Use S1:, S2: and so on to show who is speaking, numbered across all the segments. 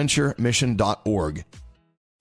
S1: adventuremission.org.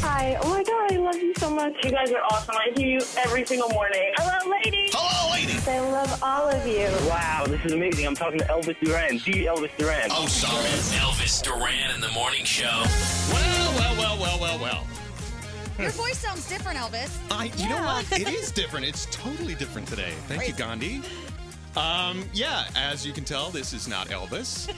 S2: Hi. Oh my god, I love you so much. You guys are awesome. I hear you every single morning. Hello, ladies. Hello, ladies. I love all of you.
S3: Wow, this is amazing. I'm talking to Elvis Duran, the Elvis Duran.
S4: Oh, sorry. Elvis Duran in the morning show.
S5: Well, well, well, well, well, well.
S6: Your voice sounds different, Elvis.
S5: I, you know what? It is different. It's totally different today. Thank you, Gandhi. Um, yeah, as you can tell, this is not Elvis.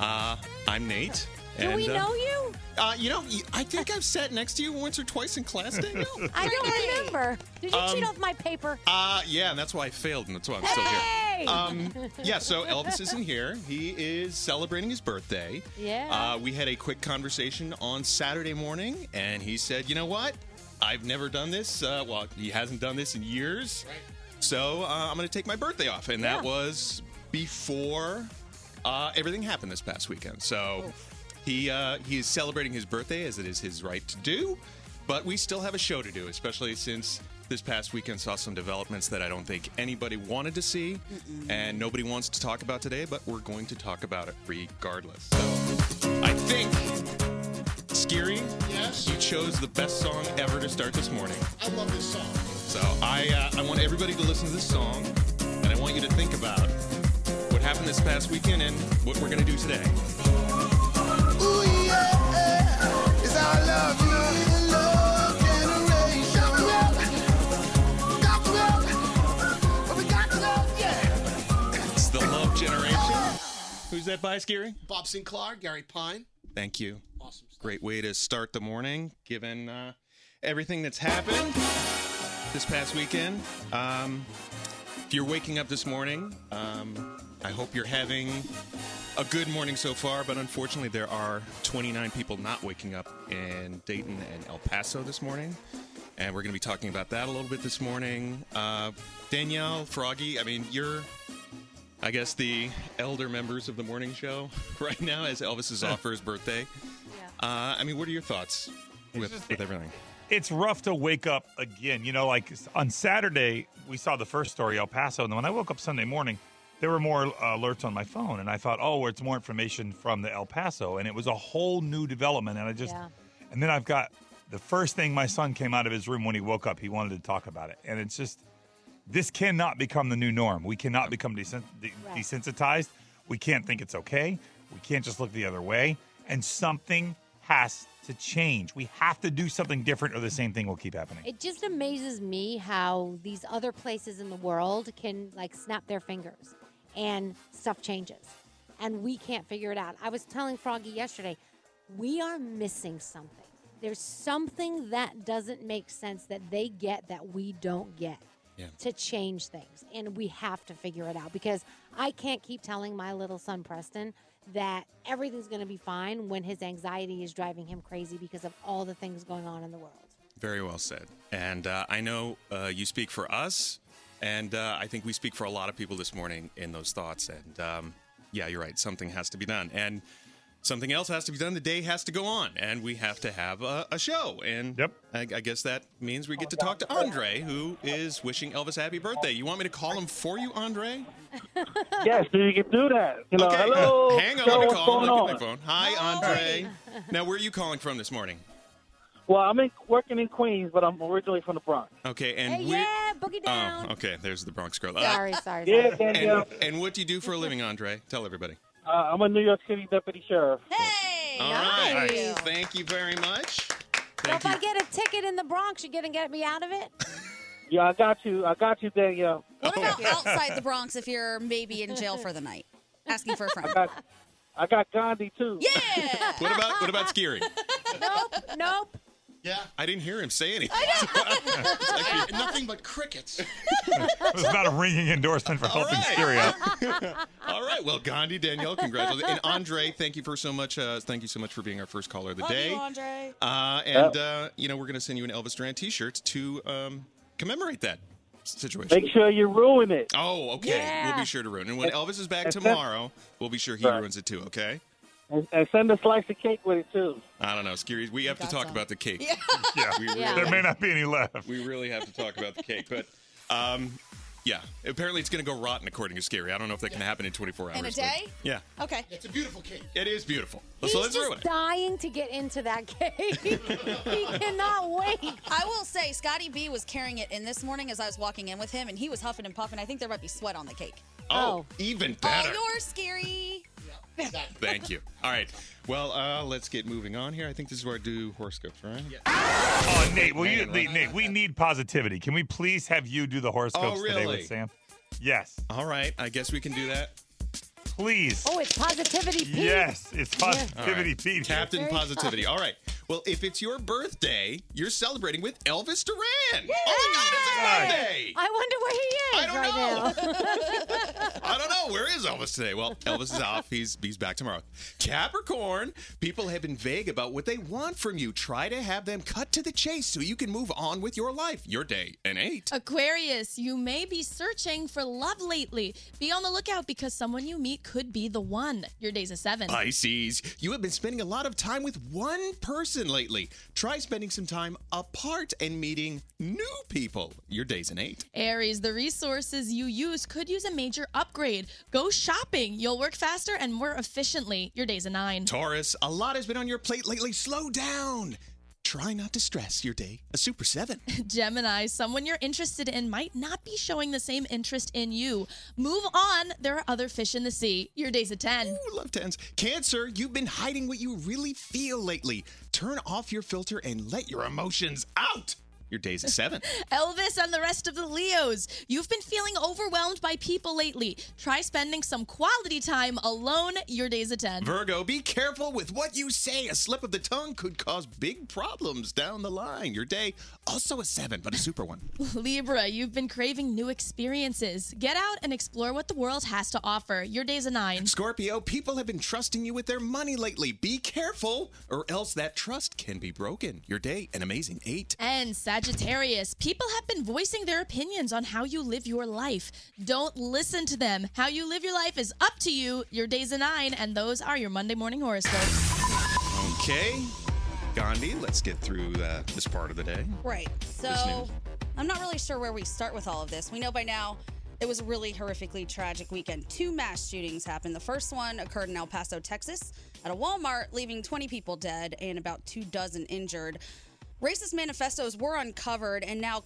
S5: Uh, I'm Nate.
S7: Do we
S5: and, uh,
S7: know you?
S5: Uh, you know, you- I think I've sat next to you once or twice in class, Danielle.
S7: I don't remember. Did you cheat
S5: Um,
S7: off my paper?
S5: Uh, yeah, and that's why I failed, and that's why I'm still
S7: Hey!
S5: here. Um, yeah, so Elvis isn't here. He is celebrating his birthday.
S7: Yeah.
S5: Uh, we had a quick conversation on Saturday morning, and he said, you know what? I've never done this. Uh, well, he hasn't done this in years. So uh, I'm going to take my birthday off. And that was before uh, everything happened this past weekend. So he, uh, he is celebrating his birthday as it is his right to do. But we still have a show to do, especially since this past weekend saw some developments that I don't think anybody wanted to see and nobody wants to talk about today, but we're going to talk about it regardless. So I think, Skiri,
S8: Yes.
S5: you chose the best song ever to start this morning.
S8: I love this song.
S5: So I, uh, I want everybody to listen to this song and I want you to think about what happened this past weekend and what we're going to do today.
S8: Ooh, yeah, it's our love, you know, the love generation. Got the love, got the love, we got the love, yeah.
S5: It's the Love Generation. Who's that by, Skiri?
S8: Bob Sinclair, Gary Pine.
S5: Thank you.
S8: Awesome stuff.
S5: Great way to start the morning, given uh, everything that's happened this past weekend. Um, if you're waking up this morning, um, I hope you're having a good morning so far, but unfortunately, there are 29 people not waking up in Dayton and El Paso this morning. And we're going to be talking about that a little bit this morning. Uh, Danielle, Froggy, I mean, you're, I guess, the elder members of the morning show right now as Elvis is off for his birthday. Uh, I mean, what are your thoughts? with, with everything.
S9: it's rough to wake up again. You know, like on Saturday, we saw the first story, El Paso. And when I woke up Sunday morning, there were more uh, alerts on my phone. And I thought, oh, it's more information from the El Paso. And it was a whole new development. And I just, and then I've got the first thing my son came out of his room when he woke up, he wanted to talk about it. And it's just, this cannot become the new norm. We cannot become desen- de- desensitized. We can't think it's okay. We can't just look the other way. And something has to change. We have to do something different, or the same thing will keep happening.
S7: It just amazes me how these other places in the world can like snap their fingers and stuff changes. And we can't figure it out. I was telling Froggy yesterday, we are missing something. There's something that doesn't make sense that they get that we don't get
S5: Yeah.
S7: to change things. And we have to figure it out because I can't keep telling my little son, Preston, that everything's going to be fine when his anxiety is driving him crazy because of all the things going on in the world.
S5: Very well said. And uh, I know uh, you speak for us, and uh, I think we speak for a lot of people this morning in those thoughts. And um, yeah, you're right. Something has to be done, and something else has to be done. The day has to go on, and we have to have a, a show. And yep. I, I guess that means we get to
S10: Oh,
S5: talk to Andre, who is wishing Elvis happy birthday. You want me to call him for you, Andre?
S10: yes, you can do that. You know,
S5: Okay,
S10: hello.
S5: Hang on,
S10: so
S5: let me
S10: what's
S5: call him.
S10: going
S5: Let me
S10: on?
S5: get my phone. Hi, Andre. Now, where are you calling from this morning?
S10: Well, I'm in, working in Queens, but I'm originally from the Bronx.
S5: Okay, and
S10: Hey,
S5: we Uh,
S10: yeah, boogie down.
S5: Oh, okay, there's the Bronx girl.
S10: Sorry, sorry, Yeah, sorry.
S5: and,
S10: Danielle.
S5: and what do you do for a living, Andre? Tell everybody.
S10: Uh, I'm a New York City deputy sheriff. Hey,
S5: All right. Thank you very much.
S7: Well, if
S5: Thank
S7: I get a ticket in the Bronx, you gonna get me out of it?
S10: Yeah, I got you. I got you, Danielle.
S5: What about
S11: Outside the Bronx, if you're maybe in jail for the night, asking for a friend.
S10: I got Gandhi too. Yeah.
S5: What about what about Skiri?
S7: nope, nope.
S12: Yeah.
S5: I didn't hear him say anything.
S12: Nothing but crickets.
S9: it was about a ringing endorsement for helping Syria.
S5: All right. Well, Gandhi, Danielle, congratulations, and Andre. Thank you for so much. Uh, thank you so much for being our first caller of the
S11: Love
S5: day,
S11: you, Andre.
S5: Uh, and uh, you know we're gonna send you an Elvis Duran T-shirt to um, commemorate that situation.
S10: Make sure you ruin it.
S5: Oh, okay. We'll be sure to ruin. it. And when
S10: And-
S5: Elvis is back
S10: and send-
S5: tomorrow, we'll be sure he ruins it too. Okay.
S10: And, and send a slice of cake with it too.
S5: I don't know, Scary. We have to talk about the cake.
S10: Yeah.
S5: We
S10: Yeah.
S9: There may not be any left.
S5: We really have to talk about the cake, but um, yeah. Apparently, it's going to go rotten according to Scary. I don't know if that can happen in 24 hours.
S11: In a
S5: but-
S11: day?
S5: yeah,
S11: Okay.
S12: It's a beautiful cake.
S5: it is beautiful.
S7: He's
S5: so let's
S7: just
S5: ruin it.
S7: dying to get into that cake. he cannot wait.
S11: I will say, Scotty B was carrying it in this morning as I was walking in with him, and he was huffing and puffing. I think there might be sweat on the cake.
S5: Oh, even better.
S11: Oh, you're scary.
S5: Thank you. All right. Well, uh, let's get moving on here. I think this is where I do horoscopes, right?
S9: Oh, Nate, will you, Nate, Nate, we need positivity. Can we please have you do the horoscopes
S5: Oh,
S9: today
S5: really?
S9: with Sam? Yes.
S5: All right. I guess we can do that.
S9: Please.
S7: Oh, it's positivity. Pete.
S9: Yes, it's positivity,
S5: All right. Captain
S7: Very
S5: Positivity.
S7: fun.
S5: All right. Well, if it's your birthday, you're celebrating with Elvis Duran. Oh my God, it's his birthday!
S7: I wonder where he is
S5: I
S7: don't right know. now.
S5: I don't know. Where is Elvis today? Well, Elvis is off. He's he's back tomorrow. Capricorn, people have been vague about what they want from you. Try to have them cut to the chase so you can move on with your life. Your day, an eight.
S13: Aquarius, you may be searching for love lately. Be on the lookout because someone you meet could be the one. Your day's a seven.
S5: Pisces, you have been spending a lot of time with one person lately. Try spending some time apart and meeting new people. Your day's an eight.
S13: Aries, the resources you use could use a major upgrade. Go shopping. You'll work faster and more efficiently. Your day's a nine.
S5: Taurus, a lot has been on your plate lately. Slow down. Try not to stress your day. A super seven.
S13: Gemini, someone you're interested in might not be showing the same interest in you. Move on. There are other fish in the sea. Your day's a 10.
S5: Ooh, love tens. Cancer, you've been hiding what you really feel lately. Turn off your filter and let your emotions out. Your day's a seven.
S13: Elvis and the rest of the Leos, you've been feeling overwhelmed by people lately. Try spending some quality time alone. Your day's a 10.
S5: Virgo, be careful with what you say. A slip of the tongue could cause big problems down the line. Your day, also a seven, but a super one.
S13: Libra, you've been craving new experiences. Get out and explore what the world has to offer. Your day's a 9.
S5: Scorpio, people have been trusting you with their money lately. Be careful, or else that trust can be broken. Your day, an amazing eight.
S13: And Sagittarius, people have been voicing their opinions on how you live your life. Don't listen to them. How you live your life is up to you. Your day's a nine, and those are your Monday morning horoscopes.
S5: Okay. Gandhi, let's get through uh, this part of the day.
S11: Right. So I'm not really sure where we start with all of this. We know by now it was a really horrifically tragic weekend. Two mass shootings happened. The first one occurred in El Paso, Texas, at a Walmart, leaving 20 people dead and about two dozen injured. Racist manifestos were uncovered, and now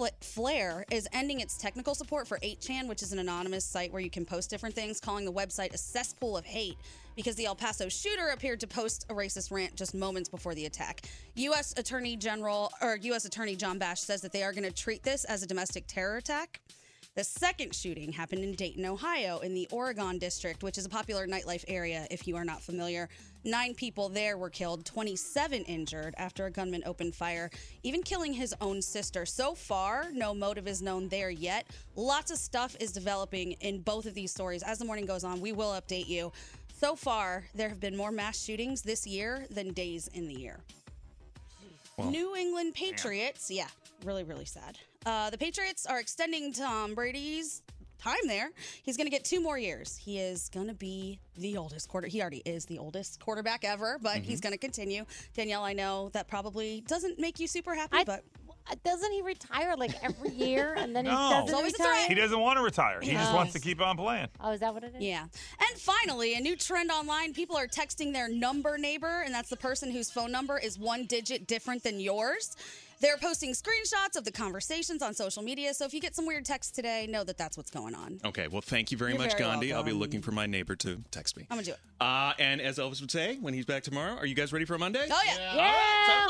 S11: Cloudflare is ending its technical support for 8chan, which is an anonymous site where you can post different things, calling the website a cesspool of hate because the El Paso shooter appeared to post a racist rant just moments before the attack. U.S. Attorney General or U.S. Attorney John Bash says that they are going to treat this as a domestic terror attack. The second shooting happened in Dayton, Ohio, in the Oregon District, which is a popular nightlife area if you are not familiar. Nine people there were killed, 27 injured after a gunman opened fire, even killing his own sister. So far, no motive is known there yet. Lots of stuff is developing in both of these stories. As the morning goes on, we will update you. So far, there have been more mass shootings this year than days in the year.
S14: Well,
S11: New England Patriots, yeah, really, really sad. Uh, the Patriots are extending Tom Brady's time there. He's going to get two more years. He is going to be the oldest quarter. He already is the oldest quarterback ever, but he's
S7: Mhm.
S11: going to continue. Danielle, I know that probably doesn't make you super happy, but
S7: doesn't he retire like every year and then he
S9: No,
S7: doesn't retire?
S9: he doesn't want to retire. He just
S7: No.
S9: wants to keep on playing.
S7: Oh, is that what it is?
S11: Yeah. And finally, a new trend online. People are texting their number neighbor, and that's the person whose phone number is one digit different than yours. They're posting screenshots of the conversations on social media. So if you get some weird texts today, know that that's what's going on.
S5: Okay, well, thank you very
S11: You're
S5: much,
S11: very
S5: Gandhi. I'll be
S11: welcome.
S5: looking for my neighbor to text me.
S11: I'm going to do it.
S5: Uh, and as Elvis would say, when he's back tomorrow, are you guys ready for a Monday?
S11: Oh, yeah.
S5: yeah.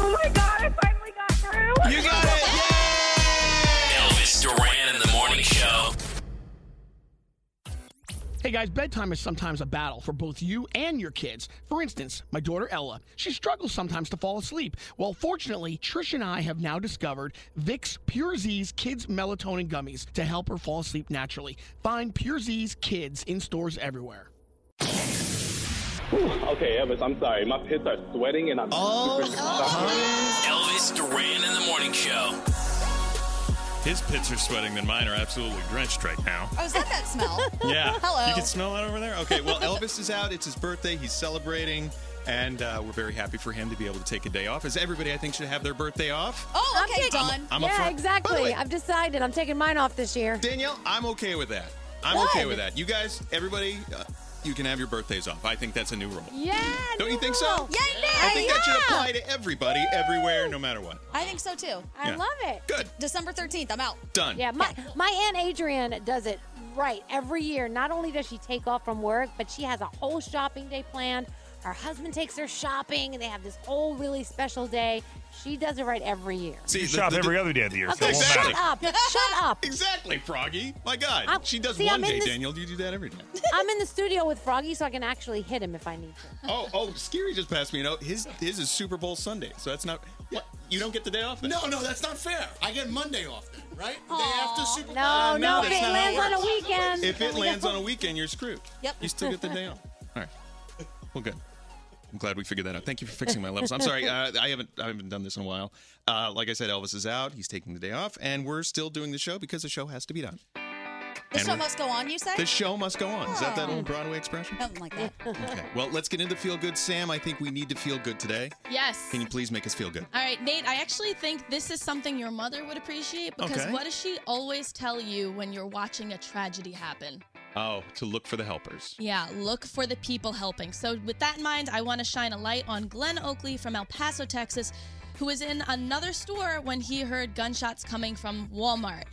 S15: Oh my god, I finally got through.
S5: You got it.
S4: Elvis Duran in the morning show.
S12: Hey guys, bedtime is sometimes a battle for both you and your kids. For instance, my daughter Ella, she struggles sometimes to fall asleep. Well, fortunately, Trish and I have now discovered Vicks Pure Z's Kids Melatonin Gummies to help her fall asleep naturally. Find Pure Z's Kids in stores everywhere.
S10: Okay, Elvis, I'm sorry. My pits are sweating and I'm oh, super
S4: Elvis Duran in the morning show.
S5: His pits are sweating, then mine are absolutely drenched right now.
S11: Oh, is that that smell?
S5: Yeah.
S11: Hello.
S5: You can smell that over there? Okay, well, Elvis is out. It's his birthday. He's celebrating. And uh, we're very happy for him to be able to take a day off, as everybody, I think, should have their birthday off.
S11: Oh, okay,
S7: I'm
S11: done.
S5: I'm a
S7: yeah,
S5: front- By the
S7: exactly.
S5: way-
S7: I've decided I'm taking mine off this year.
S5: Danielle, I'm okay with that. I'm
S7: Good.
S5: okay with that. You guys, everybody, uh, you can have your birthdays off. I think that's a new rule.
S7: Yeah.
S5: Don't you think so?
S11: Yeah,
S5: I think that should apply to everybody, everywhere, no matter what.
S11: I think so too.
S5: I Yeah. love
S7: it.
S5: Good.
S11: December 13th, I'm out.
S5: Done.
S7: Yeah, my my aunt Adrienne does it right every year. Not only does she take off from work, but she has a whole shopping day planned. Her husband takes her shopping, and they have this whole really special day. She does it right every year.
S5: See,
S9: you
S5: the-
S9: shop
S5: the-
S9: every other day of the year. so
S7: Okay,
S9: it won't
S7: shut
S9: matter.
S7: up! Shut up!
S5: Exactly, Froggy. My God.
S7: I'm-
S5: she does
S7: Um, see,
S5: one
S7: I'm in
S5: day,
S7: this-
S5: Daniel. You do that every day.
S7: I'm in the studio with Froggy, so I can actually hit him if I need to.
S5: Oh, oh, Scary just passed me a note. His his is Super Bowl Sunday, so that's not. What? You don't get the day off. Then.
S12: No, no, that's not fair. I get Monday off then, right? Day after Super Bowl.
S7: No, no, if
S5: that's
S7: it
S5: not how
S7: lands on a
S5: works.
S7: weekend.
S5: If
S7: then
S5: it
S7: we
S5: lands
S7: go.
S5: on a weekend, you're screwed.
S7: Yep.
S5: You still get the day off. All right. Well, good. I'm glad we figured that out. Thank you for fixing my levels. I'm sorry, uh, I haven't I haven't done this in a while. Uh, like I said, Elvis is out. He's taking the day off, and we're still doing the show because the show has to be done.
S11: The
S5: And
S11: show
S5: we're-
S11: must go on, you say?
S5: The show must go on. Is that that
S11: Oh.
S5: old Broadway expression?
S11: Something like that.
S5: Okay. Well, let's get into feel good, Sam. I think we need to feel good today.
S13: Yes.
S5: Can you please make us feel good?
S13: All right, Nate, I actually think this is something your mother would appreciate because
S5: Okay.
S13: what does she always tell you when you're watching a tragedy happen?
S5: Oh, to look for the helpers.
S13: Yeah, look for the people helping. So, with that in mind, I want to shine a light on Glenn Oakley from El Paso, Texas, who was in another store when he heard gunshots coming from Walmart.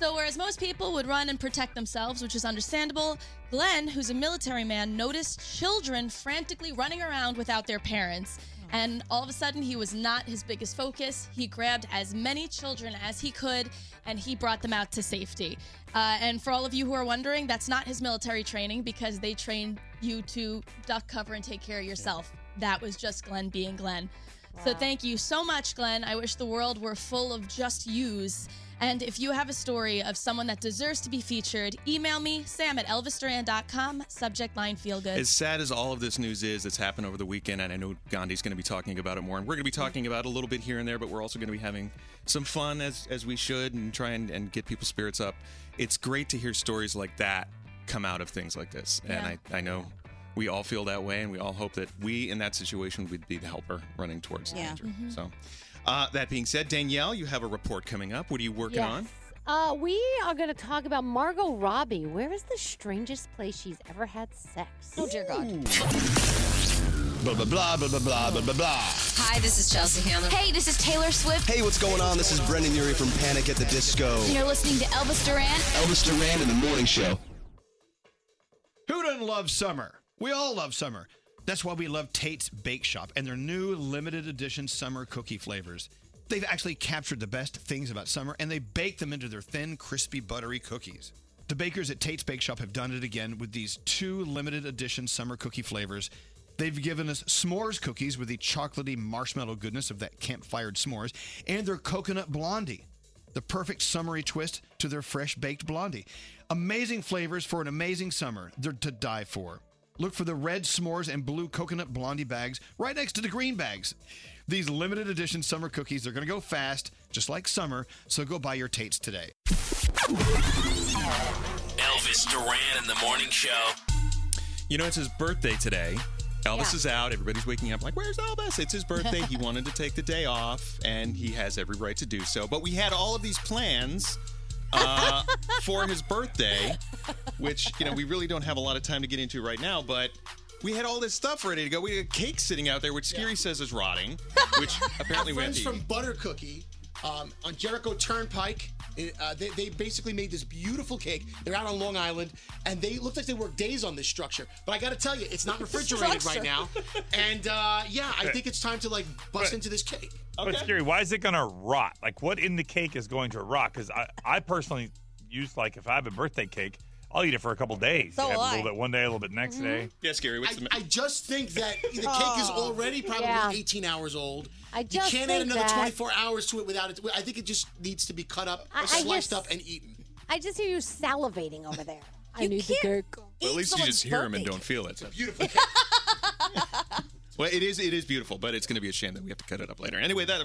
S13: So, whereas most people would run and protect themselves, which is understandable, Glenn, who's a military man, noticed children frantically running around without their parents. And all of a sudden, he was not his biggest focus. He grabbed as many children as he could and he brought them out to safety. Uh, and for all of you who are wondering, that's not his military training because they train you to duck, cover, and take care of yourself. That was just Glenn being Glenn. So thank you so much, Glenn. I wish the world were full of just yous. And if you have a story of someone that deserves to be featured, email me, sam at elvisduran.com, subject line feel good.
S5: As sad as all of this news is that's happened over the weekend, and I know Gandhi's going to be talking about it more, and we're going to be talking about it a little bit here and there, but we're also going to be having some fun as as we should and try and, and get people's spirits up. It's great to hear stories like that come out of things like this, and
S13: Yeah.
S5: I, I know we all feel that way, and we all hope that we, in that situation, would be the helper running towards
S7: Yeah.
S5: danger.
S13: Mm-hmm.
S7: Mhm.
S5: So, uh, that being said, Danielle, you have a report coming up. What are you working
S7: Yes.
S5: on?
S7: Uh, we are going to talk about Margot Robbie. Where is the strangest place she's ever had sex? Oh, dear God.
S16: Blah, blah, blah, blah, blah, blah, blah, blah, blah.
S17: Hi, this is Chelsea Handler. Hey, this is Taylor Swift.
S16: Hey, what's going on? This is Brendan Urie from Panic at the Disco.
S17: And you're listening to Elvis Duran.
S16: Elvis Duran in the Morning Show.
S1: Who doesn't love summer? We all love summer. That's why we love Tate's Bake Shop and their new limited edition summer cookie flavors. They've actually captured the best things about summer and they bake them into their thin, crispy, buttery cookies. The bakers at Tate's Bake Shop have done it again with these two limited edition summer cookie flavors. They've given us s'mores cookies with the chocolatey marshmallow goodness of that campfire s'mores and their coconut blondie the perfect summery twist to their fresh baked blondie. Amazing flavors for an amazing summer. They're to die for. Look for the red s'mores and blue coconut blondie bags right next to the green bags. These limited edition summer cookies, they're going to go fast, just like summer, so go buy your Tates today.
S4: Elvis Duran in the morning show.
S5: You know, it's his birthday today. Elvis is out. Everybody's waking up like, where's Elvis? It's his birthday. he wanted to take the day off, and he has every right to do so. But we had all of these plans uh, for his birthday, which, you know, we really don't have a lot of time to get into right now, but. We had all this stuff ready to go. We had cake sitting out there, which Scary says is rotting, which apparently
S18: Our
S5: we have
S18: friends
S5: to
S18: from Butter Cookie um, on Jericho Turnpike. Uh, they, they basically made this beautiful cake. They're out on Long Island, and they looked like they worked days on this structure. But I got to tell you, it's not refrigerated right
S9: Structure.
S18: now. And uh, yeah, I think it's time to like bust
S9: Right.
S18: into this cake.
S9: But scary. Why is it going to rot? Like, what in the cake is going to rot? Because I, I personally use like if I have a birthday cake, I'll eat it for a couple days.
S18: So
S9: have
S18: will
S9: a little
S18: I.
S9: bit one day, a little bit next day.
S5: Yeah, scary.
S9: What's the
S18: I just think that the cake is
S17: Oh,
S18: already probably
S17: yeah.
S18: 18 hours old.
S17: I
S18: you
S17: just
S18: can't add
S17: think
S18: another
S17: that-
S18: 24 hours to it without it. I think it just needs to be cut up,
S7: I- I
S18: sliced
S7: just-
S18: up, and eaten.
S7: I just hear you salivating over there. I need the
S18: can't
S7: cake.
S5: Well, at least you just hear him and don't feel it. beautiful. well, it is. It is beautiful, but it's going to be a shame that we have to cut it up later. Anyway, that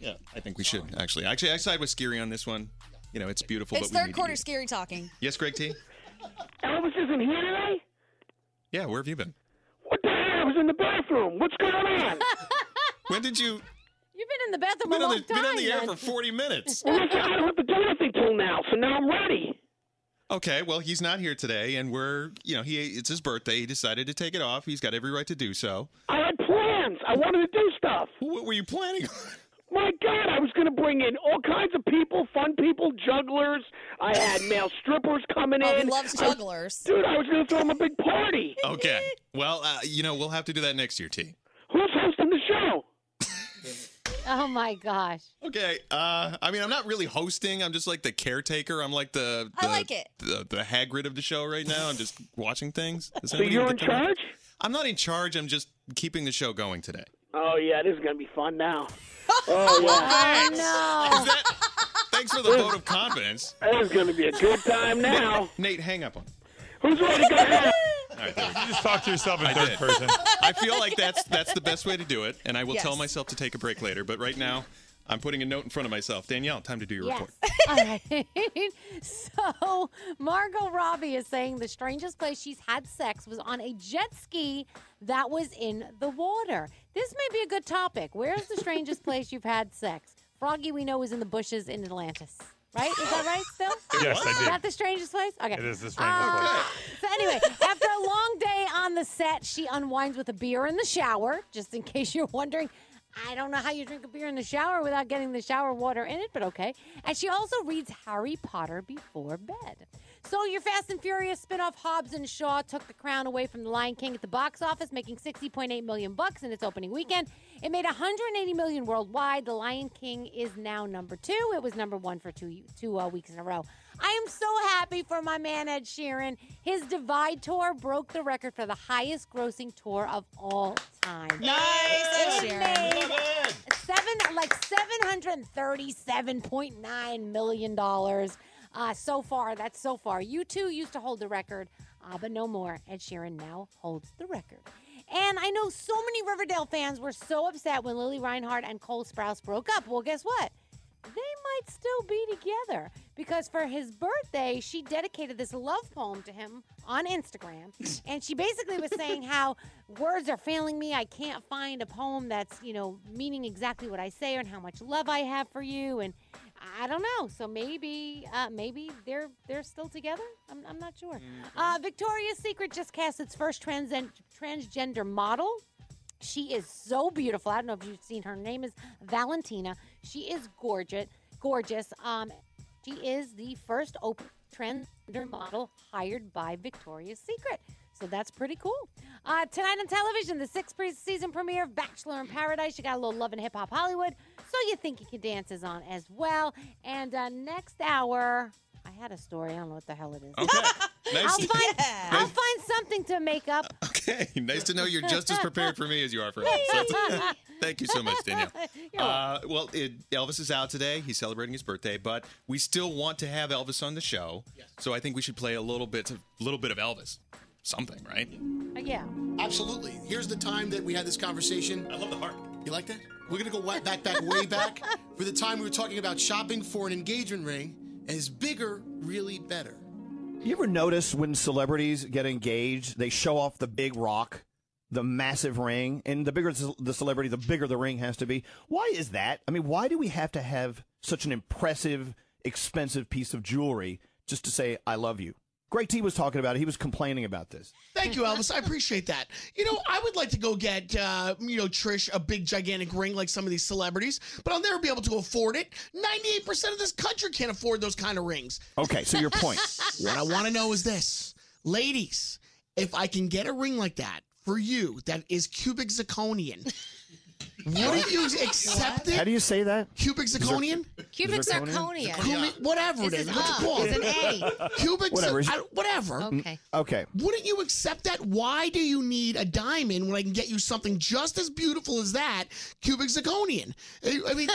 S5: yeah, I think we should actually. Actually, I side with Scary on this one. You know, it's beautiful,
S11: it's
S5: but we
S11: third
S5: need
S11: quarter
S5: To eat
S11: scary talking.
S5: it. Yes, Greg T.
S19: Elvis isn't here today?
S5: Yeah, where have you been?
S19: What the hell? I was in the bathroom. What's going on?
S5: When did you?
S7: You've been in the bathroom
S5: Been
S7: a
S5: on
S7: long
S5: the, been on the air
S7: time,
S5: for
S7: man.
S5: forty minutes.
S19: Well, listen, I don't have to do anything till now, so now I'm ready.
S5: Okay, well, he's not here today, and we're you know he it's his birthday. He decided to take it off. He's got every right to do so.
S19: I had plans. I wanted to do stuff.
S5: What were you planning on?
S19: My God, I was going to bring in all kinds of people, fun people, jugglers. I had male strippers coming
S11: Oh, he
S19: in.
S11: loves
S19: I-
S11: jugglers.
S19: dude, I was going to throw them a big party.
S5: Okay, well, uh, you know we'll have to do that next year, T.
S19: Who's hosting the show?
S7: Oh, my gosh.
S5: Okay. Uh, I mean, I'm not really hosting. I'm just like the caretaker. I'm like the, the
S11: I like it.
S5: the, the Hagrid of the show right now. I'm just watching things. Does
S19: So
S5: anybody
S19: you're
S5: get
S19: in
S5: that?
S19: charge?
S5: I'm not in charge. I'm just keeping the show going today.
S19: Oh, yeah, this is going to be fun now. Oh, yeah.
S5: Is that- thanks for the vote of confidence.
S19: That is going to be a good time now.
S5: Nate, hang up on.
S19: Who's ready to go home?
S5: All right, there we go.
S9: You just talk to yourself in
S5: I
S9: third
S5: did.
S9: person.
S5: I feel like that's that's the best way to do it, and I will tell
S7: Yes.
S5: myself to take a break later. But right now, I'm putting a note in front of myself. Danielle, time to do your
S7: Yes.
S5: report.
S7: All right. So, Margot Robbie is saying the strangest place she's had sex was on a jet ski that was in the water. This may be a good topic. Where's the strangest place you've had sex? Froggy, we know, was in the bushes in Atlantis. Right? Is that right still?
S9: Yes, I
S7: Is
S9: did.
S7: that the strangest place? Okay.
S9: It is the strangest
S7: place. So, anyway, after a long day on the set, she unwinds with a beer in the shower, just in case you're wondering. I don't know how you drink a beer in the shower without getting the shower water in it, but okay. And she also reads Harry Potter before bed. So your Fast and Furious spin-off Hobbs and Shaw took the crown away from The Lion King at the box office, making 60.8 million bucks in its opening weekend. It made 180 million worldwide. The Lion King is now number 2. It was number 1 for two two uh, weeks in a row. I am so happy for my man Ed Sheeran. His Divide tour broke the record for the highest grossing tour of all time.
S11: Nice, Ed
S7: It
S11: Sheeran.
S7: made seven like seven hundred thirty-seven point nine million dollars. Uh, so far, that's so far. You two used to hold the record, uh, but no more. Ed Sheeran now holds the record. And I know so many Riverdale fans were so upset when Lily Reinhardt and Cole Sprouse broke up. Well, guess what? they might still be together because for his birthday, she dedicated this love poem to him on Instagram. and she basically was saying how words are failing me. I can't find a poem that's, you know, meaning exactly what I say and how much love I have for you. And I don't know. So maybe, uh, maybe they're they're still together. I'm, I'm not sure. Uh, Victoria's Secret just cast its first trans- transgender model. She is so beautiful. I don't know if you've seen her. her name is Valentina. She is gorgeous, gorgeous. Um, she is the first open transgender model hired by Victoria's Secret. So that's pretty cool. Uh, tonight on television, the sixth pre- season premiere of Bachelor in Paradise. You got a little love and hip hop Hollywood. So you think you can dance is on as well. And uh, next hour, I had a story. I don't know what the hell it is. I'll find I'll find something to make up.
S5: Okay, nice to know you're just as prepared for me as you are for us. So that's- thank you so much, Danielle.
S7: You're
S5: Uh, well, it, Elvis is out today. He's celebrating his birthday, but we still want to have Elvis on the show. So I think we should play a little bit, a little bit of Elvis, something, right?
S7: Uh, yeah.
S18: Absolutely. Here's the time that we had this conversation. I
S5: love the heart.
S18: You like that? We're gonna go wa- back, back, way back for the time we were talking about shopping for an engagement ring, and is bigger really better?
S1: You ever notice when celebrities get engaged, they show off the big rock, the massive ring, and the bigger ce- the celebrity, the bigger the ring has to be. Why is that? I mean, why do we have to have such an impressive, expensive piece of jewelry just to say I love you? Greg T was talking about it. He was complaining about this.
S15: Thank you, Elvis. I appreciate that. You know, I would like to go get, uh, you know, Trish a big, gigantic ring like some of these celebrities, but I'll never be able to afford it. 98% of this country can't afford those kind of rings.
S1: Okay, so your point.
S15: what I want to know is this ladies, if I can get a ring like that for you that is cubic zirconian, wouldn't you accept it?
S1: How do you say that?
S15: Cubic zirconian?
S1: Cubic
S15: zirconia,
S1: zirconia?
S15: whatever it
S1: This
S15: is.
S1: is
S15: What's
S1: up.
S15: it called?
S1: It's an A.
S15: Cubic
S1: Whatever.
S15: zir- I don't- whatever.
S1: Okay. Okay.
S15: Wouldn't you accept that? Why do you need a diamond when I can get you something just as beautiful as that, cubic zirconian? I I mean, it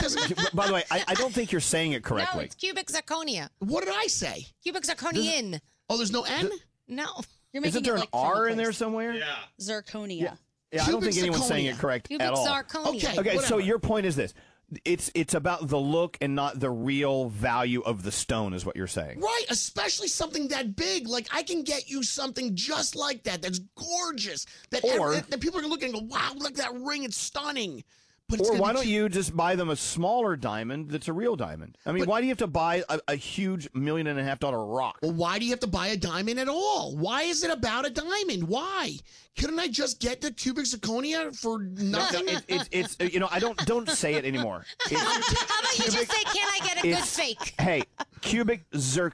S15: doesn't.
S1: By the way, I, I don't think you're saying it correctly.
S8: cubic zirconia.
S15: What did I say?
S8: Cubic zirconian.
S15: Oh, there's no N?
S8: No.
S11: You're
S1: Isn't there an R in there somewhere?
S5: Yeah.
S11: Zirconia.
S1: Yeah, I don't think anyone's saying it correct at all.
S11: Okay,
S1: Okay. So
S11: whatever.
S1: your point is this: it's it's about the look and not the real value of the stone, is what you're saying.
S15: Right, especially something that big. Like I can get you something just like that. That's gorgeous. That
S1: Or-
S15: that, that people are gonna look at and go, "Wow, look at that ring! It's stunning." But it's
S1: or
S15: gonna
S1: why
S15: be
S1: don't you just buy them a smaller diamond that's a real diamond? I mean, why do you have to buy a, a huge million and a half dollar rock?
S15: Well, why do you have to buy a diamond at all? Why is it about a diamond? Why couldn't I just get the cubic zirconia for
S1: No, no,
S15: nothing?
S1: it, it's it's uh, you know I don't don't say it anymore. It's,
S8: How about you just say, can I get a good
S1: it's-
S8: fake?
S1: Hey, cubic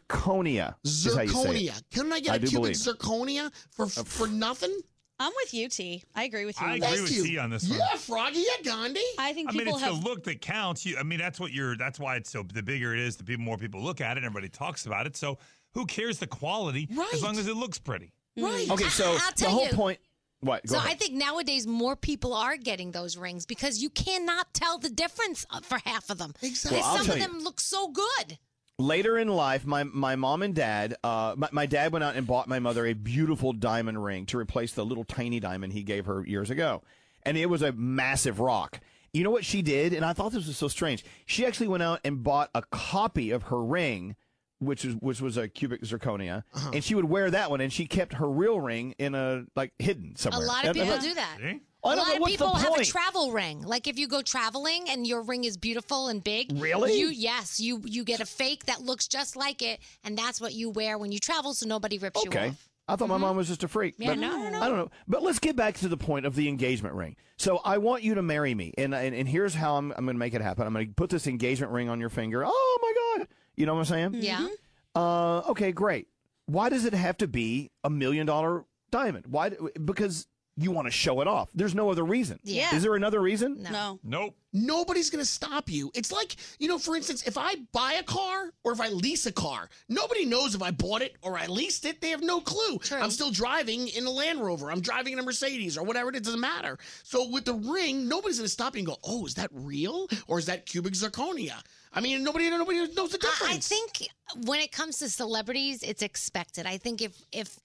S1: zirconia. is how you say it.
S15: zirconia. Couldn't I get
S1: I
S15: a
S1: do
S15: cubic
S1: believe. Uh,
S15: zirconia for for nothing?
S11: I'm with you, T. I agree with you.
S9: I
S11: on
S9: agree
S11: that.
S9: with T on this one.
S15: Yeah, Froggy, yeah, Gandhi.
S11: I think
S9: I mean,
S11: people
S9: it's
S11: have
S9: the look that counts. You, I mean, that's what you're. That's why it's so. The bigger it is, the people, more people look at it. and Everybody talks about it. So who cares the quality? As long as it looks pretty.
S8: Right.
S1: Okay, so
S8: I'll
S1: the
S8: tell
S1: whole
S8: you.
S1: point. What? Go
S8: So
S1: ahead.
S8: I think nowadays more people are getting those rings because you cannot tell the difference uh, for half of them. Exactly.
S1: Well, I'll
S8: some
S1: tell
S8: of
S1: you.
S8: them look so good.
S1: later in life, my, my mom and dad, uh, my, my dad went out and bought my mother a beautiful diamond ring to replace the little tiny diamond he gave her years ago. And it was a massive rock. You know what she did? And I thought this was so strange. She actually went out and bought a copy of her ring. Which was which was a cubic zirconia, and she would wear that one, and she kept her real ring in a like hidden
S8: A
S1: somewhere.
S8: lot of people do that.
S1: uh, Oh, I don't
S8: a lot
S1: know
S8: of
S1: what's the
S8: people have a
S1: point.
S8: travel ring. Like if you go traveling and your ring is beautiful and big,
S1: Really?
S8: You yes, you you get a fake that looks just like it, and that's what you wear when you travel, so nobody rips you
S1: Okay.
S8: off. Mm-hmm.
S1: I thought my mom was just a freak.
S8: Yeah,
S1: but
S8: no, no, no.
S1: I don't know. But let's get back to the point of the engagement ring. So I want you to marry me, and and, and here's how I'm I'm going to make it happen. I'm going to put this engagement ring on your finger. Oh my god! You know what I'm saying?
S8: Yeah.
S1: Uh, okay, great. Why does it have to be a million dollar diamond? Why? d- Because you want to show it off. There's no other reason.
S15: Yeah.
S1: Is there another reason?
S15: No.
S9: Nope.
S15: Nobody's going to stop you. It's like, you know, for instance, if I buy a car or if I lease a car, nobody knows if I bought it or I leased it. They have no clue. I'm still driving in a Land Rover. I'm driving in a Mercedes or whatever. It is, doesn't matter. So with the ring, nobody's going to stop you and go, oh, is that real or is that cubic zirconia? I mean, nobody, nobody knows the difference.
S8: I think when it comes to celebrities, it's expected. I think if if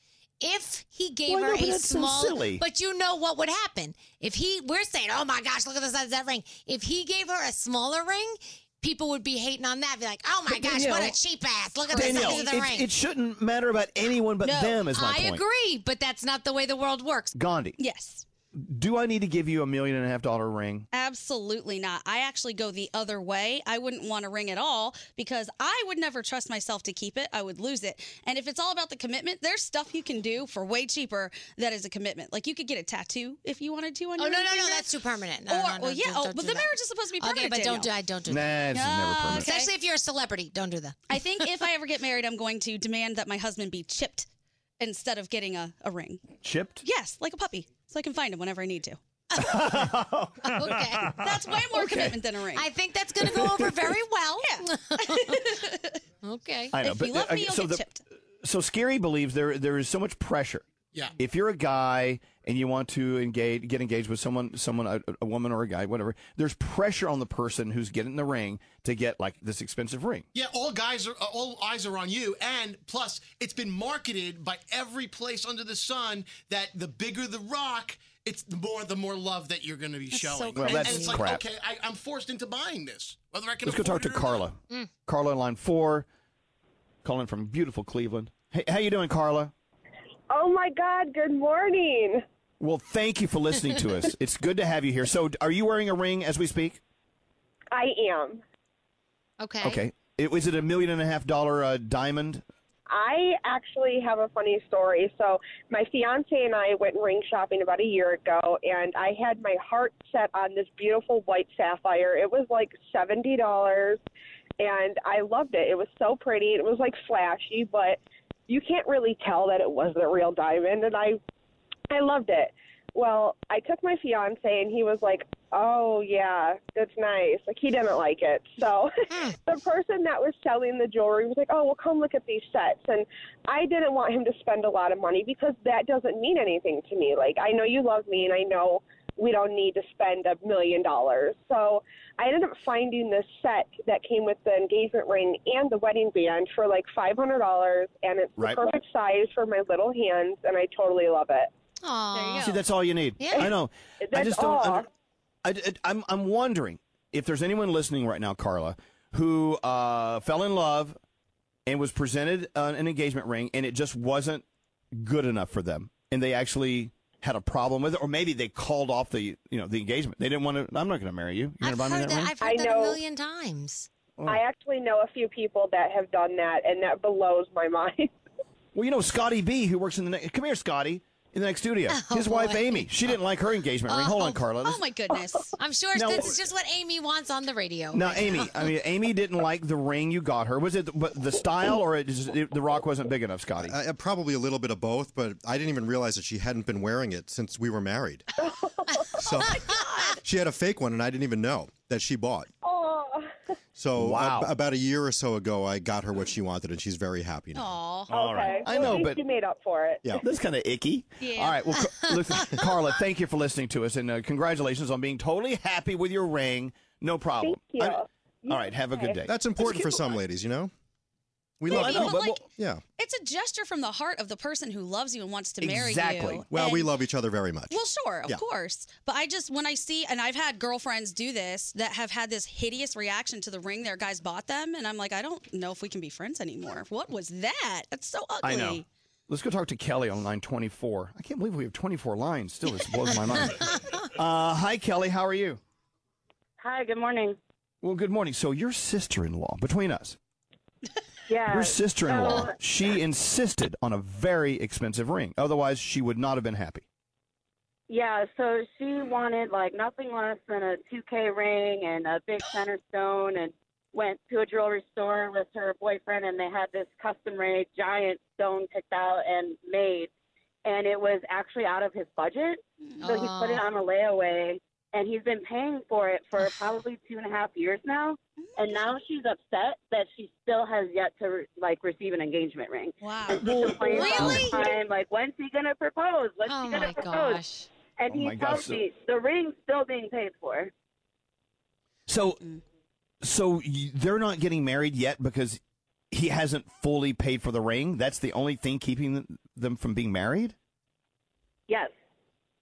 S8: if he gave
S20: Well, I
S8: her
S20: know, but
S8: a
S20: that's so
S8: small,
S20: silly.
S8: but you know what would happen if he? We're saying, oh my gosh, look at the size of that ring. If he gave her a smaller ring,
S7: people would be hating on that. Be like, oh my
S1: But
S7: gosh, what a
S1: Danielle-
S7: cheap ass! Look at the
S1: Danielle,
S7: size of the
S1: it,
S7: ring.
S1: it shouldn't matter about anyone but them. Is my
S7: I
S1: point.
S7: agree, but that's not the way the world works.
S1: Gandhi.
S11: Yes.
S1: Do I need to give you a million and a half dollar ring?
S11: Absolutely not. I actually go the other way. I wouldn't want a ring at all because I would never trust myself to keep it. I would lose it. And if it's all about the commitment, there's stuff you can do for way cheaper that is a commitment. Like you could get a tattoo if you wanted to on
S7: Oh
S11: your
S7: no, no,
S11: ring
S7: no!
S11: finger.
S7: That's too permanent.
S11: or
S7: No, no, no,
S11: well, yeah,
S7: don't-
S11: oh,
S7: don't
S11: but
S7: do
S11: the
S7: that.
S11: marriage is supposed to be permanent.
S7: Okay, but don't do
S11: Danielle.
S7: I don't do
S1: Nah,
S7: that.
S1: this is never
S11: Ah,
S1: permanent.
S11: okay.
S7: Especially if you're a celebrity, don't do that.
S11: I think if I ever get married, I'm going to demand that my husband be chipped instead of getting a, a ring.
S1: Chipped?
S11: Yes, like a puppy, so I can find him whenever I need to.
S7: okay,
S11: that's way more commitment than a ring.
S7: I think that's going to go over very well. okay.
S1: I know, but uh, so the- So Scary believes there there is so much pressure.
S7: Yeah.
S1: If you're a guy and you want to engage, get engaged with someone, someone, a, a woman or a guy, whatever. There's pressure on the person who's getting the ring to get like this expensive ring.
S18: Yeah, all guys are uh, all eyes are on you, and plus, it's been marketed by every place under the sun that the bigger the rock, it's the more the more love that you're going to be showing.
S1: so Well,
S18: and,
S1: that's
S18: and it's like,
S1: crap.
S18: okay, I, I'm forced into buying this, whether I can.
S1: Let's go talk
S18: afford
S1: to
S18: it or
S1: Carla.
S18: not.
S1: Carla in line four, calling from beautiful Cleveland. Hey, how you doing, Carla?
S21: Oh my God! Good morning.
S1: Well, thank you for listening to us. It's good to have you here. So, are you wearing a ring as we speak?
S21: I am.
S7: Okay.
S1: Okay. It, is it a million and a half dollar uh, diamond?
S21: I actually have a funny story. So, my fiance and I went ring shopping about a year ago, and I had my heart set on this beautiful white sapphire. It was like $70, and I loved it. It was so pretty. It was like flashy, but you can't really tell that it wasn't a real diamond, and I I loved it. Well, I took my fiance and he was like, "Oh yeah, that's nice." Like he didn't like it. So the person that was selling the jewelry was like, "Oh, well come look at these sets." And I didn't want him to spend a lot of money because that doesn't mean anything to me. Like I know you love me and I know we don't need to spend a million dollars. So I ended up finding this set that came with the engagement ring and the wedding band for like $500 and it's
S1: Right.
S21: the perfect size for my little hands and I totally love it.
S1: See, that's all you need.
S21: Yeah.
S1: I know. I
S21: That's
S1: just don't.
S21: all.
S1: Under, I, I, I'm I'm wondering if there's anyone listening right now, Carla, who uh, fell in love and was presented an, an engagement ring, and it just wasn't good enough for them, and they actually had a problem with it, or maybe they called off the you know the engagement. They didn't want to. I'm not going to marry you. You're going to buy me that, ring.
S7: heard that a
S21: know,
S7: million times.
S1: Mm.
S21: I actually know a few people that have done that, and that blows my mind.
S1: Well, you know Scotty B, who works in the next. Come here, Scotty. In the next studio, his wife Amy. She didn't like her engagement ring. Hold on, Carla. This-
S7: Uh, oh, my goodness. I'm sure
S1: Now-
S7: this is just what Amy wants on the radio.
S1: Now, Amy, I mean, Amy didn't like the ring you got her. Was it the, the style, or it just, it, the rock wasn't big enough, Scotty?
S22: Uh, probably a little bit of both, but I didn't even realize that she hadn't been wearing it since we were married. so she had a fake one, and I didn't even know that she bought.
S21: Oh,
S22: So
S1: Wow.
S22: ab- about a year or so ago, I got her what she wanted, and she's very happy now.
S1: All right. I know, but
S21: you made up for it.
S22: Yeah.
S1: Oh. that's kind of icky.
S21: Yeah.
S1: All right. Well, Ca- listen, Carla, thank you for listening to us, and uh, congratulations on being totally happy with your ring. No problem.
S22: Thank you.
S1: I- all right. Have a good day.
S22: That's important for some ladies, you know. We
S1: Yeah,
S22: love
S1: I
S22: it.
S1: know, but But, like-
S22: yeah.
S11: It's a gesture from the heart of the person who loves you and wants to marry you.
S22: Well, we
S11: And-
S22: love each other very much.
S11: Well, sure, of
S22: Yeah.
S11: course. But I just, when I see, and I've had girlfriends do this that have had this hideous reaction to the ring their guys bought them. And I'm like, I don't know if we can be friends anymore. What was that? That's so ugly.
S1: I know. Let's go talk to Kelly on line 24. I can't believe we have 24 lines. Still, this blows my mind. Uh, hi, Kelly. How are you?
S23: Hi, good morning.
S1: Well, good morning. So, your sister in law, between us,
S23: Yeah.
S1: Your sister in law,
S23: so-
S1: she insisted on a very expensive ring. Otherwise, she would not have been happy.
S23: yeah, so she wanted like nothing less than a 2K ring and a big center stone and went to a jewelry store with her boyfriend and they had this custom made giant stone picked out and made and it was actually out of his budget. So he put it
S24: Aw.
S23: on a layaway and he's been paying for it for probably two and a half years now. And now she's upset that she still has yet to like receive an engagement ring.
S11: Wow.
S23: And she complains all the Really? time, like, when's he gonna propose? When's
S7: Oh
S23: he gonna
S7: my
S23: propose?
S7: gosh.
S23: And
S1: Oh
S23: he
S1: my gosh,
S23: tells
S1: so-
S23: me the ring's still being paid for.
S1: So, so y- they're not getting married yet because he hasn't fully paid for the ring. That's the only thing keeping them- them from being married.
S23: Yes.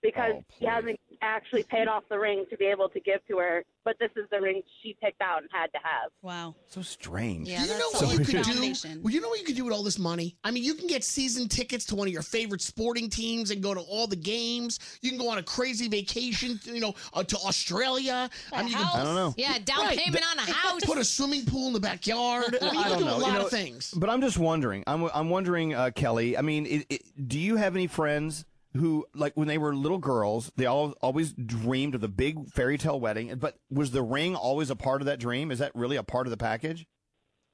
S23: because
S1: Oh,
S23: he hasn't actually paid off the ring to be able to give to her. But this is the ring she picked out and had to have.
S11: Wow.
S1: So strange.
S23: Yeah,
S1: that's
S23: that's
S1: so
S23: a
S1: weird.
S23: weird
S1: Could
S23: combination.
S1: do-
S23: Well,
S15: Well, you know what you could do with all this money? I mean, you can get season tickets to one of your favorite sporting teams and go to all the games. You can go on a crazy vacation, you know, uh, to Australia. I mean, you
S8: house.
S15: Can,
S8: I don't know. Yeah, down payment on a house.
S15: Put a swimming pool in the backyard. I mean, you
S1: I
S15: can
S1: don't
S15: do
S1: know.
S15: a lot
S1: You know,
S15: of things.
S1: But I'm just wondering. I'm I'm wondering, uh, Kelly. I mean, it, it, do you have any friends who, like, when they were little girls, they all always dreamed of the big fairy tale wedding? But was the ring always a part of that dream? Is that really a part of the package?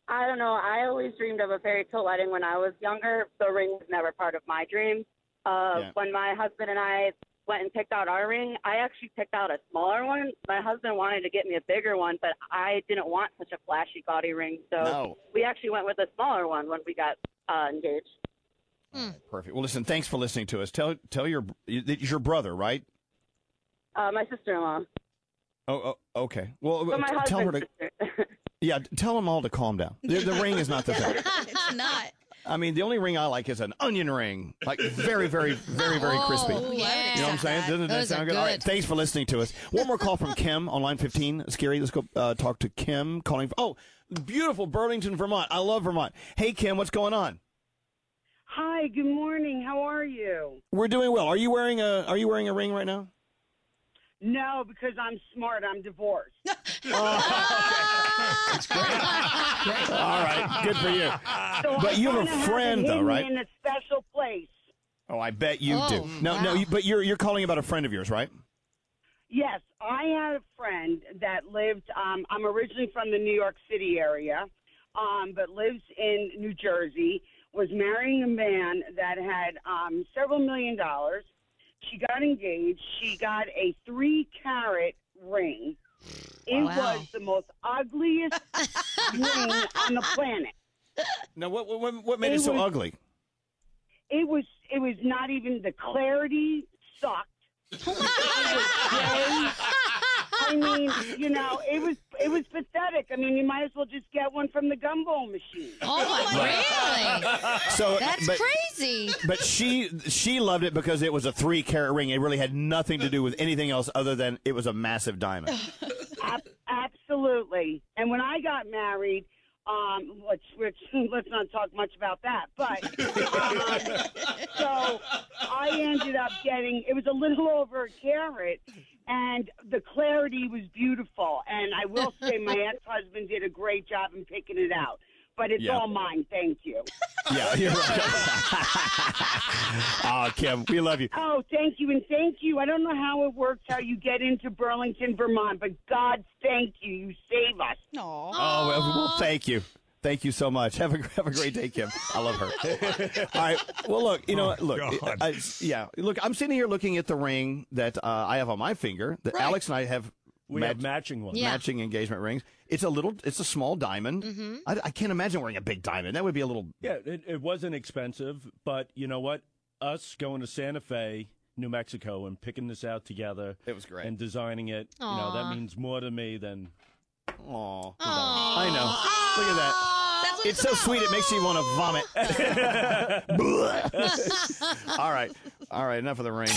S23: I don't know. I always dreamed of a fairy tale wedding when I was younger. The ring was never part of my dream. Uh,
S1: Yeah.
S23: When my husband and I went and picked out our ring, I actually picked out a smaller one. My husband wanted to get me a bigger one, but I didn't want such a flashy, gaudy ring. So
S1: No.
S23: we actually went with a smaller one when we got uh, engaged.
S1: Perfect. Well, listen. Thanks for listening to us. Tell tell your it's your brother, right?
S23: Uh, my sister in law.
S1: Oh, oh okay. Well,
S23: But my
S1: t- tell her to.
S23: husband's
S1: Yeah, tell them all to calm down. The, the ring is not the thing.
S11: it's not.
S1: I mean, the only ring I like is an onion ring, like very, very, very, very crispy.
S11: Oh,
S1: you
S11: yeah.
S1: know what I'm saying?
S11: That-
S1: Doesn't that
S11: those are
S1: sound good? All right,
S11: good.
S1: thanks for listening to us. One more call from Kim on line 15. Scary, let's go uh, talk to Kim calling. Oh, beautiful Burlington, Vermont. I love Vermont. Hey, Kim, what's going on?
S25: Hi, good morning. How are you?
S1: We're doing well. Are you wearing a Are you wearing a ring right now?
S25: No, because I'm smart. I'm divorced.
S1: All right, good for you.
S25: So
S1: Ah! But
S25: I
S1: you have a
S25: kinda it
S1: friend, though,
S25: hidden
S1: right?
S25: In a special place.
S1: Oh, I bet you do.
S25: Oh,
S1: No, no,
S25: wow.
S1: you, but you're you're calling about a friend of yours, right?
S25: Yes, I had a friend that lived. Um, I'm originally from the New York City area, um, but lives in New Jersey. Was marrying a man that had um, several million dollars. She got engaged. She got a three carat ring. It
S1: Wow.
S25: was the most ugliest ring on the planet.
S1: No, what what what made
S25: It
S1: it so
S25: was-
S1: ugly?
S25: It was. It was not even the clarity sucked.
S8: Oh
S25: I mean, you know, it was it was pathetic. I mean, you might as well just get one from the gumball machine.
S8: Oh my really?
S1: So
S8: That's
S1: but-
S8: crazy.
S1: But she she loved it because it was a three carat ring. It really had nothing to do with anything else other than it was a massive diamond.
S25: Ab- absolutely. And when I got married, um, which, which let's not talk much about that, but um, so I ended up getting it was a little over a carat, and the clarity was beautiful. And I will say my ex husband did a great job in picking it out. But it's
S1: Yeah.
S25: all mine, thank you.
S1: Yeah, you're right. oh, Kim, we love you.
S25: Oh, thank you, and thank you. I don't know how it works, how you get into Burlington, Vermont, but God, thank you. You save us.
S11: Aww.
S1: Oh, well, well, thank you. Thank you so much. Have a have a great day, Kim. I love her. All right. Well, look, you
S22: Oh,
S1: know, look, I, I- yeah, look. I'm sitting here looking at the ring that uh, I have on my finger. That Alex and I have.
S24: We have matching ones. Yeah.
S1: matching engagement rings. It's a little, it's a small diamond.
S24: Mhm.
S1: I, I can't imagine wearing a big diamond. That would be a little
S24: Yeah, it, it wasn't expensive, but you know what? Us going to Santa Fe, New Mexico, and picking this out together. It was great. And designing it. You know,
S1: Aw.
S24: that means more to me than.
S1: Aw. I know. Look at that. it's so sweet it makes you want to vomit. Bleh. All right. All right, enough of the rain.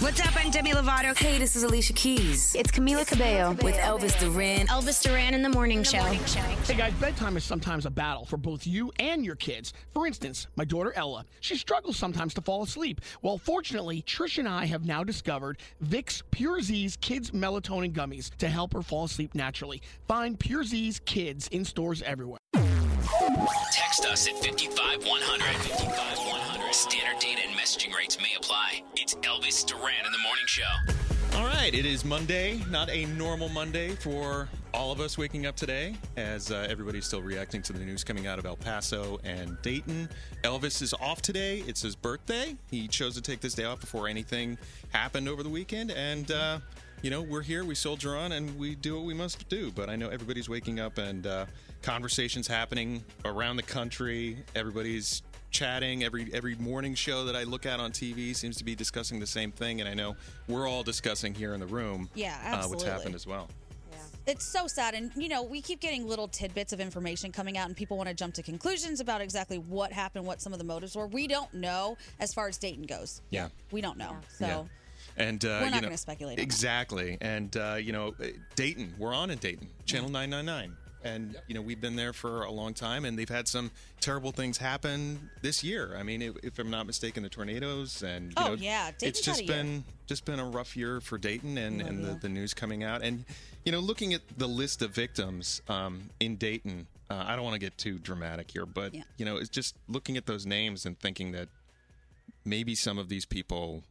S7: What's up? I'm Demi Lovato. Hey, this is Alicia Keys. It's Camila Cabello, with Elvis Duran. Elvis Duran in the morning show.
S15: Hey guys, bedtime is sometimes a battle for both you and your kids. For instance, my daughter Ella, she struggles sometimes to fall asleep. Well, fortunately, Trish and I have now discovered Vicks Pure Z's Kids Melatonin Gummies to help her fall asleep naturally. Find Pure Z's Kids in stores everywhere.
S4: Text us at 55100. 55100. Standard data and messaging rates may apply. It's Elvis Duran in the morning show.
S5: All right, it is Monday, not a normal Monday for all of us waking up today, as uh, everybody's still reacting to the news coming out of El Paso and Dayton. Elvis is off today. It's his birthday. He chose to take this day off before anything happened over the weekend. And, uh, you know, we're here, we soldier on, and we do what we must do. But I know everybody's waking up and uh, conversations happening around the country. Everybody's chatting every every morning show that I look at on TV seems to be discussing the same thing and I know we're all discussing here in the room
S11: Yeah,
S5: uh, what's
S11: absolutely.
S5: happened as well
S11: It's so sad. And, you know, we keep getting little tidbits of information coming out, and people want to jump to conclusions about exactly what happened, what some of the motives were. We don't know as far as Dayton goes.
S5: yeah
S11: We don't know. So,
S5: Yeah. And uh,
S11: We're
S5: you
S11: not
S5: know-
S11: gonna speculate on that.
S5: Exactly. And uh, you know, Dayton, we're on in Dayton,
S11: Mm-hmm.
S5: Channel 999. And you know, we've been there for a long time and they've had some terrible things happen this year. I mean, if, if I'm not mistaken, the tornadoes and you
S11: Oh,
S5: know,
S11: yeah. Dayton's
S5: it's
S11: had a
S5: just
S11: year.
S5: been just been a rough year for Dayton and, and the, the news coming out. And, you know, looking at the list of victims um, in Dayton, uh, I don't want to get too dramatic here, but, you know, it's just looking at those names and thinking that maybe some of these people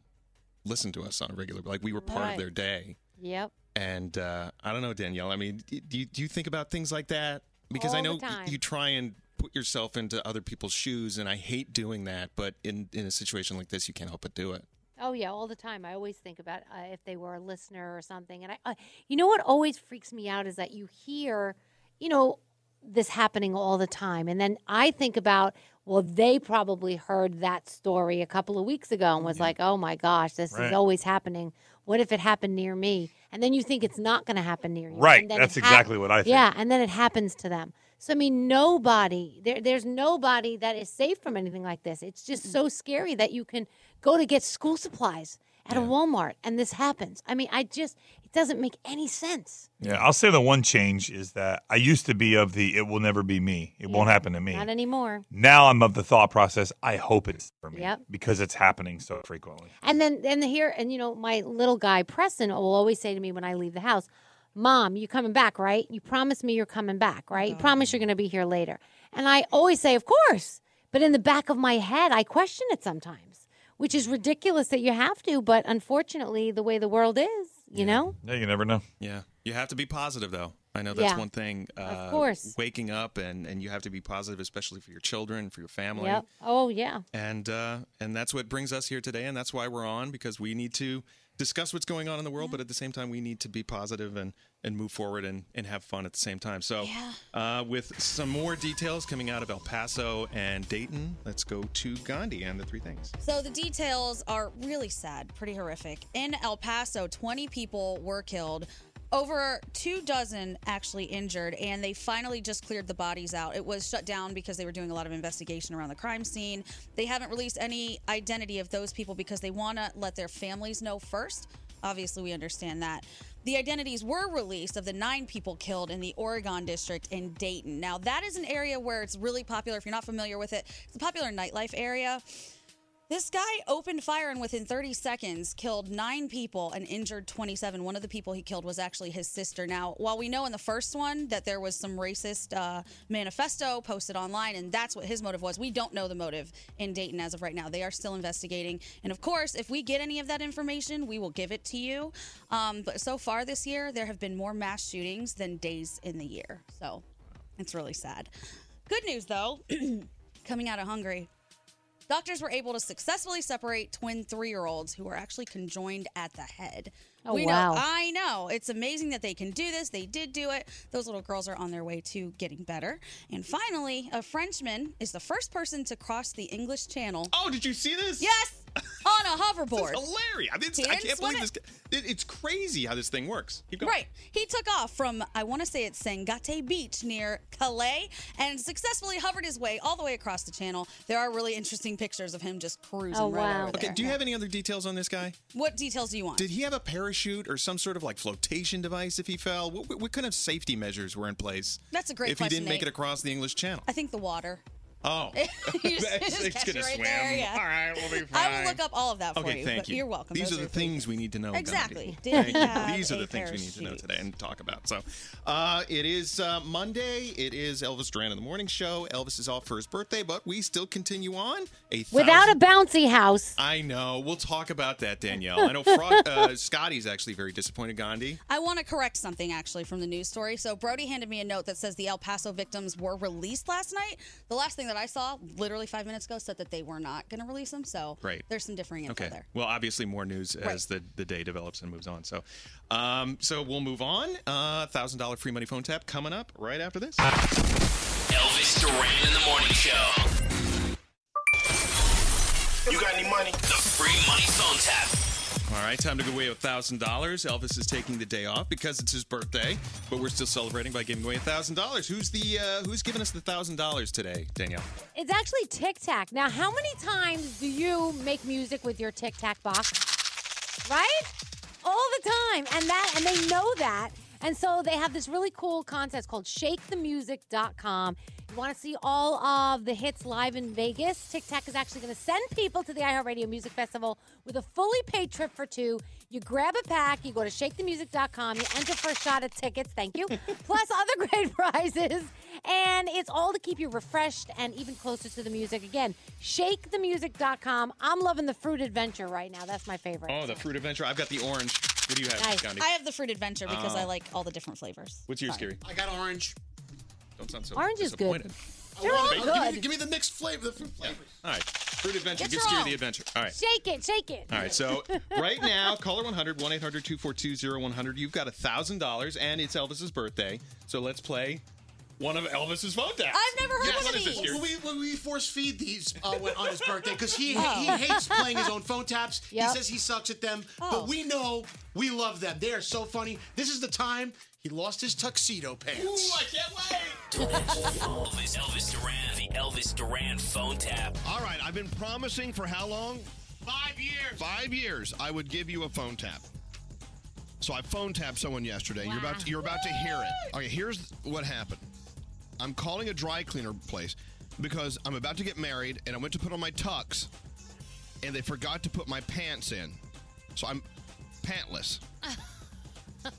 S5: listen to us on a regular, like we were part
S7: Right.
S5: of their day.
S7: Yep.
S5: And uh, I don't know, Danielle. I mean, d- do you, do you think about things like that? Because I
S7: All the
S5: know y-
S7: time.
S5: you try and put yourself into other people's shoes, and I hate doing that. But in, in a situation like this, you can't help but do it.
S7: Oh yeah, all the time. I always think about uh, if they were a listener or something. And I, uh, you know what always freaks me out is that you hear, you know, this happening all the time, and then I think about, well, they probably heard that story a couple of weeks ago and was like, oh my gosh, this
S9: Right.
S7: is always happening. What if it happened near me? And then you think it's not going to happen near you.
S9: Right,
S7: And then
S9: that's
S7: it
S9: exactly what I think.
S7: Yeah, and then it happens to them. So I mean, nobody there. There's nobody that is safe from anything like this. It's just so scary that you can go to get school supplies at a Walmart and this happens. I mean, I just it doesn't make any sense.
S9: Yeah, I'll say the one change is that I used to be of the it will never be me. It won't happen to me.
S7: Not anymore.
S9: Now I'm of the thought process. I hope it's for me
S7: Yep.
S9: because it's happening so frequently.
S7: And then and here and you know my little guy Preston will always say to me when I leave the house, "Mom, you coming back, right? You promise me you're coming back, right? You promise you're going to be here later." And I always say, "Of course." But in the back of my head, I question it sometimes, which is ridiculous that you have to, but unfortunately, the way the world is, you know?
S9: Yeah, you never know.
S5: Yeah, you have to be positive, though. I know that's
S7: Yeah.
S5: one thing. Uh, of
S7: course.
S5: waking up and and you have to be positive, especially for your children, for your family.
S7: Yep. Oh, yeah.
S5: And uh, and that's what brings us here today, and that's why we're on because we need to discuss what's going on in the world, but at the same time, we need to be positive and and move forward and and have fun at the same time. So, uh, with some more details coming out of El Paso and Dayton, let's go to Gandhi and the three things.
S11: So the details are really sad, pretty horrific. In El Paso, 20 people were killed, over two dozen actually injured, and they finally just cleared the bodies out. It was shut down because they were doing a lot of investigation around the crime scene. They haven't released any identity of those people because they want to let their families know first. Obviously, we understand that. The identities were released of the nine people killed in the Oregon district in Dayton. Now, that is an area where it's really popular. If you're not familiar with it, it's a popular nightlife area. This guy opened fire and within 30 seconds killed nine people and injured 27. One of the people he killed was actually his sister. Now, while we know in the first one that there was some racist uh, manifesto posted online and that's what his motive was, we don't know the motive in Dayton as of right now. They are still investigating. And of course, if we get any of that information, we will give it to you. Um, but so far this year, there have been more mass shootings than days in the year. So it's really sad. Good news though, coming out of Hungary. Doctors were able to successfully separate twin three year olds who were actually conjoined at the head.
S7: Oh,
S11: we
S7: wow.
S11: Know, I know. It's amazing that they can do this. They did do it. Those little girls are on their way to getting better. And finally, a Frenchman is the first person to cross the English Channel.
S5: Oh, did you see this?
S11: Yes! On a hoverboard.
S5: This is hilarious! I, mean, it's,
S11: He
S5: I
S11: didn't
S5: can't
S11: swim
S5: believe
S11: it.
S5: this. It, it's crazy how this thing works. Keep going.
S11: Right. He took off from, I want to say it's Sangate Beach near Calais and successfully hovered his way all the way across the channel. There are really interesting pictures of him just cruising right over
S5: Okay,
S11: there.
S5: do you have any other details on this guy?
S11: What details do you want?
S5: Did he have a parachute or some sort of like flotation device if he fell? What, what- what kind of safety measures were in place?
S11: That's a great
S5: if
S11: question,
S5: he didn't make it
S11: Nate.
S5: across the English Channel.
S11: I think the water.
S5: Oh,
S11: You just-
S5: It's-
S11: just
S5: it's
S11: catch
S5: gonna
S11: it right
S5: swim.
S11: There, yeah.
S5: All right, we'll be
S11: I
S5: fine.
S11: will look up all of that for
S5: okay,
S11: you.
S5: thank
S11: but
S5: you.
S11: You're welcome.
S5: These
S11: Those
S5: are the things we need to know. Gandhi.
S11: Exactly. Did
S5: Thank
S11: he
S5: you.
S11: have
S5: These are
S11: a
S5: the things we need to know
S11: parachute?
S5: today and talk about. So, uh, it is uh, Monday. It is Elvis Duran in the morning show. Elvis is off for his birthday, but we still continue on. A
S7: Without a bouncy house.
S5: I know. We'll talk about that, Danielle. I know Frog, uh, Scotty's actually very disappointed, Gandhi.
S11: I want to correct something actually from the news story. So Brody handed me a note that says the El Paso victims were released last night. The last thing that I saw, literally five minutes ago, said that they were not going to release them. So
S5: Right.
S11: there's some differing info
S5: Okay.
S11: there.
S5: Well, obviously, more news
S11: Right.
S5: as the, the day develops and moves on. So, um, so we'll move on. Uh, Thousand dollar free money phone tap coming up right after this.
S4: Elvis Duran in the morning show. You got any money? The free money phone tap.
S5: All right, time to give away thousand dollars. Elvis is taking the day off because it's his birthday, but we're still celebrating by giving away thousand dollars. Who's the uh, who's giving us the thousand dollars today, Danielle?
S7: It's actually Tic Tac. Now, how many times do you make music with your Tic Tac box? right? All the time. And that and they know that. And so they have this really cool contest called shakethemusic.com. You want to see all of the hits live in Vegas? Tic Tac is actually going to send people to the iHeartRadio Music Festival with a fully paid trip for two. You grab a pack, you go to shakethemusic.com, you enter for a shot at tickets, thank you, plus other great prizes. And it's all to keep you refreshed and even closer to the music. Again, shakethemusic.com. I'm loving the fruit adventure right now. That's my favorite.
S5: Oh, the fruit adventure. I've got the orange. What do you have, Gandhi?
S11: I have the fruit adventure because
S5: Oh.
S11: I like all the different flavors.
S5: What's yours,
S11: Sorry.
S5: Gary?
S18: I got orange.
S5: Don't sound so
S11: Orange is good.
S5: disappointed.
S7: They're all
S18: Give me the-
S7: good.
S18: Give me the mixed flavor. The fruit flavor.
S5: All right. Fruit adventure.
S7: What's
S5: Get scared
S7: wrong?
S5: of the adventure. All right.
S7: Shake it, shake it.
S5: All right, so right now, caller 100, 1 800 242 0100. You've got $1,000, and it's Elvis's birthday. So let's play one of Elvis's phone taps.
S18: I've
S11: never
S5: Yes. What is this, Gary?
S18: Will we, will we force feed these uh, when- on his birthday? Because he,
S11: Oh.
S18: he hates playing his own phone taps.
S11: Yep.
S18: He says he sucks at them.
S11: Oh.
S18: But we know we love them. They are so funny. This is the time he lost his tuxedo pants.
S5: I can't
S4: Elvis, Elvis Duran, the Elvis Duran phone tap.
S22: All right, I've been promising for how long? Five years. Five years. I would give you a phone tap. So I phone tapped someone yesterday. You're about to, you're about to hear it. Okay, here's what happened. I'm calling a dry cleaner place because I'm about to get married, and I went to put on my tux, and they forgot to put my pants in, so I'm pantless.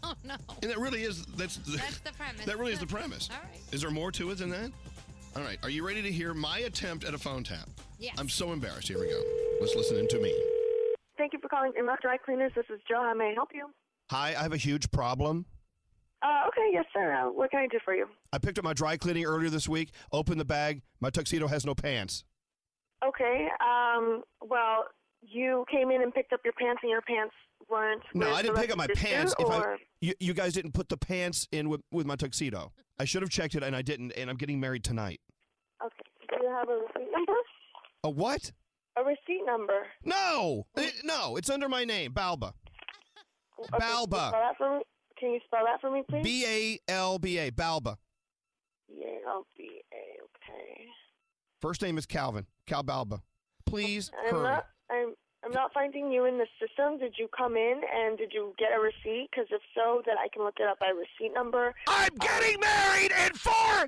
S1: Oh no.
S22: And that really is that's the,
S1: That's the premise.
S22: That really is the premise.
S1: All right.
S22: Is there more to it than that? All right. Are you ready to hear my attempt at a phone tap?
S1: Yes.
S22: I'm so embarrassed. Here we go. Let's listen in to me.
S2: Thank you for calling Immock Dry Cleaners. This is Jill. How may I help you?
S26: Hi, I have a huge problem.
S2: Uh, okay, yes, sir. Uh, what can I do for you?
S22: I picked up my dry cleaning earlier this week. Opened the bag. My tuxedo has no pants.
S2: Okay. Um, well, you came in and picked up your pants, and your pants weren't.
S22: No,
S2: with
S22: I
S2: the
S22: didn't
S2: rest
S22: pick up
S2: of
S22: my
S2: your suit,
S22: pants. If I,
S2: or-
S22: you, you guys didn't put the pants in with, with my tuxedo. I should have checked it, and I didn't. And I'm getting married tonight.
S2: Okay. Do you have a receipt number?
S22: A what?
S2: A receipt number.
S22: No, It- no, it's under my name, Balba.
S2: Okay, can you
S22: Balba.
S2: spell that for me? Can you spell that for me, please?
S22: B A L B A, Balba.
S2: B-A-L-B-A. Okay.
S22: First name is Calvin. Cal Balba. Please
S2: I'm
S22: hurry.
S2: not. I'm. I'm not finding you in the system. Did you come in and did you get a receipt? Because if so, then I can look it up by receipt number. I'm getting married in four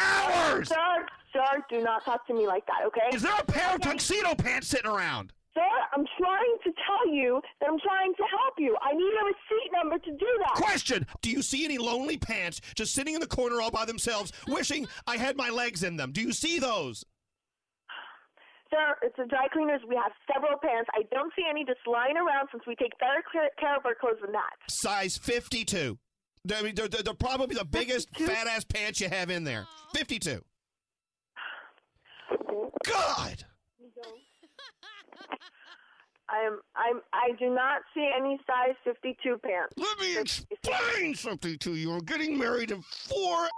S2: hours. Sir, sir, do not talk to me like that. Okay. Is there a pair of tuxedo pants sitting around? Sir, I'm trying to tell you that I'm trying to help you. I need a receipt number to do that.
S22: Question Do you see any lonely pants just sitting in the corner all by themselves, wishing I had my legs in them? Do you see those?
S2: Sir, it's the dry cleaners. We have several pants. I don't see any just lying around since we take better care care of our clothes than that.
S22: Size 52. I mean, they're, they're they're probably the biggest fat ass pants you have in there. 52. God!
S2: I'm I'm I do not see any size 52 pants.
S22: Let me explain something to you. I'm getting married in four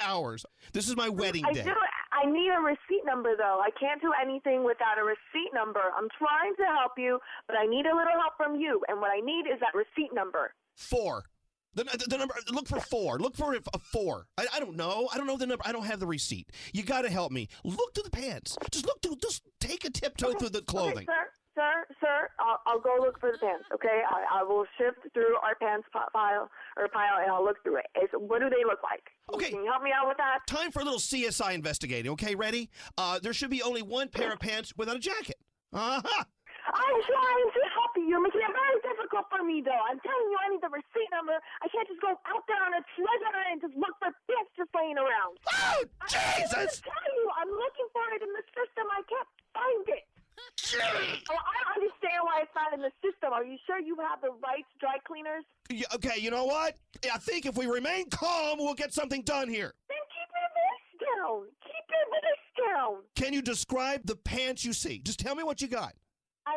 S22: hours. This is my wedding
S2: I
S22: day.
S2: do. I need a receipt number though. I can't do anything without a receipt number. I'm trying to help you, but I need a little help from you. And what I need is that receipt number.
S22: Four. The, the, the number. Look for four. Look for a four. I, I don't know. I don't know the number. I don't have the receipt. You got to help me. Look through the pants. Just look through. Just take a tiptoe through the clothing.
S2: Okay, sir, sir, sir. I'll, I'll go look for the pants. Okay, I, I will shift through our pants po- pile or pile, and I'll look through it. It's, what do they look like?
S22: Okay.
S2: Can you help me out with that?
S22: Time for a little CSI investigating. Okay, ready? Uh, there should be only one pair of pants without a jacket. Uh huh.
S2: I'm trying to help you. You're making it very difficult for me, though. I'm telling you, I need the receipt number. I can't just go out there on a treasure hunt and just look for pants just laying around.
S22: Oh,
S2: I'm
S22: Jesus!
S2: just telling you, I'm looking for it in the system. I can't find it. Oh, I don't understand why it's not in the system. Are you sure you have the right dry cleaners?
S22: Y- okay, you know what? I think if we remain calm, we'll get something done here.
S2: Then keep your voice down. Keep your voice down.
S22: Can you describe the pants you see? Just tell me what you got.
S2: I,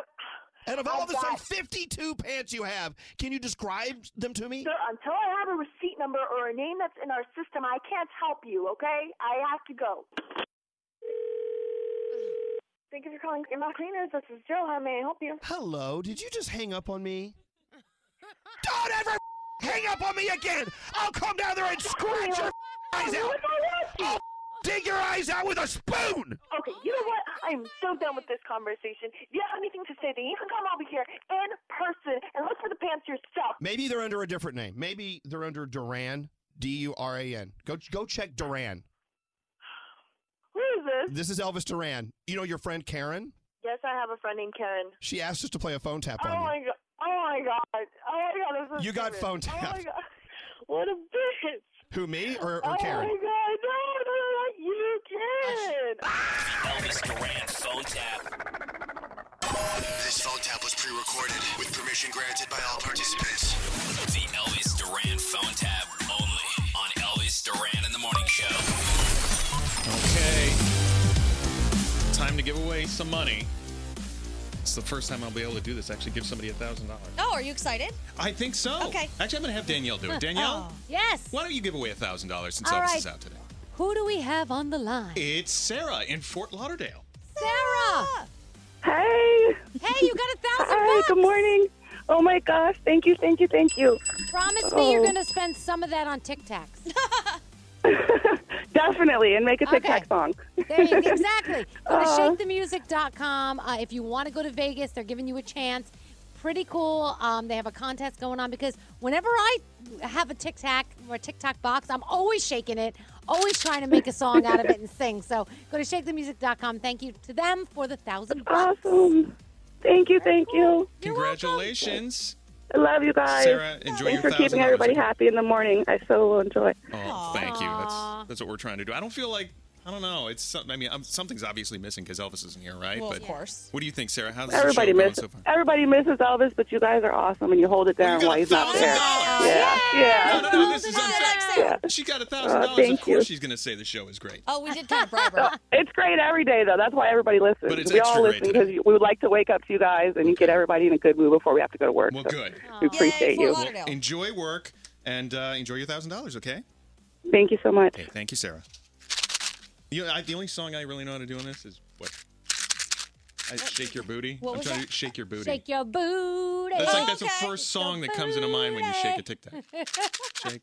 S22: And of all
S2: I've
S22: the
S2: got-
S22: some 52 pants you have, can you describe them to me?
S2: Sir, until I have a receipt number or a name that's in our system, I can't help you, okay? I have to go. Thank you for calling Emma Cleaners. This is Jill. How may I help you?
S22: Hello, did you just hang up on me? Don't ever hang up on me again! I'll come down there and scratch your eyes out! Oh,
S15: dig your eyes out with a spoon.
S10: Okay, you know what? I'm so done with this conversation. If you have anything to say, then you can come over here in person and look for the pants yourself.
S1: Maybe they're under a different name. Maybe they're under Duran, D U R A N. Go go check Duran.
S10: Who is this?
S1: This is Elvis Duran. You know your friend Karen?
S10: Yes, I have a friend named Karen.
S1: She asked us to play a phone tap
S10: Oh
S1: on
S10: my god! Oh my god! Oh my god! This is
S1: You got
S10: stupid.
S1: phone
S10: Oh my
S1: tapped.
S10: god! What a bitch!
S1: you. Who me or, or
S10: oh
S1: Karen?
S10: my god! No, no, no! You Karen!
S22: Ah!
S4: Elvis Duran phone tap.
S13: This phone tap was pre-recorded with permission granted by all participants.
S4: The Elvis Duran phone tap only on Elvis Duran in the Morning Show.
S5: Okay. Time to give away some money. It's the first time I'll be able to do this. Actually, give somebody a thousand dollars.
S11: Oh, are you excited?
S5: I think so.
S11: Okay.
S5: Actually, I'm going to have Danielle do it. Danielle,
S7: Yes.
S5: why don't you give away a thousand dollars since
S7: All
S5: Elvis
S7: right.
S5: is out today?
S7: Who do we have on the line?
S5: It's Sarah in Fort Lauderdale.
S7: Sarah.
S14: Hey.
S7: Hey, you got a thousand
S14: Hi, good morning. Oh my gosh, thank you, thank you, thank you.
S7: Promise me you're
S14: Oh.
S7: going to spend some of that on Tic Tacs.
S14: Definitely, and make a Tic Tac song.
S7: There you, exactly. Go to
S14: Aw.
S7: shakethemusic.com. Uh, if you want to go to Vegas, they're giving you a chance. Pretty cool. Um, they have a contest going on because whenever I have a Tic Tac or a Tic Tac box, I'm always shaking it, always trying to make a song out of it and sing. So go to shakethemusic.com. Thank you to them for the thousand bucks.
S14: Awesome. Thank you, thank you.
S5: Congratulations.
S14: I love you guys.
S5: Sarah, enjoy
S14: Thanks
S5: your
S14: for keeping
S5: $1,000
S14: everybody happy in the morning. I so will enjoy.
S5: Oh, thank you. That's that's what we're trying to do. I don't feel like I don't know. It's something. I mean, i something's obviously missing because Elvis isn't here, right?
S14: Well,
S5: but
S14: of
S5: course. What do you think, Sarah? How's the show
S14: Everybody
S5: going
S14: misses
S5: so far?
S14: everybody misses Elvis, but you guys are awesome and you hold it down while he's not there. Yeah, yeah.
S5: No, no, no, this is unfair.
S14: Yeah.
S5: She got a thousand
S14: Uh,
S5: dollars.
S14: thank
S5: Of course,
S14: you.
S5: she's going to say the show is great.
S11: Oh, we did kind of bribe her.
S14: It's great every day, though. That's why everybody listens.
S5: But it's
S14: we
S5: extra
S14: all
S5: great
S14: listen because we would like to wake up to you guys and get everybody in a good mood before we have to go to work.
S5: Well,
S14: So
S5: good.
S14: We appreciate you.
S5: Well, enjoy work and uh, enjoy your thousand dollars. Okay.
S14: Thank you so much.
S5: Hey, thank you, Sarah. You know, I, the only song I really know how to do on this is what? I shake your booty.
S7: What
S5: I'm
S7: was
S5: trying
S7: that?
S5: to shake your booty.
S7: Shake your booty.
S5: That's
S11: Oh,
S5: like that's the first song that comes into mind when you shake a tic tac. Shake, shake,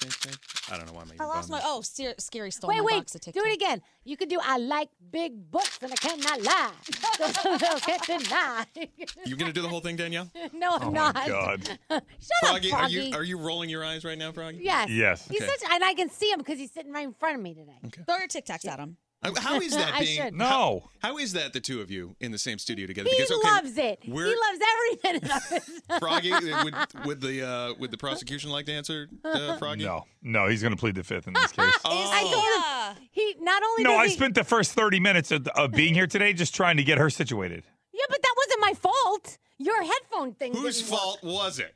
S5: shake, shake. I don't know why I'm making
S11: I lost
S5: bombs.
S11: my. Oh, Scar- scary stole
S7: Wait,
S11: my
S7: wait.
S11: box of Tic
S7: Do it again. You can do I like big books and I cannot lie. Can't deny.
S5: You gonna do the whole thing, Danielle?
S7: No, I'm
S5: Oh, my
S7: not.
S5: God.
S7: Shut
S5: Froggy,
S7: up,
S5: are
S7: Froggy.
S5: you are you rolling your eyes right now, Froggy?
S7: Yes. He's
S5: Okay.
S7: such, and I can see him because he's sitting right in front of me today.
S11: Throw your Tic Tacs at him.
S5: Uh, How is that
S7: I
S5: being?
S7: should.
S5: how- how is that the two of you in the same studio together?
S7: He
S5: okay,
S7: loves it. He
S5: we're-
S7: loves every minute of it.
S5: Froggy, would, would the uh, would the prosecution like to answer uh, Froggy?
S9: No, no, he's going to plead the fifth in this case.
S5: Oh.
S7: I told him he not only
S9: no,
S7: does
S9: I
S7: he,
S9: spent the first 30 minutes of, of being here today just trying to get her situated.
S7: yeah, but that wasn't my fault. Your headphone thing.
S5: Whose
S7: didn't work.
S5: fault was it?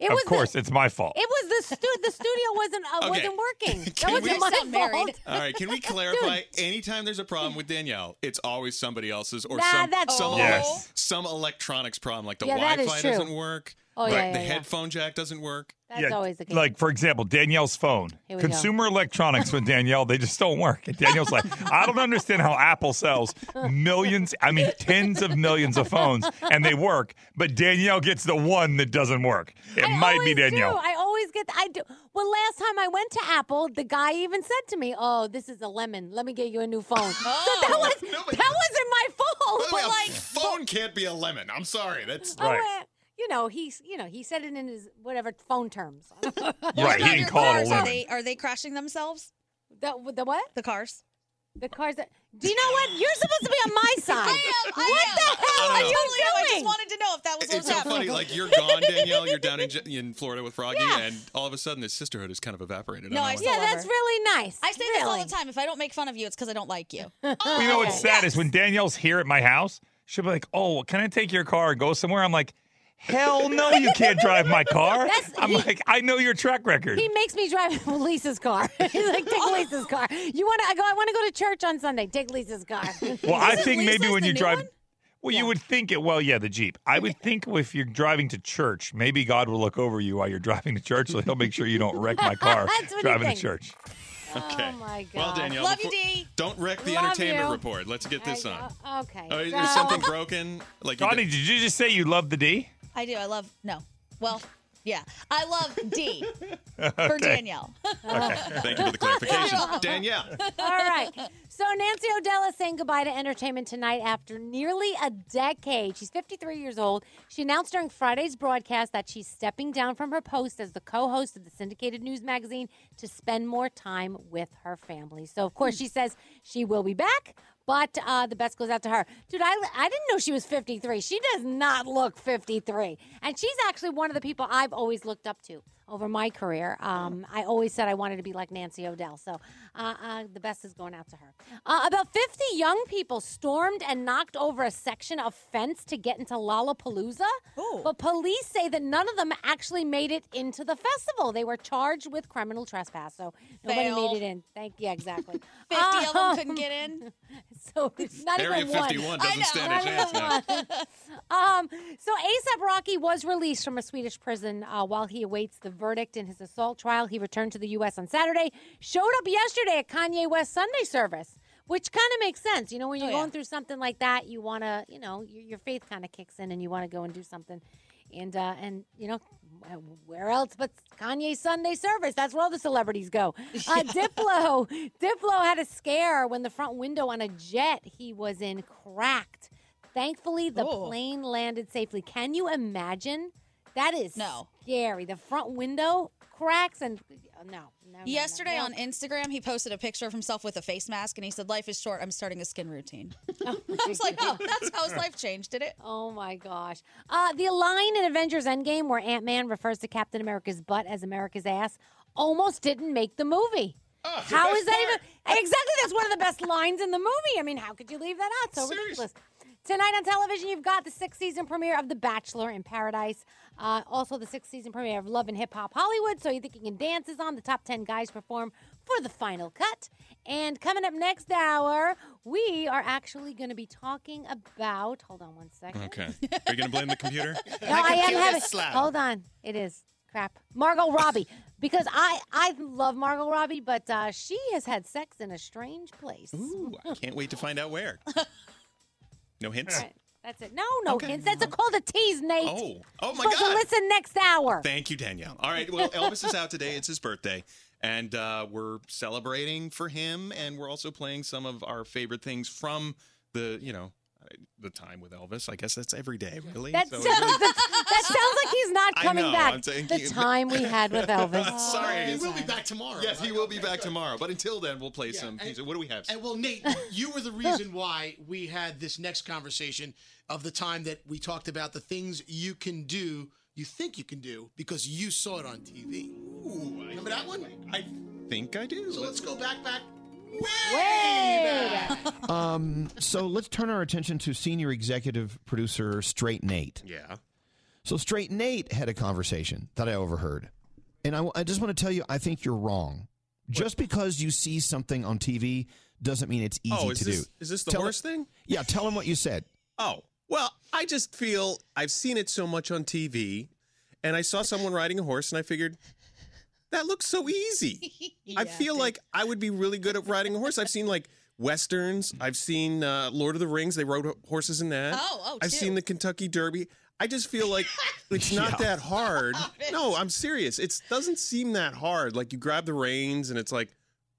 S7: It
S9: of
S7: was
S9: course, it's my fault.
S7: It was the stu- the studio wasn't uh,
S5: Okay.
S7: wasn't working. That
S5: Can
S7: wasn't
S5: we-
S7: my
S5: Sound
S7: fault.
S5: All right, can we clarify? Anytime there's a problem with Danielle, it's always somebody else's or
S7: Nah,
S5: some
S7: that's
S5: some,
S7: true.
S5: elec-
S7: Yes.
S5: some electronics problem, like the
S7: Yeah, that is
S5: Wi-Fi
S7: true.
S5: doesn't work,
S7: Oh,
S5: like
S7: yeah,
S5: the
S7: yeah, yeah.
S5: headphone jack doesn't work.
S7: That's always the case.
S9: Like, for example, Danielle's phone.
S7: Here we go.
S9: Consumer electronics with Danielle, they just don't work. And Danielle's like, I don't understand how Apple sells millions, I mean, tens of millions of phones, and they work, but Danielle gets the one that doesn't work. It might be
S7: always do.
S9: Danielle.
S7: I always get. I do. Well, last time I went to Apple, the guy even said to me, "Oh, this is a lemon. Let me get you a new phone."
S5: Oh.
S7: So that was that wasn't my fault.
S5: By
S7: But
S5: the way, a
S7: like,
S5: phone can't be a lemon. I'm sorry, that's
S7: oh, uh, you know, he's you know he said it in his whatever phone terms.
S9: Right, he didn't call it a
S11: Are
S9: lemon.
S11: they, are they crashing themselves?
S7: The, the what?
S11: The cars.
S7: The cars. That, do you know what? You're supposed to be on my side.
S11: I am. I
S7: what
S11: am.
S7: the hell
S5: I
S7: are
S5: know.
S7: you
S11: Totally am. I just
S7: doing?
S11: wanted to know if that was
S5: It's
S11: what was
S5: so
S11: happening.
S5: funny. Like you're gone, Danielle. You're down in, J- in Florida with Froggy,
S11: Yeah.
S5: and all of a sudden, this sisterhood has kind of evaporated.
S11: No,
S5: I
S11: I
S5: don't know
S11: still
S5: why.
S11: love her.
S7: really Oh, nice.
S11: I say this all the time. If I don't make fun of you, it's because I don't like you.
S9: Well, you know what's
S11: Yeah.
S9: sad is when Danielle's here at my house, she'll be like, "Oh, well, can I take your car and go somewhere?" I'm like, "Hell no, you can't drive my car."
S7: That's-
S9: I'm
S7: he-
S9: like, "I know your track record."
S7: He makes me drive Lisa's car. He's like,
S9: Oh.
S7: take Lisa's car. You want to? I go. I want to go to church on Sunday. Take Lisa's car.
S9: well, I think maybe when you drive, well, you would think it. Well, yeah, the Jeep. I would think if you're driving to church, maybe God will look over you while you're driving to church, so He'll make sure you don't wreck my car
S7: That's what he
S9: driving to
S7: thinks.
S9: church.
S5: Okay.
S7: Oh my god.
S5: Well, Danielle,
S7: Love
S5: before-
S7: you, D.
S5: don't wreck the
S7: Love
S5: entertainment
S7: you.
S5: report. Let's get this on.
S7: Okay.
S5: Oh, is
S7: so-
S5: something broken? Like you
S9: Donnie, did you just say you love the D?
S11: I do. I love. No. Well, Yeah. I love D for
S9: Okay.
S11: Danielle.
S7: Uh,
S9: Okay.
S5: Thank you for the clarification. Danielle.
S7: All right. So Nancy O'Dell is saying goodbye to entertainment tonight after nearly a decade. She's 53 years old. She announced during Friday's broadcast that she's stepping down from her post as the co-host of the syndicated news magazine to spend more time with her family. So of course she says she will be back. But uh, the best goes out to her. Dude, I, I didn't know she was 53. She does not look 53. And she's actually one of the people I've always looked up to over my career. Um, I always said I wanted to be like Nancy O'Dell. So uh, uh, the best is going out to her. Uh, about 50 young people stormed and knocked over a section of fence to get into Lollapalooza. But police say that none of them actually made it into the festival. They were charged with criminal trespass. So nobody
S11: Fail.
S7: made it in. Thank you. Yeah, exactly.
S11: 50 of them couldn't
S7: Um,
S11: get in.
S7: So it's not
S11: Area
S7: even one.
S11: 51 doesn't I know. stand a
S7: Not even
S11: chance,
S7: one. um, so ASAP Rocky was released from a Swedish prison uh, while he awaits the verdict in his assault trial. He returned to the U.S. on Saturday. Showed up yesterday at Kanye West Sunday service, which kind of makes sense. You know, when you're going through something like that, you want to, you know, your, your faith kind of kicks in, and you want to go and do something. And uh, and you know, where else but Kanye Sunday service? That's where all the celebrities go. Uh, Diplo, Diplo had a scare when the front window on a jet he was in cracked. Thankfully, the
S11: Oh.
S7: plane landed safely. Can you imagine? That is no. scary. The front window Oh, cracks and no, no.
S11: Yesterday on Instagram, he posted a picture of himself with a face mask and he said, Life is short. I'm starting a skin routine. I was like, Oh, that's how his life changed, did it?
S7: Oh my gosh. Uh, the line in Avengers Endgame where Ant Man refers to Captain America's butt as America's ass almost didn't make the movie. how is that even? Exactly, that's one of the best lines in the movie. I mean, how could you leave that out? So ridiculous. Tonight on television, you've got the sixth season premiere of The Bachelor in Paradise. Uh, also, the sixth season premiere of Love and Hip Hop Hollywood. So you think you can dance is on. The top 10 guys perform for the final cut. And coming up next hour, we are actually going to be talking about. Hold on one second.
S5: Okay. Are you going to blame the computer?
S7: No, I am having. Hold on, it is crap. Margot Robbie, because I I love Margot Robbie, but uh, she has had sex in a strange place.
S5: Ooh, I can't wait to find out where. No hints?
S7: That's it. No, no hints. That's a called a tease, Nate.
S5: Oh. Oh, my
S7: You're supposed to
S5: God.
S7: listen next hour.
S5: Thank you, Danielle. All right. Well, Elvis is out today. It's his birthday. And uh, we're celebrating for him. And we're also playing some of our favorite things from the, you know, the time with Elvis. I guess that's every day, really.
S7: That
S5: So
S7: sounds
S5: it really-
S7: that, that sounds like he's not
S5: I
S7: coming
S5: know,
S7: back.
S5: I'm saying-
S7: the time we had with Elvis.
S5: Sorry.
S18: He will be back tomorrow.
S5: Yes, he will be back tomorrow. But until then, we'll play some music. What do we have?
S18: And well, Nate, you were the reason why we had this next conversation of the time that we talked about the things you can do, you think you can do, because you saw it on TV. Ooh, remember that one? I
S5: think I do.
S18: So let's go back, back.
S1: um, so let's turn our attention to senior executive producer Straight Nate.
S5: Yeah.
S1: So Straight Nate had a conversation that I overheard, and I, I just want to tell you I think you're wrong. Just because you see something on TV doesn't mean it's easy
S5: Oh, is
S1: to
S5: this-
S1: do.
S5: is this the horse thing?
S1: Yeah, tell him what you said.
S5: Oh, well, I just feel I've seen it so much on TV, and I saw someone riding a horse, and I figured that looks so easy. I feel like I would be really good at riding a horse. I've seen like westerns, I've seen uh, Lord of the Rings. They rode h- horses in that.
S11: Oh, oh,
S5: I've
S11: shoot.
S5: seen the Kentucky Derby. I just feel like it's not that hard. No, I'm serious. It doesn't seem that hard. Like you grab the reins, and it's like,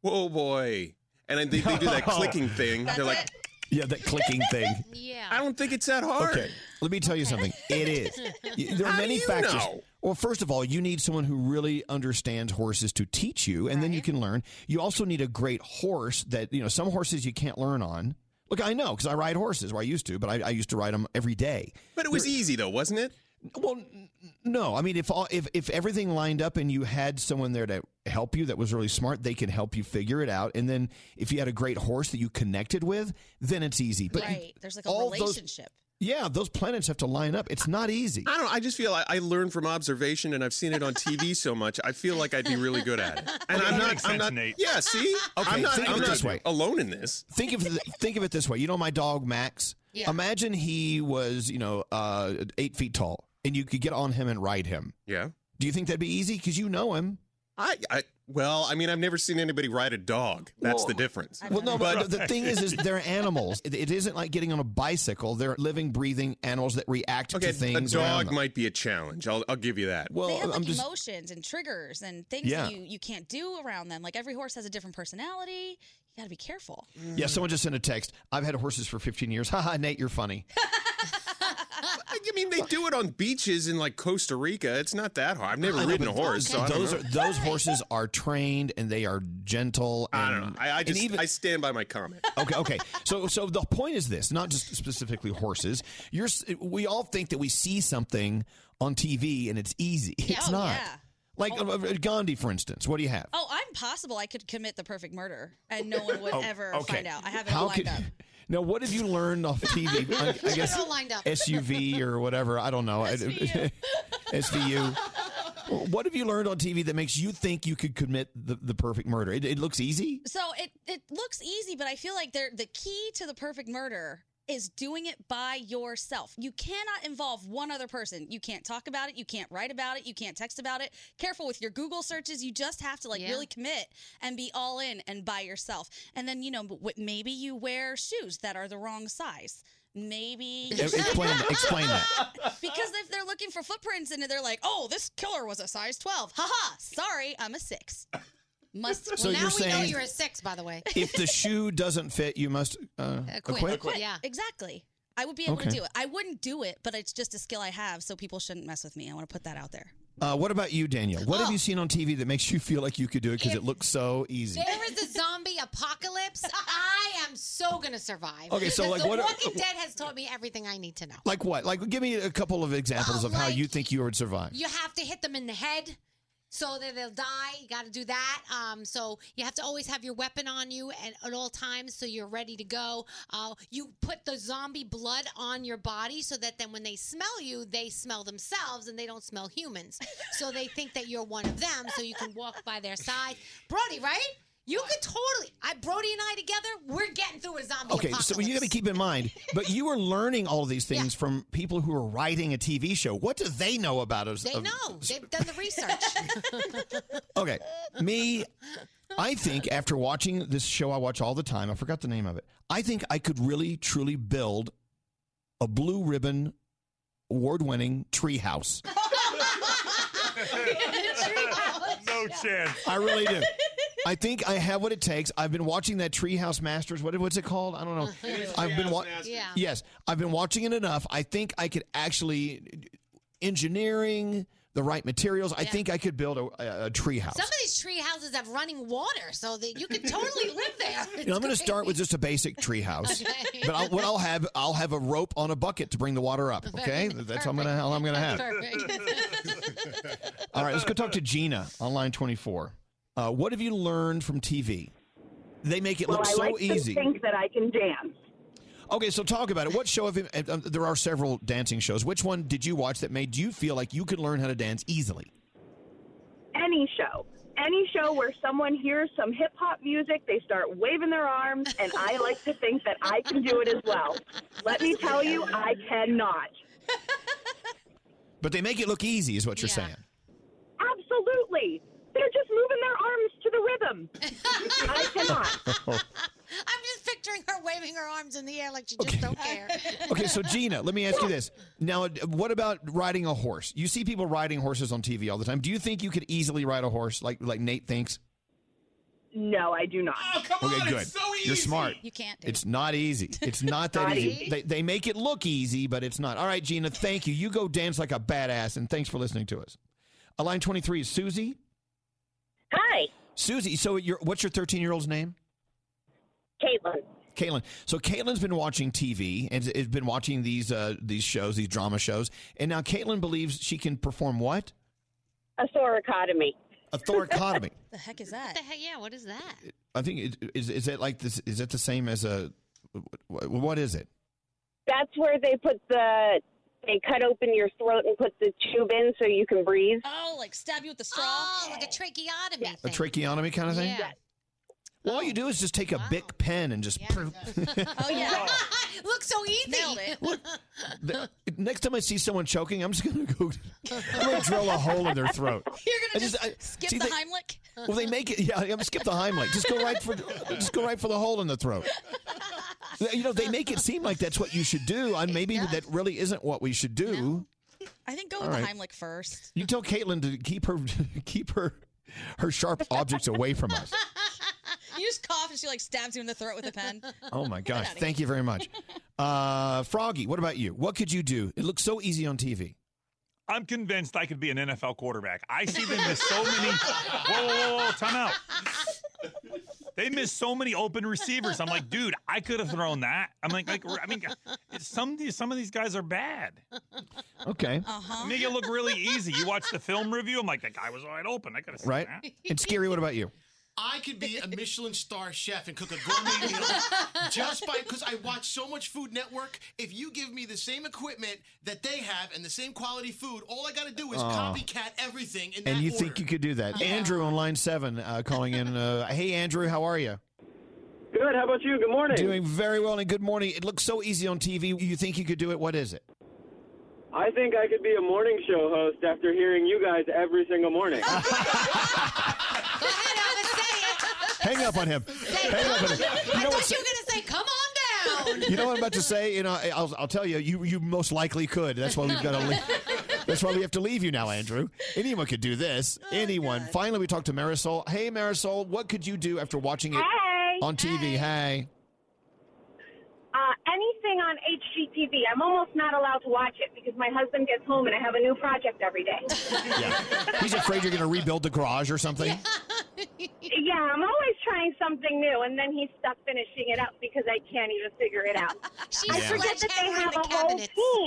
S5: whoa, boy. And then they, they do that clicking thing. They're like,
S1: Yeah, that clicking thing.
S5: yeah. I don't think it's that hard.
S1: Okay, let me tell you something. It is. Y- There are
S5: How do
S1: many
S5: you
S1: factors.
S5: know?
S1: Well, first of all, you need someone who really understands horses to teach you, and then you can learn. You also need a great horse that you know. Some horses you can't learn on. Look, I know because I ride horses. Well, I used to, but I, I used to ride them every day.
S5: But it was easy though, wasn't it?
S1: Well, n- no. I mean, if all, if if everything lined up and you had someone there to help you that was really smart, they could help you figure it out. And then if you had a great horse that you connected with, then it's easy. But
S11: right. There's like a
S1: all those-
S11: relationship.
S1: yeah, those planets have to line up. It's not easy.
S5: I don't. I just feel I, I learned from observation, and I've seen it on TV so much. I feel like I'd be really good at it. And
S1: Okay,
S5: I'm
S1: that
S5: not.
S1: makes
S5: I'm
S1: sense,
S5: not.
S1: Nate.
S5: Yeah. See.
S1: Okay,
S5: I'm not.
S1: think of
S5: I'm
S1: it
S5: not
S1: this way.
S5: alone in this.
S1: Think of th- think of it this way. You know my dog Max.
S5: Yeah.
S1: Imagine he was you know uh, eight feet tall, and you could get on him and ride him.
S5: Yeah.
S1: Do you think that'd be easy? Because you know him.
S5: I. I Well, I mean, I've never seen anybody ride a dog. That's the difference.
S1: Well, no, but the the thing is, is they're animals. It, it isn't like getting on a bicycle. They're living, breathing animals that react
S5: okay,
S1: to things.
S5: a
S1: around
S5: dog
S1: them.
S5: might be a challenge. I'll, I'll give you that.
S1: Well,
S11: They have like emotions and triggers and things
S1: Yeah.
S11: that you, you can't do around them. Like every horse has a different personality. You got to be careful.
S1: Mm. Yeah, someone just sent a text. I've had horses for 15 years. Haha, Nate, you're funny.
S5: I mean, they do it on beaches in like Costa Rica. It's not that hard. I've never ridden a horse. So I don't
S1: those
S5: know.
S1: are those horses are trained and they are gentle. And,
S5: I don't know. I, I
S1: and
S5: just
S1: even-
S5: I stand by my comment.
S1: okay, okay. So, so the point is this: not just specifically horses. You're. s- We all think that we see something on TV and it's easy. It's
S11: Oh,
S1: not.
S11: yeah.
S1: Like uh, uh, Gandhi, for instance. What do you have?
S11: Oh, I'm possible. I could commit the perfect murder and no one would
S1: Oh,
S11: ever
S1: okay.
S11: find out. I have it
S1: How
S11: all lined
S1: could-
S11: up.
S1: Now, what have you learned off TV? I, I
S11: Get
S1: guess
S11: it all lined up.
S1: SUV or whatever. I don't know. SVU. What have you learned on TV that makes you think you could commit the, the perfect murder? It, it looks easy.
S11: So it it looks easy, but I feel like they're, the key to the perfect murder is doing it by yourself. You cannot involve one other person. You can't talk about it. You can't write about it. You can't text about it. Careful with your Google searches. You just have to like
S7: Yeah.
S11: really commit and be all in and by yourself. And then you know w- maybe you wear shoes that are the wrong size. Maybe
S1: E- explain that- explain that.
S11: because if they're looking for footprints and they're like, oh, this killer was a size twelve. Haha. Sorry, I'm a six. Must
S1: So you're saying-
S11: six, by the way.
S1: If the shoe doesn't fit, you must uh, acquit.
S11: Exactly. I would be able
S1: Okay.
S11: to do it. I wouldn't do it, but it's just a skill I have, so people shouldn't mess with me. I want to put that out there.
S1: Uh, what about you, Daniel? What have
S7: Oh.
S1: you seen on TV that makes you feel like you could do it because it looks so easy?
S7: There is a zombie apocalypse. I am so gonna survive.
S1: Okay, so,
S7: Because
S1: like,
S7: The
S1: what-
S7: Walking Dead has taught me everything I need to know.
S1: Like what? Like, give me a couple of examples
S7: Oh,
S1: of how
S7: like-
S1: you think you would survive.
S7: You have to hit them in the head so that they'll die. You got to do that. Um, so you have to always have your weapon on you and at all times so you're ready to go. Uh, you put the zombie blood on your body so that then when they smell you, they smell themselves and they don't smell humans. so they think that you're one of them so you can walk by their side. Brody, right? You could totally. I Brody and I together, we're getting through a zombie
S1: Okay,
S7: apocalypse.
S1: so you got to keep in mind, but you are learning all these things from people who are writing a TV show. What do they know about us?
S7: They
S1: of-
S7: know. They've done the research.
S1: Okay, me, I think after watching this show I watch all the time, I forgot the name of it. I think I could really, truly build a blue ribbon, award-winning treehouse.
S8: no chance.
S1: I really do. I think I have what it takes. I've been watching that Treehouse Masters. What, what's it called? I don't know.
S7: It is
S1: I've been
S7: Treehouse
S1: wa-
S7: Masters. Yeah.
S1: Yes, I've been watching it enough. I think I could actually engineering the right materials. I
S7: Yeah.
S1: think I could build a, a, a treehouse.
S7: Some of these tree houses have running water, so that you could totally live there.
S1: You know, I'm going to start with just a basic treehouse,
S7: Okay.
S1: but I'll, what I'll have, I'll have a rope on a bucket to bring the water up. Okay, that's how I'm going to how I'm going to have. All right, let's go talk to Gina on line 24. Uh, what have you learned from TV? They make it
S27: well,
S1: look
S27: I
S1: so
S27: like
S1: easy.
S27: to think that I can dance.
S1: Okay, so talk about it. What show of uh, um, there are several dancing shows. Which one did you watch that made you feel like you could learn how to dance easily?
S27: Any show, any show where someone hears some hip hop music, they start waving their arms, and I like to think that I can do it as well. Let me tell you, I cannot.
S1: But they make it look easy, is what you're saying.
S27: Absolutely, they're just moving their arms to the rhythm. I cannot.
S7: I'm just picturing her waving her arms in the air like she just don't care.
S1: Okay, so Gina, let me ask you this. Now, what about riding a horse? You see people riding horses on TV all the time. Do you think you could easily ride a horse like like Nate thinks?
S27: No, I do not. Oh, come
S1: okay, good. You're smart.
S11: You can't.
S1: It's not easy. It's not that
S27: Not
S1: easy.
S27: easy.
S1: They, they make it look easy, but it's not. All right, Gina, thank you. You go dance like a badass, and thanks for listening to us. Uh, line 23 is Susie.
S21: Hi.
S1: Susie, so your what's your 13 year old's name?
S21: Caitlin.
S1: Caitlin. So Caitlin's been watching TV and has been watching these uh, these shows, these drama shows, and now Caitlin believes she can perform what?
S21: A thoracotomy.
S1: A thoracotomy.
S11: The heck is that?
S7: The heck, yeah, what is that?
S1: I think it, is is it like this? Is it the same as a? wh- wh- What is it?
S21: That's where they put the they cut open your throat and put the tube in so you can breathe.
S11: Oh, like stab you with the straw?
S7: Oh, like a tracheotomy.
S1: A tracheotomy kind of thing?
S7: Yeah.
S1: Well, all you do is just take a Bic pen and just.
S7: oh yeah, looks so easy.
S1: The- next time I see someone choking, I'm just gonna go. I'm gonna drill a hole in their throat.
S8: You're
S1: I
S8: gonna just,
S1: I-
S8: skip
S1: see,
S8: the
S1: they-
S8: Heimlich.
S1: Well, they make it. Yeah, I'm skip the Heimlich. Just go right for. Just go right for the hole in the throat. You know, they make it seem like that's what you should do, and maybe that really isn't what we should do.
S8: I think go
S1: All
S8: with
S1: right.
S8: the Heimlich first.
S1: You tell Caitlin to keep her keep her her sharp objects away from us.
S8: You just cough and she like stabs you in the throat with a pen.
S1: Oh my
S8: Get
S1: gosh!
S8: outta here.
S1: Thank you very much, uh, Froggy. What about you? What could you do? It looks so easy on TV.
S9: I'm convinced I could be an NFL quarterback. I see them miss so many. Whoa, whoa, whoa, whoa, time out. They miss so many open receivers. I'm like, dude, I could have thrown that. I'm like, like I mean, some of these, some of these guys are bad.
S1: Okay.
S9: Make it look really easy. You watch the film review. I'm like, that guy was wide open. I could have seen
S1: Right?
S9: that.
S1: And Scary, what about you?
S18: I could be a Michelin star chef and cook a gourmet meal just by because I watch so much Food Network. If you give me the same equipment that they have and the same quality food, all I got to do is
S1: Oh.
S18: copycat everything. In
S1: And
S18: that
S1: you
S18: order.
S1: think you could do that? Andrew on line seven uh, calling in. Uh, hey, Andrew, how are you?
S12: Good. How about you? Good morning.
S1: Doing very well and good morning. It looks so easy on TV. You think you could do it? What is it?
S12: I think I could be a morning show host after hearing you guys every single morning.
S1: Hang up on him. Hang up on him. You know
S7: I
S1: what's
S7: thought you were gonna say, "Come on down."
S1: you know what I'm about to say? You know, I- I'll, I'll tell you, you, you most likely could. That's why we've got to leave. That's why we have to leave you now, Andrew. Anyone could do this.
S19: Oh,
S1: Anyone. Finally, we talked to Marisol. Hey, Marisol, what could you do after watching it
S19: Hey.
S1: on TV? Hey.
S19: Uh, anything on HGTV. I'm almost not allowed to watch it because my husband gets home and I have a new project every day.
S1: He's afraid you're going to rebuild the garage or something.
S19: yeah, I'm always trying something new and then he's stuck finishing it up because I can't even figure it out.
S7: She's
S19: I forget that they have a whole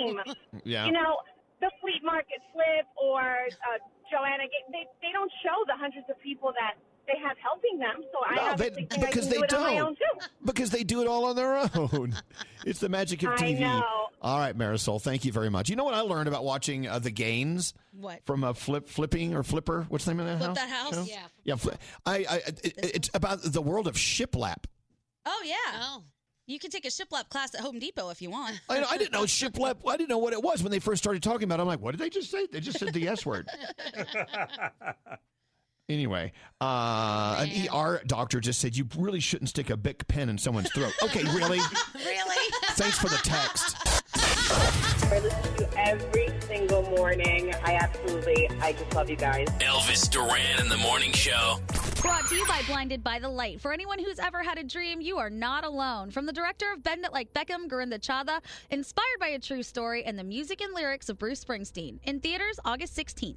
S19: team.
S1: Yeah.
S19: You know, the flea market flip or uh, Joanna, Ga- they, they don't show the hundreds of people that they have helping them, so I
S1: No, they-
S19: obviously think
S1: because
S19: I can
S1: they
S19: do it on my own
S1: don't.
S19: too.
S1: Because they do it all on their own. It's the magic of
S19: I
S1: TV.
S19: know.
S1: All right, Marisol, thank you very much. You know what I learned about watching uh, the gains?
S8: What?
S1: From a flip flipping or flipper? What's the name of that
S8: Flip
S1: house?
S8: That House?
S1: show?
S8: Yeah.
S1: Yeah. Fli- I, I it, it's about the world of shiplap.
S8: Oh yeah. Oh. You can take a shiplap class at Home Depot if you want.
S1: I, I didn't know shiplap. I didn't know what it was when they first started talking about. it. I'm like, what did they just say? They just said the S word. Anyway, uh, an ER doctor just said you really shouldn't stick a Bic pen in someone's throat. Okay, really?
S19: Really?
S1: Thanks for the text.
S19: I listen to you every single morning. I absolutely, I just love you guys.
S4: Elvis Duran in the morning show.
S11: Brought to you by Blinded by the Light. For anyone who's ever had a dream, you are not alone. From the director of Bend It Like Beckham, Gorinda Chadha, inspired by a true story and the music and lyrics of Bruce Springsteen. In theaters August 16th.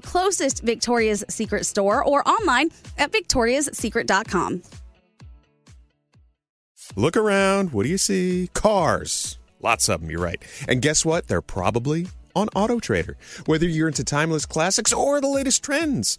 S11: closest Victoria's Secret store or online at victoriassecret.com.
S5: Look around. What do you see? Cars. Lots of them, you're right. And guess what? They're probably on Auto Trader. Whether you're into timeless classics or the latest trends.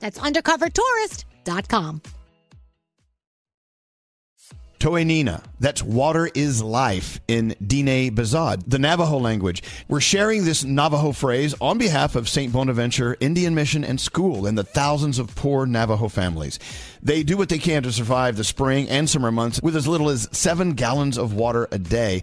S7: That's undercovertourist.com.
S1: Toenina. That's water is life in Diné Bazad, the Navajo language. We're sharing this Navajo phrase on behalf of St. Bonaventure Indian Mission and School and the thousands of poor Navajo families. They do what they can to survive the spring and summer months with as little as seven gallons of water a day.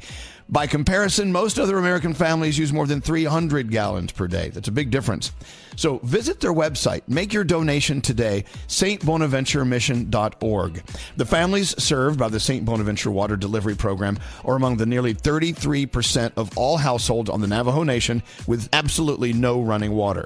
S1: By comparison, most other American families use more than 300 gallons per day. That's a big difference. So visit their website, make your donation today, stbonaventuremission.org. The families served by the St. Bonaventure Water Delivery Program are among the nearly 33% of all households on the Navajo Nation with absolutely no running water.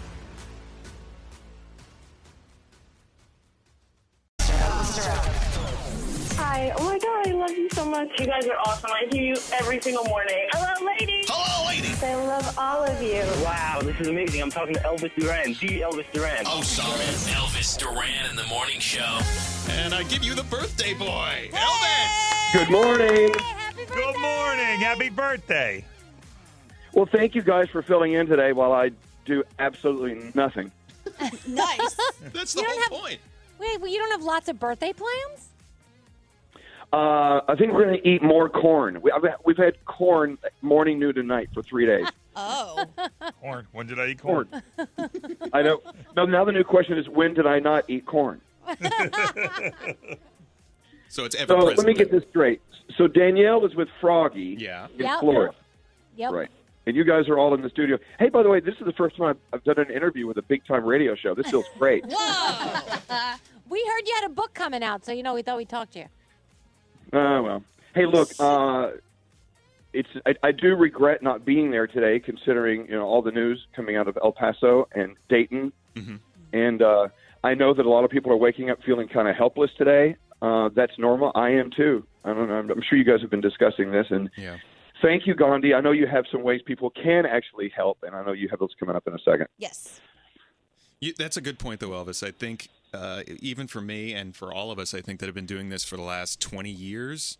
S2: Hi. Oh my god, I love you so much. You guys are awesome. I hear you every single morning. Hello, ladies. Hello, ladies. I love all of you.
S3: Wow, this is amazing. I'm talking to Elvis Duran, the Elvis Duran.
S4: Oh, sorry. Elvis Duran in the morning show.
S5: And I give you the birthday boy.
S28: Good morning.
S9: Good morning. Happy birthday.
S28: Well, thank you guys for filling in today while I do absolutely nothing.
S7: Nice.
S5: That's
S7: the whole point. Wait, well, you don't have lots of birthday plans?
S28: Uh, I think we're going to eat more corn. We, I've, we've had corn morning, noon, and night for three days.
S8: Oh.
S9: Corn. When did I eat corn?
S28: I know. Now, now the new question is, when did I not eat corn?
S5: So it's ever
S28: So
S5: present.
S28: let me get this straight. So Danielle is with Froggy
S5: Yeah.
S28: in
S7: Yep.
S28: Florida,
S7: Yep.
S28: right? And you guys are all in the studio. Hey, by the way, this is the first time I've done an interview with a big time radio show. This feels great.
S7: Uh, we heard you had a book coming out, so you know we thought we'd talk to you.
S28: Oh well. Hey, look, uh, it's I, I do regret not being there today, considering you know all the news coming out of El Paso and Dayton, and uh, I know that a lot of people are waking up feeling kind of helpless today. Uh, that's normal. I am too. I don't know. I'm, I'm sure you guys have been discussing this, and
S5: Yeah.
S28: thank you, Gandhi. I know you have some ways people can actually help, and I know you have those coming up in a second.
S8: Yes.
S5: You, that's a good point, though, Elvis. I think uh, even for me and for all of us, I think that have been doing this for the last 20 years,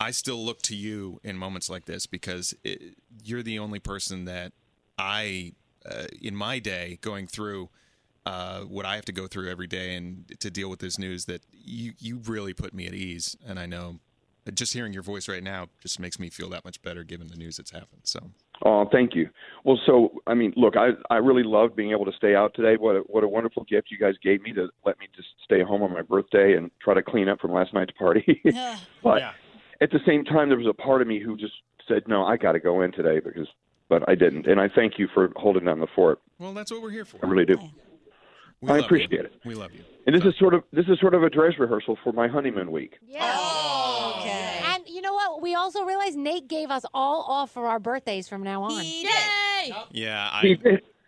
S5: I still look to you in moments like this because it, you're the only person that I, uh, in my day, going through uh, what I have to go through every day and to deal with this news that you you really put me at ease. And I know just hearing your voice right now just makes me feel that much better given the news that's happened. So
S28: Oh, thank you. Well, so I mean, look, I I really love being able to stay out today. What a, what a wonderful gift you guys gave me to let me just stay home on my birthday and try to clean up from last night's party. but at the same time, there was a part of me who just said, "No, I got to go in today," because but I didn't, and I thank you for holding down the fort.
S5: Well, that's what we're here for.
S28: I really do.
S5: We
S28: I
S5: love you.
S28: appreciate it.
S5: We love you.
S28: And this is sort of this is sort of a dress rehearsal for my honeymoon week.
S11: Oh,
S7: And you know what? We also realized Nate gave us all off for our birthdays from now on. Yay!
S5: Yeah, I,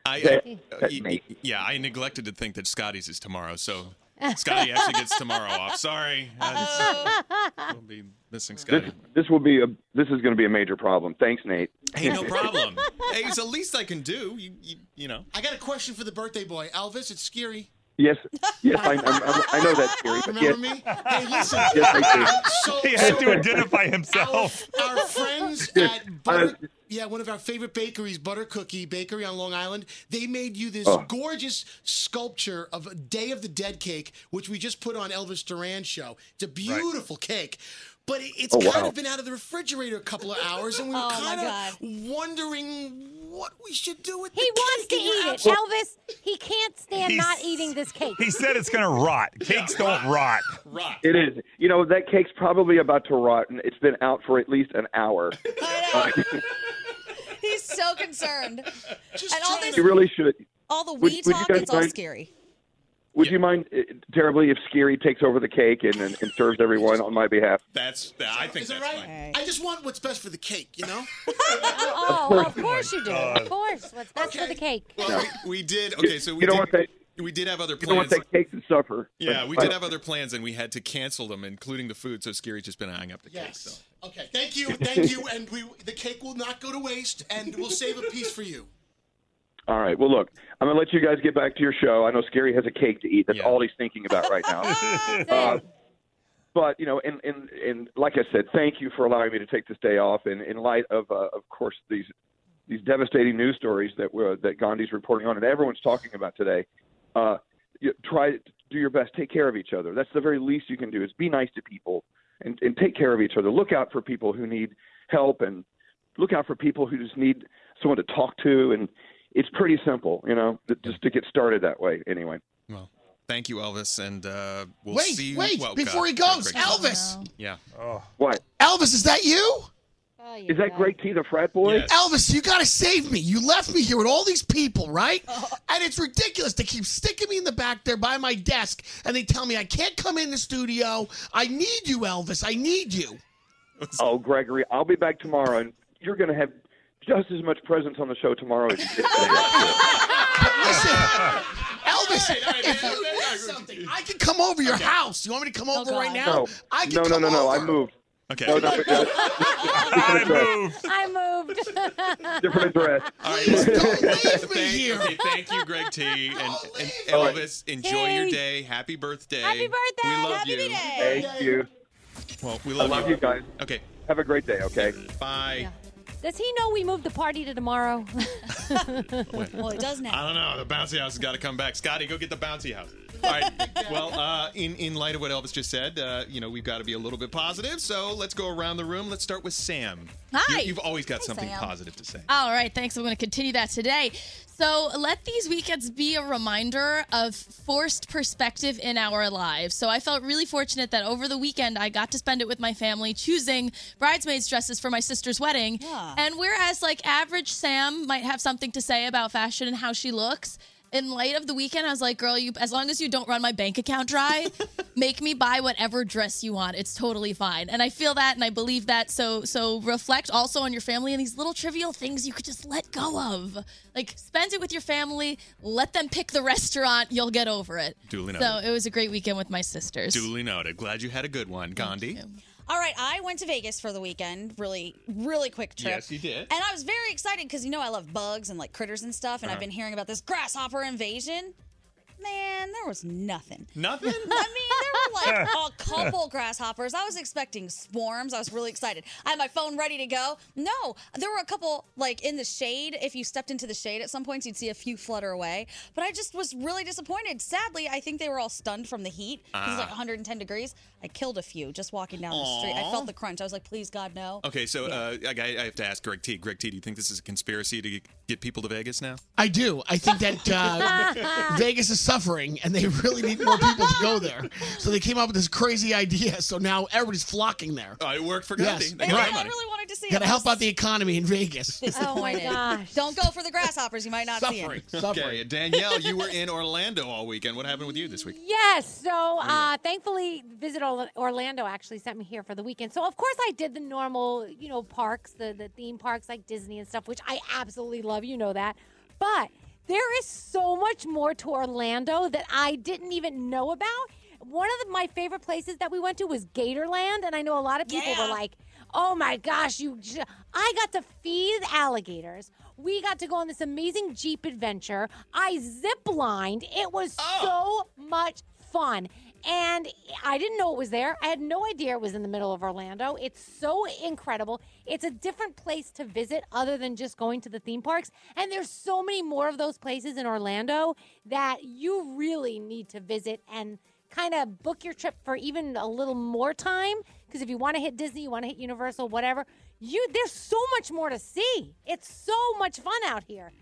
S5: I, I y- y- yeah, I neglected to think that Scotty's is tomorrow, so Scotty actually gets tomorrow off. Sorry, That's- we'll be missing Scotty.
S28: This this will be a this is going to be a major problem. Thanks, Nate.
S5: Hey, no problem. hey, it's the least I can do. You, you, you know.
S18: I got a question for the birthday boy, Elvis. It's scary.
S28: Yes, yes, I, I'm, I'm, I know that theory. But yes,
S18: Remember me? Hey, listen.
S28: Yes, I do.
S18: So,
S9: He had to identify himself.
S18: our friends
S9: Yes,
S18: at Butter,
S28: Uh,
S18: yeah, one of our favorite bakeries, Butter Cookie Bakery on Long Island, they made you this
S28: Oh.
S18: gorgeous sculpture of a Day of the Dead cake, which we just put on Elvis Duran's show. It's a beautiful cake. But it- it's
S28: Oh,
S18: kind
S28: wow.
S18: of been out of the refrigerator a couple of hours, and we were
S7: Oh, my
S18: kind
S7: God.
S18: of wondering what we should do with
S7: He wants to eat it. Elvis, he can't stand
S9: He's-
S7: not eating this cake.
S9: He said it's going to rot. Cakes don't rot.
S28: It is. You know that cake's probably about to rot, and it's been out for at least an hour.
S11: He's so concerned. and all this,
S28: you really should.
S11: all the
S28: Would-
S11: we
S28: would you
S11: talk,
S28: guys
S11: it's all
S28: mind-
S11: scary.
S28: Would you mind uh, terribly if Scary takes over the cake and and, and serves everyone on my behalf?
S5: That's. I think
S18: Is it right? I just want what's best for the cake, you know?
S7: oh,
S28: course.
S7: of course you do.
S28: God.
S7: Of course. What's best for the cake?
S5: Well, we, we did. Okay, so we
S28: you don't
S5: did.
S28: want that.
S5: we did have other
S28: You don't want
S5: plans.
S28: that cake to suffer.
S5: Yeah,
S28: But-
S5: we did have other plans, and we had to cancel them, including the food. So Scary's just been eyeing up the cake. So.
S18: Okay, thank you, thank you, and we the cake will not go to waste, and we'll save a piece for you.
S28: All right. Well, look, I'm gonna let you guys get back to your show. I know Scary has a cake to eat. That's all he's thinking about right now. uh, but you know, and, and and like I said, thank you for allowing me to take this day off. And in light of, uh, of course, these these devastating news stories that were that Gandhi's reporting on and everyone's talking about today, uh, you, try do your best. Take care of each other. That's the very least you can do. Is be nice to people and and take care of each other. Look out for people who need help and look out for people who just need someone to talk to and it's pretty simple, you know, th- just to get started that way anyway.
S5: Well, thank you, Elvis, and uh, we'll
S15: wait,
S5: see.
S15: wait,
S5: well,
S15: before
S5: God,
S15: he goes,
S5: great-
S15: Elvis.
S5: Yeah.
S28: What?
S15: Elvis, is that you?
S28: Is that great tea, the frat boy?
S15: Elvis, you gotta save me. You left me here with all these people, right?
S7: Oh.
S15: And it's ridiculous. They keep sticking me in the back there by my desk, and they tell me I can't come in the studio. I need you, Elvis. I need you.
S28: Oh, Gregory, I'll be back tomorrow, and you're going to have just as much presence on the show tomorrow as you did today.
S15: Elvis, if you want something, I can come over your house. You want me to come
S7: Oh,
S15: over right now?
S28: no,
S15: I can
S28: no, no,
S15: come
S28: no, no, I
S15: over.
S28: moved.
S5: Okay.
S28: No, no, no, different address.
S7: I moved.
S28: Different address.
S5: Thank, okay, thank you, Greg T. And, and Elvis, enjoy your day. Happy birthday. Happy birthday. We love you.
S28: Thank you.
S5: Well, we love,
S28: I love you guys.
S5: Okay.
S28: Have a great day, okay?
S5: Bye.
S7: Does he know we moved the party to tomorrow?
S11: well, it does
S5: I don't know. The bouncy house has got to come back. Scotty, go get the bouncy house. All right. Well, uh, in in light of what Elvis just said, uh, you know we've got to be a little bit positive. So let's go around the room. Let's start with Sam.
S1: Hi.
S5: You, you've always got
S1: Hi,
S5: something
S1: Sam.
S5: positive to say.
S1: All right, thanks. I'm going to continue that today. So, let these weekends be a reminder of forced perspective in our lives. So, I felt really fortunate that over the weekend I got to spend it with my family choosing bridesmaids' dresses for my sister's wedding. And whereas, like, average Sam might have something to say about fashion and how she looks, in light of the weekend, I was like, girl, you as long as you don't run my bank account dry, make me buy whatever dress you want. It's totally fine. And I feel that and I believe that. So so reflect also on your family and these little trivial things you could just let go of. Like spend it with your family, let them pick the restaurant, you'll get over it.
S5: Duly
S1: So
S5: noted.
S1: it was a great weekend with my sisters.
S5: Duly noted. Glad you had a good one, Gandhi.
S11: All right, I went to Vegas for the weekend. Really, really quick trip.
S5: Yes, you did.
S11: And I was very excited because you know I love bugs and like critters and stuff, and I've
S5: Uh-huh.
S11: been hearing about this grasshopper invasion. Man, there was nothing.
S5: Nothing?
S11: I mean, there were like a couple grasshoppers. I was expecting swarms. I was really excited. I had my phone ready to go. No, there were a couple like in the shade. If you stepped into the shade at some points, you'd see a few flutter away. But I just was really disappointed. Sadly, I think they were all stunned from the heat. It was like
S5: Ah.
S11: 110 degrees. I killed a few just walking down the street.
S5: Aw.
S11: I felt the crunch. I was like, please, God, no.
S5: Okay, so uh, I, I have to ask Greg T. Greg T. Do you think this is a conspiracy to get people to Vegas now?
S15: I do. I think that uh, Vegas is suffering, and they really need more people to go there. So they came up with this crazy idea. So now everybody's flocking there.
S5: Oh, it worked for Gandhi.
S15: Yes,
S5: They got
S15: right.
S5: their money.
S11: wanted to see
S15: Got to
S11: it.
S15: help out the economy in Vegas.
S11: Disappointed. Don't go for the grasshoppers. You might not
S15: Suffering.
S11: see it.
S5: Okay, Danielle, you were in Orlando all weekend. What happened with you this week?
S7: Yes. So uh, thankfully, Visit Orla- Orlando actually sent me here for the weekend. So, of course, I did the normal, you know, parks, the, the theme parks like Disney and stuff, which I absolutely love. You know that. But there is so much more to Orlando that I didn't even know about. One of the, my favorite places that we went to was Gatorland. And I know a lot of people were like, oh my gosh, you. J- I got to feed alligators. We got to go on this amazing Jeep adventure. I zip lined. It was so much fun. And I didn't know it was there. I had no idea it was in the middle of Orlando. It's so incredible. It's a different place to visit other than just going to the theme parks. And there's so many more of those places in Orlando that you really need to visit and kind of book your trip for even a little more time because if you want to hit Disney, you want to hit Universal, whatever, you there's so much more to see. It's so much fun out here.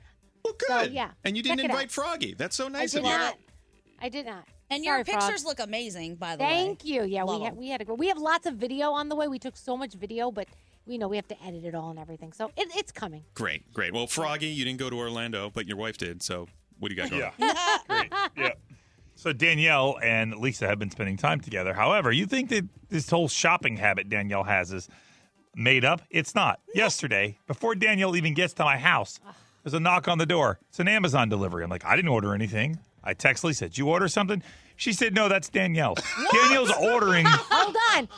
S5: Well,
S7: good. So, yeah.
S5: And you didn't
S7: check it
S5: invite
S7: out.
S5: Froggy. That's so nice
S7: I
S5: of
S7: did
S5: you.
S7: not. I did not.
S11: And your
S7: Sorry, Frog.
S11: pictures look amazing, by the way.
S7: Thank you. Yeah,
S11: Love
S7: we had,
S11: 'em.
S7: we had a gr- we have lots of video on the way. We took so much video, but we know we have to edit it all and everything. So it, it's coming.
S5: Great, great. Well, Froggy, you didn't go to Orlando, but your wife did. So what do you got going?
S9: Yeah. So Danielle and Lisa have been spending time together. However, you think that this whole shopping habit Danielle has is made up? It's not. Yesterday, before Danielle even gets to my house, there's a knock on the door. It's an Amazon delivery. I'm like, I didn't order anything. I text Lisa, "Did you order something?" She said, "No, that's Danielle's. Danielle's ordering."
S7: Hold on.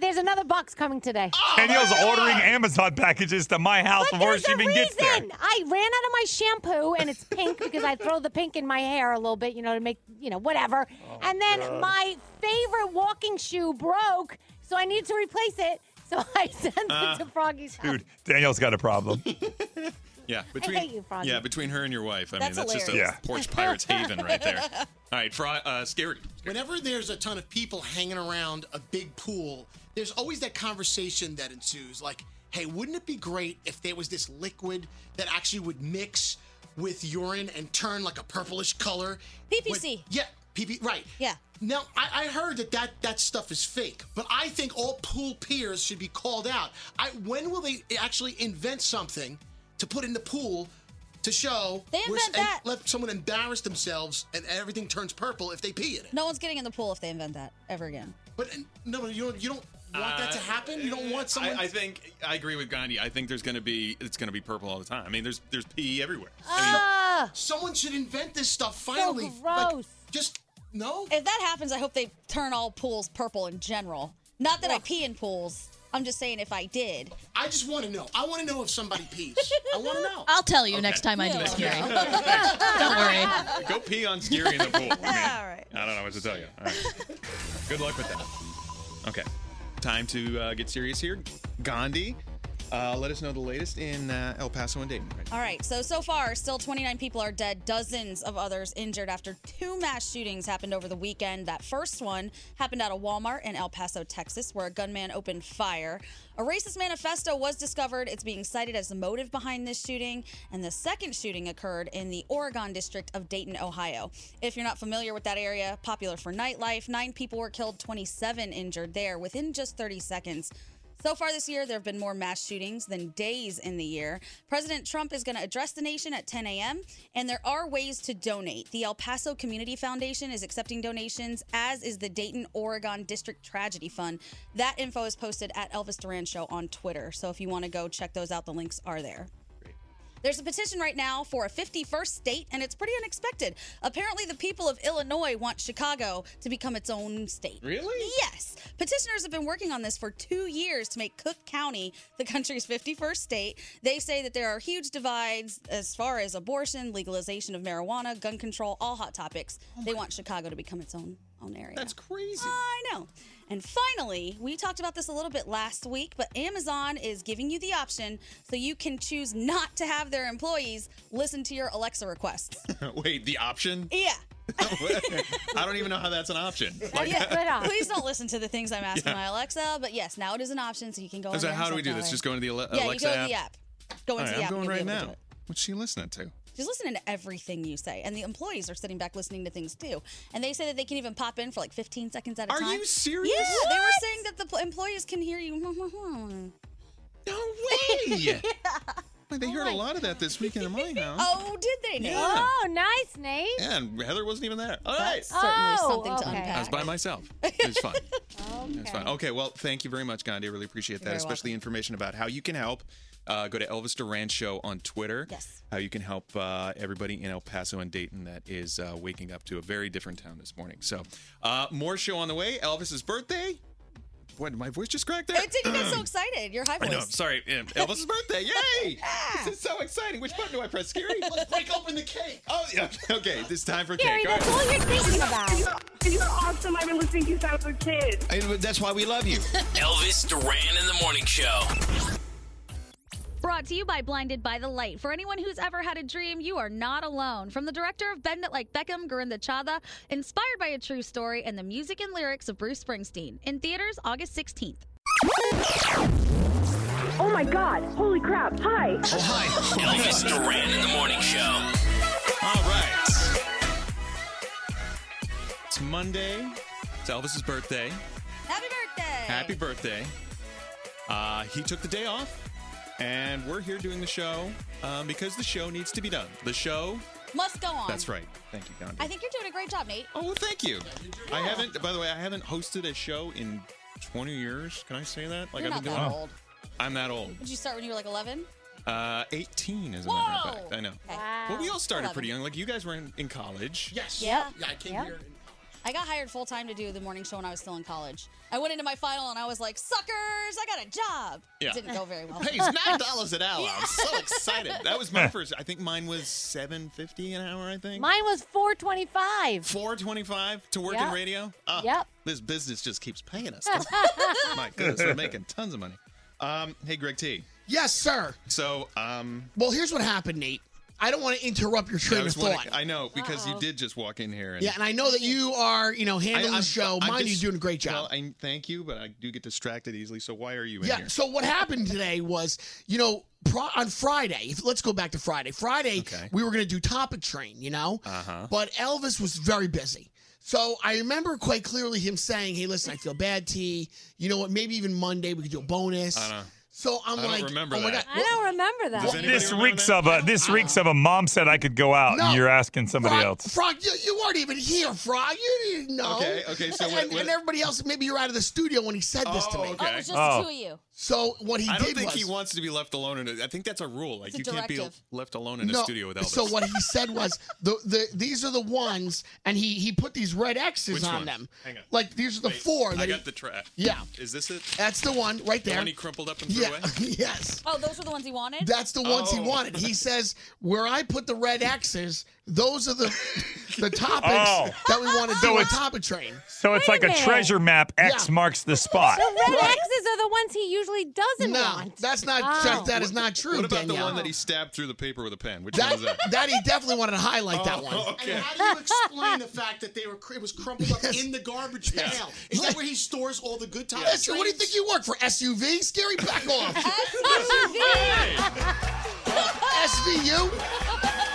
S7: There's another box coming today.
S9: Danielle's ordering Amazon packages to my house before she even gets there.
S7: Listen, I ran out of my shampoo and it's pink because I throw the pink in my hair a little bit, you know, to make, you know, whatever.
S5: Oh,
S7: and then
S9: God.
S7: my favorite walking shoe broke, so I needed to replace it. So I sent
S5: Ah,
S7: it to Froggy's house.
S9: Dude, Danielle's got a problem.
S5: Yeah, between
S7: hate you, Froggy.
S5: yeah between her and your wife. I
S7: That's
S5: mean, that's just a
S9: hilarious. Yeah.
S5: porch pirates haven right there. All right, Frog, uh, scary.
S18: Whenever there's a ton of people hanging around a big pool, there's always that conversation that ensues like, hey, wouldn't it be great if there was this liquid that actually would mix with urine and turn like a purplish color? PPC. yeah, PP, right. Yeah. Now, I, I heard that, that that stuff is fake, but I think all pool peers should be called out. I When will they actually invent something to put in the pool? To show
S11: They
S18: where-
S11: invent
S18: and
S11: that.
S18: let someone embarrass themselves and everything turns purple if they pee in it.
S11: No one's getting in the pool if they invent that ever again.
S18: But no, but you don't. You don't want that to happen. You don't want someone.
S5: Uh, I, I think I agree with Gandhi. I think there's going to be it's going to be purple all the time. I mean, there's there's pee everywhere.
S7: Oh,
S15: Ah!
S18: someone should invent this stuff finally. Like, just no.
S11: If that happens, I hope they turn all pools purple in general. Not that I pee in pools. I'm just saying if I did.
S18: I just want to know. I want to know if somebody pees. I want to know.
S1: I'll tell you next time I do it, Gary. Don't worry.
S5: Go pee on Scary in the pool. I all right. I don't know what to tell you. All right. Good luck with that. Okay. Time to uh, get serious here. Gandhi, uh, let us know the latest in uh, El Paso and Dayton. Right?
S11: All right, so so far, still 29 people are dead, dozens of others injured after two mass shootings happened over the weekend. That first one happened at a Walmart in El Paso, Texas, where a gunman opened fire. A racist manifesto was discovered. It's being cited as the motive behind this shooting. And the second shooting occurred in the Oregon district of Dayton, Ohio. If you're not familiar with that area, popular for nightlife, nine people were killed, 27 injured there within just 30 seconds. So far this year, there have been more mass shootings than days in the year. President Trump is going to address the nation at 10 a.m., and there are ways to donate. The El Paso Community Foundation is accepting donations, as is the Dayton, Oregon District Tragedy Fund. That info is posted at Elvis Duran Show on Twitter. So if you want to go check those out, the links are there. There's a petition right now for a 51st state, and it's pretty unexpected. Apparently, the people of Illinois want Chicago to become its own state.
S5: Really?
S11: Yes. Petitioners have been working on this for two years to make Cook County the country's 51st state. They say that there are huge divides as far as abortion, legalization of marijuana, gun control, all hot topics. they want Chicago to become its own own area. That's
S5: Oh crazy.
S11: I know. And finally, we talked about this a little bit last week, but Amazon is giving you the option so you can choose not to have their employees listen to your Alexa requests.
S5: Wait, the option?
S11: Yeah.
S5: I don't even know how that's an option. Like,
S11: yeah. uh, Please don't listen to the things I'm asking
S5: Yeah.
S11: my Alexa, but yes, now it is an option so you can go on
S5: so
S11: there
S5: how
S11: and
S5: do we
S11: set
S5: do this?
S11: that
S5: Just go into the Ale-
S11: way. Yeah,
S5: Alexa
S11: you go
S5: app?
S11: to the app. Go into
S5: All right,
S11: the app.
S5: I'm going
S11: and
S5: right
S11: you'll be able to do
S5: now.
S11: it.
S5: What's she listening to?
S11: She's listening to everything you say, and the employees are sitting back listening to things too. And they say that they can even pop in for like 15 seconds at a
S5: Are
S11: time.
S5: you serious?
S11: Yeah, they were
S5: What?
S11: saying that the pl- employees can hear you. No
S5: way! Like, they heard a lot of that this weekend in my house.
S11: Oh, did they?
S5: Nate?
S7: Oh, nice, Nate.
S5: Yeah, and Heather wasn't even there. All right.
S7: oh,
S11: something to
S7: okay.
S5: I was by myself. It was fun. It's fine. Okay, well, thank you very much, Gandhi. I really appreciate
S11: You're
S5: that,
S11: very
S5: especially information about how you can help. Uh, go to Elvis Duran Show on Twitter.
S11: Yes.
S5: How you can help uh, everybody in El Paso and Dayton that is uh, waking up to a very different town this morning. So, uh, more show on the way. Elvis's birthday. Boy, did my voice just cracked there.
S11: It did you get so excited? You're high
S5: I know. I'm
S11: voice.
S5: sorry. Um, Elvis's birthday. Yay! This is so exciting. Which button do I press, Scary? Let's break open the cake. Oh, yeah. Okay, this is time for cake. All right.
S7: you're thinking about.
S22: You're, you're awesome. I've been listening to you since I was a kid.
S16: And that's why we love you.
S4: Elvis Duran in the morning show.
S23: Brought to you by Blinded by the Light. For anyone who's ever had a dream, you are not alone. From the director of Bend It Like Beckham, Gurinder Chadha, inspired by a true story and the music and lyrics of Bruce Springsteen. In theaters August 16th.
S22: Oh my God! Holy crap! Hi.
S4: Oh, hi. Elvis Duran in the morning show.
S5: All right. It's Monday. It's Elvis's birthday.
S11: Happy birthday.
S5: Happy birthday. Uh, he took the day off, and we're here doing the show um, because the show needs to be done. The show.
S11: Must go on.
S5: That's right. Thank you, Gandhi.
S11: I think you're doing a great job, Nate.
S5: Oh, well, thank you. I haven't, by the way, I haven't hosted a show in 20 years. Can I say that?
S11: You're
S5: I've
S11: not that old.
S5: I'm that old.
S11: Did you start when you were like 11?
S5: Uh, 18, as a matter
S11: Whoa!
S5: of fact. I know.
S11: Okay.
S5: Well, we all started
S11: 11.
S5: pretty young. Like, you guys were in, in college.
S18: Yes.
S11: Yeah.
S18: Yeah, I came
S11: Yeah.
S18: here.
S11: I got hired full time to do the morning show when I was still in college. I went into my final and I was like, "Suckers, I got a job."
S5: Yeah.
S11: Didn't go very well.
S5: Hey, it's nine dollars an hour. I'm so excited. That was my first. I think mine was seven fifty an hour. I think
S7: Mine was 425.
S5: four twenty five to work
S7: Yep.
S5: in radio. Ah,
S7: Yep.
S5: This business just keeps paying us. doesn't it? my goodness, we're making tons of money. Um, hey, Greg T.
S15: Yes, sir.
S5: So, um,
S15: Well, here's what happened, Nate. I don't want to interrupt your
S5: I,
S15: train of
S5: was
S15: thought.
S5: wondering- I know because you did just walk in here. And
S15: yeah, and I know that you are, you know, handling the show.
S5: I'm
S15: Mind you,
S5: just-
S15: doing a great job.
S5: Well, I thank you, but I do get distracted easily. So why are you in
S15: yeah.
S5: here?
S15: So what happened today was, you know, pro- on Friday. If, let's go back to Friday. Friday, we were going to do Topic Train. You know, uh-huh. but Elvis was very busy. So I remember quite clearly him saying, "Hey, listen, I feel bad, T. You know what? Maybe even Monday we could do a bonus."
S9: I know.
S15: So I'm
S9: I don't
S15: like,
S9: remember
S15: "Oh my
S9: that.
S15: god, I don't
S7: remember that."
S9: This reeks of a this reeks of a mom said I could go out,
S15: No.
S9: and Uh, you're asking somebody
S15: Frog,
S9: else.
S15: Frog, you, you weren't even here, Frog. You didn't know.
S9: Okay, okay, so
S15: and,
S9: what- what-
S15: and everybody else, maybe you're out of the studio when he said this to me.
S5: Oh, okay. Oh, it was just the Oh. two of you.
S15: So what he
S5: I
S15: did
S5: don't think
S15: was,
S5: he wants to be left alone in. A, I think that's a rule. Like
S15: It's a
S5: you can't be
S15: directive.
S5: left alone in a studio with Elvis.
S15: So what he said was the, the these are the ones, and he he put these red X's
S5: Which
S15: on
S5: ones?
S15: them.
S5: Hang on.
S15: Like these are the
S5: Wait,
S15: four.
S5: I
S15: That he,
S5: got the track.
S15: Yeah.
S5: Is this it?
S15: that's the one right
S5: The
S15: there.
S5: one he crumpled up and threw
S15: yeah.
S5: away.
S15: yes.
S11: Oh, those were the ones he wanted.
S15: That's the ones he
S5: Oh.
S15: wanted. He says where I put the red X's, those are the the topics
S9: Oh.
S15: that we want to
S9: So
S15: do on
S9: it's-
S15: Topic Train.
S9: So it's
S7: Wait
S9: like
S7: a
S9: a
S7: minute.
S9: treasure map. X marks the spot.
S7: The red X's are the ones he usually doesn't
S15: No,
S7: want.
S15: that's not-
S7: Oh.
S15: that is not true,
S5: What about the
S15: Danielle.
S5: one that he stabbed through the paper with a pen? Which
S15: That
S5: one was that?
S15: that he definitely wanted to highlight that
S5: Oh,
S15: one.
S5: Okay.
S18: How do you explain the fact that they were cr- it was crumpled up in the garbage pail? Is that where he stores all the good times?
S15: Listen, what do you think you work for? SUV? Scary, back off. SVU?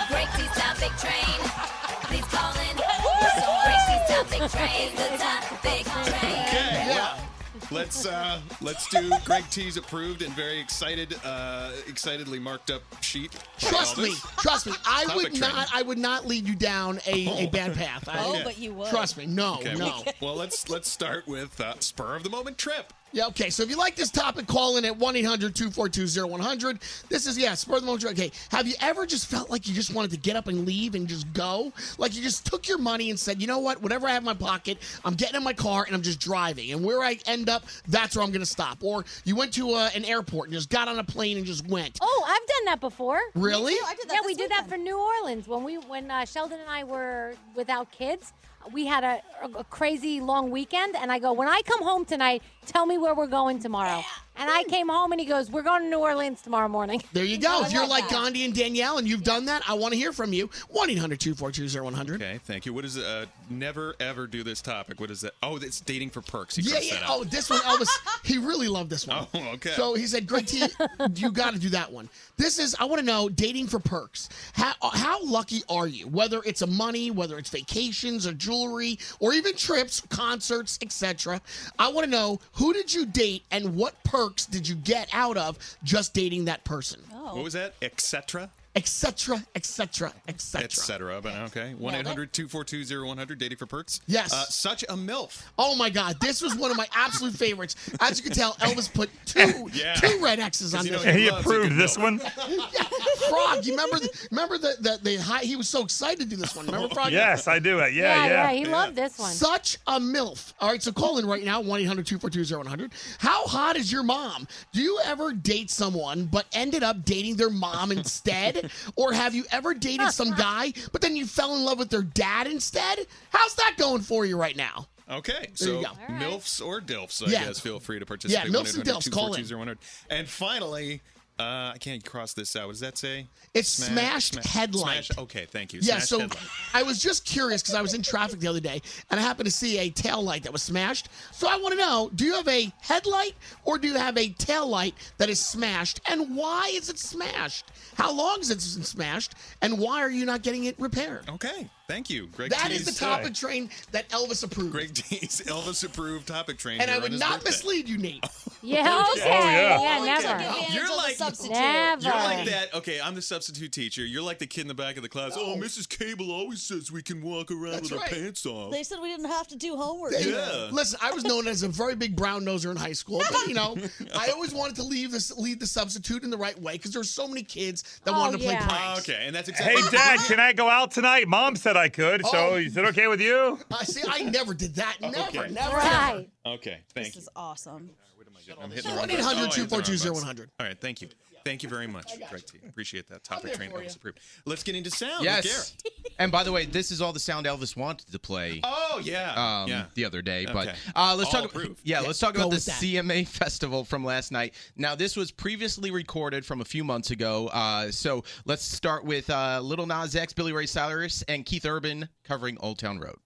S10: Gracie's topic train. Please call in. So Gracie's topic train. The topic train.
S5: Okay, well, let's uh, let's do Greg T's approved and very excited, uh, excitedly marked up sheet. for
S15: Trust
S5: Elvis.
S15: me, trust me. I
S5: Topic
S15: would
S5: train.
S15: not. I would not lead you down a, a bad path. I-
S11: Oh, but you would.
S15: Trust me. No,
S5: Okay,
S15: no.
S5: Well, well, let's let's start with uh, spur of the moment trip.
S15: Yeah, okay. So if you like this topic, call in at 1 800 242 0100. This is, yeah, spur of the moment. Okay. Have you ever just felt like you just wanted to get up and leave and just go? Like you just took your money and said, you know what? Whatever I have in my pocket, I'm getting in my car and I'm just driving. And where I end up, that's where I'm going to stop. Or you went to uh, an airport and just got on a plane and just went.
S7: Oh, I've done that before.
S15: Really? Me too. I did that
S7: yeah, we
S15: this
S7: did that for New Orleans when we when uh, Sheldon and I were without kids. We had a, a crazy long weekend, and I go when I come home tonight, tell me where we're going tomorrow. And I came home, and he goes, "We're going to New Orleans tomorrow morning."
S15: There you go.
S7: I
S15: If you're
S7: love
S15: like
S7: that.
S15: Gandhi and Danielle and you've done that, I want to hear from you. 1 800 242 0100.
S5: Okay, thank you. What is uh never ever do this topic? What is that? Oh, it's dating for perks. He
S15: Yeah,
S5: crossed
S15: yeah.
S5: that out.
S15: Oh, this one, Elvis, he really loved this one.
S5: Oh, okay.
S15: So he said, Greg T, you got to do that one. This is, I want to know, dating for perks. How, how lucky are you? Whether it's a money, whether it's vacations or jewelry, or even trips, concerts, etc. I want to know, who did you date and what perks did you get out of just dating that person?
S5: What was that? Etc.
S15: Etc., etc., etc.
S5: Etc. But okay. 1 800 242 0100 dating for perks.
S15: Yes.
S5: Uh, such a MILF.
S15: Oh my God, this was one of my absolute favorites. As you can tell, Elvis put two
S5: Yeah.
S15: two red X's on
S9: you know
S15: this.
S9: he He loves approved a good this milk.
S15: Yeah, Frog, you remember the, remember the, the the high? He was so excited to do this one. Remember Frog?
S9: Yes, I do it. Yeah, Yeah, yeah. yeah, he
S7: loved this one.
S15: Such a milf. All right, so call in right now 1-800-242-0100. How hot is your mom? Do you ever date someone but ended up dating their mom instead? or have you ever dated some guy but then you fell in love with their dad instead? How's that going for you right now?
S5: Okay,
S15: There
S5: so
S15: you go.
S5: MILFs or DILFs, I
S15: Yeah.
S5: guess. Feel free to participate.
S15: Yeah, MILFs and DILFs, call in.
S5: 1-800-242-0100. And finally, uh, I can't cross this out. What does that say?
S15: It's smashed headlight.
S5: smash- okay, thank you.
S15: Yeah,
S5: Smashed
S15: so
S5: headlight.
S15: I was just curious because I was in traffic the other day and I happened to see a tail light that was smashed. So I want to know do you have a headlight or do you have a tail light that is smashed? And why is it smashed? How long has it been smashed? And why are you not getting it repaired?
S5: Okay, thank you. Greg
S15: That
S5: T's,
S15: is the topic train that Elvis approved.
S5: Greg T's Elvis approved topic train.
S15: and
S5: here
S15: I
S5: on
S15: would
S5: his
S15: not
S5: birthday.
S15: mislead you, Nate.
S7: Yeah,
S5: Oh,
S7: okay.
S5: yeah.
S7: yeah.
S5: Oh,
S7: never.
S5: yeah. You're
S7: You're
S5: like-
S7: substitute. Never.
S5: You're like that. Okay, I'm the substitute teacher. You're like the kid in the back of the class. Oh, Mrs. Cable always says we can walk around
S15: That's
S5: with our
S15: right.
S5: pants off.
S13: They said we didn't have to do homework.
S15: They- Listen, I was known as a very big brown noser in high school, but you know, I always wanted to leave this lead the substitute in the right way because there were so many kids
S13: Oh,
S15: that wanted to play pranks.
S5: Okay, and that's
S9: Hey,
S5: exactly.
S9: Dad, can I go out tonight? Mom said I could, so
S15: Oh.
S9: is it okay with you?
S15: I see. I never did that.
S5: Uh,
S15: Never,
S9: Okay.
S15: never.
S9: Right.
S5: Okay, thank
S13: This is awesome.
S5: you. I'm hitting the wrong Oh,
S15: 1-800-242-0100.
S5: button. All right, thank you. Thank you very much, Greg T. Appreciate that. Topic
S15: there
S5: train
S15: for you.
S5: Elvis approved. Let's get into sound. with
S14: Yes.
S5: Garrett.
S14: and by the way, this is all the sound Elvis wanted to play.
S5: Oh yeah.
S14: Um,
S5: yeah.
S14: The other day, but
S5: Okay.
S14: uh, let's
S5: All
S14: talk.
S5: approved.
S14: Yeah, let's talk
S5: Go
S14: about the
S5: with that.
S14: CMA festival from last night. Now, this was previously recorded from a few months ago. Uh, so let's start with uh, Little Nas X, Billy Ray Cyrus, and Keith Urban covering Old Town Road.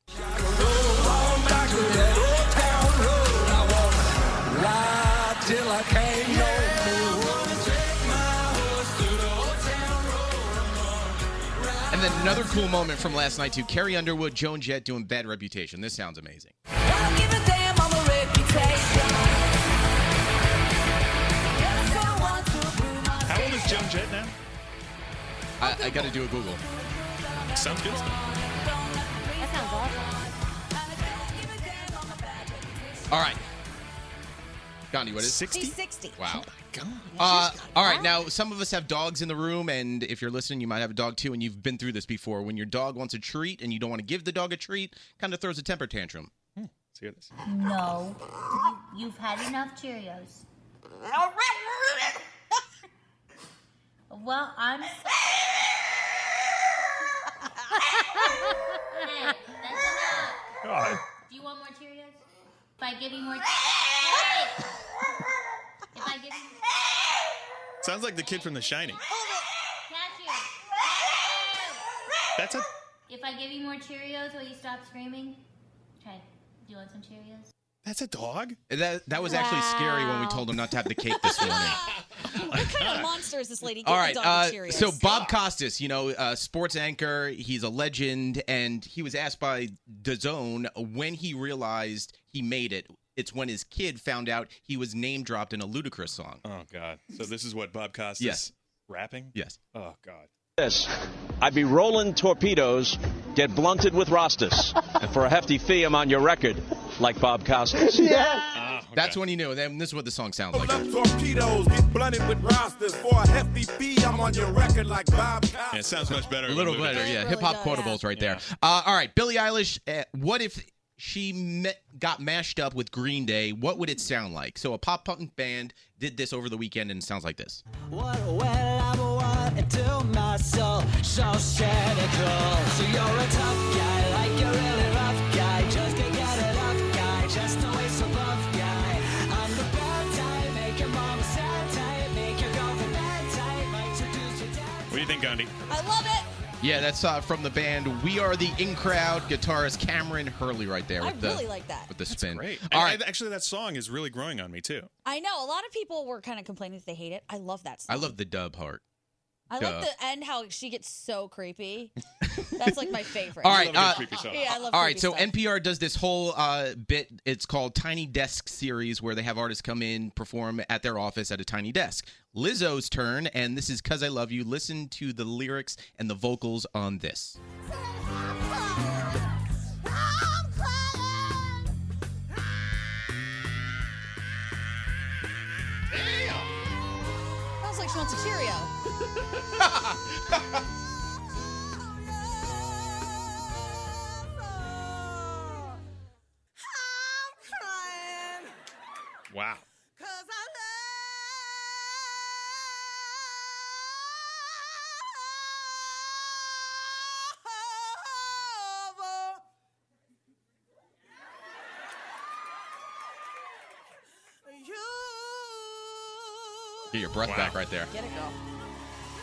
S14: And then another cool moment from last night too. Carrie Underwood, Joan Jett doing Bad Reputation. This sounds amazing.
S5: How old is Joan Jett now?
S14: I, I got to do a Google.
S5: Sounds good.
S7: That sounds awesome.
S14: All right. Gandhi, what is it?
S13: She's 60.
S14: Wow.
S8: Oh
S14: Uh, all right, now some of us have dogs in the room, and if you're listening, you might have a dog too, and you've been through this before. When your dog wants a treat and you don't want to give the dog a treat, kind of throws a temper tantrum. Let's hear this.
S2: No, you, you've had enough Cheerios. Well, I'm. hey, that's enough.
S9: God.
S2: Do you want more Cheerios? If I give you more. Hey! If I give you.
S5: Sounds like the kid from The Shining.
S2: Cashew.
S5: That's a.
S2: If I give you more Cheerios, will you stop screaming? Okay. Do you want some Cheerios?
S5: That's a dog.
S14: That that was actually scary when we told him not to have the cake this morning.
S13: What kind of monster is this lady? Get
S14: All right.
S13: the
S14: Uh,
S13: dog Cheerios.
S14: so Bob Costas, you know, uh, sports anchor, he's a legend, and he was asked by DAZN when he realized he made it. It's when his kid found out he was name dropped in a Ludacris song.
S5: Oh God. So this is what Bob Costas
S14: Yes.
S5: rapping.
S14: Yes.
S5: Oh God.
S24: This. I be rolling torpedoes, get blunted with Rostas. and for a hefty fee, I'm on your record, like Bob Costas.
S5: Ah,
S14: That's when he knew. Then this is what the song sounds like.
S4: Torpedoes get blunted with rosters for a hefty fee. I'm on your record like Bob.
S5: Yeah, it sounds much better.
S14: A little
S5: than the movie.
S14: better, yeah. Hip hop quotables right there. Uh, all right, Billie Eilish. Uh, what if she me- got mashed up with Green Day? What would it sound like? So a pop punk band did this over the weekend, and it sounds like this.
S8: What will I want to my soul? So cynical. So you're a tough guy, like a really rough guy. Just to get it up, guy. Just a waste of love, guy. I'm the bad type, make your mom a sad type. Make your girlfriend bad type. Might seduce your dad.
S5: What do you think, Gandhi?
S11: I love it.
S14: Yeah, that's uh, from the band We Are the In Crowd. Guitarist Cameron Hurley, right there.
S11: I
S14: With the,
S11: really like that.
S14: with the spin.
S5: Great.
S14: All
S5: And
S14: right,
S5: I- actually, that song is really growing on me too.
S11: I know a lot of people were kind of complaining that they hate it. I love that
S14: I
S11: song.
S14: love the dub part.
S11: I
S14: Duh.
S11: like the end how she gets so creepy. That's like my favorite.
S14: All right, uh,
S11: Yeah, I love
S14: all right.
S11: creepy
S14: So
S11: stuff.
S14: NPR does this whole uh, bit. It's called Tiny Desk Series, where they have artists come in, perform at their office at a tiny desk. Lizzo's turn, and this is "Cause I Love You." Listen to the lyrics and the vocals on this.
S11: Sounds like she wants a Cheerio.
S5: Wow.
S14: Get your breath
S5: Wow.
S14: back right there.
S11: Get it, girl.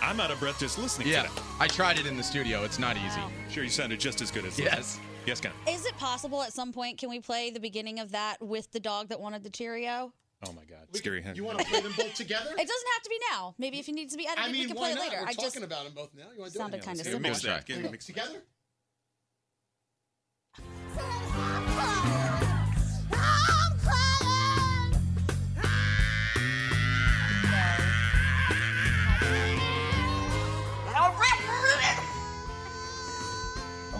S5: I'm out of breath just listening
S14: Yeah,
S5: to that.
S14: I tried it in the studio. It's not easy.
S5: Sure, you sounded just as good as
S14: Yes.
S5: Yes, Ken.
S11: Is it possible at some point? Can we play the beginning of that with the dog that wanted the Cheerio?
S5: Oh my God, scary. huh?
S18: You want to play them both together?
S11: It doesn't have to be now. Maybe if it needs to be edited,
S18: I mean,
S11: we can
S18: why
S11: play it
S18: not?
S11: later.
S18: We're
S11: I
S18: talking
S11: just
S18: about them both now. You want to do
S11: Sounded
S18: it?
S11: kinda
S18: Let's get
S11: similar.
S18: it mixed up.
S5: Get it
S18: Okay.
S5: mixed
S18: together.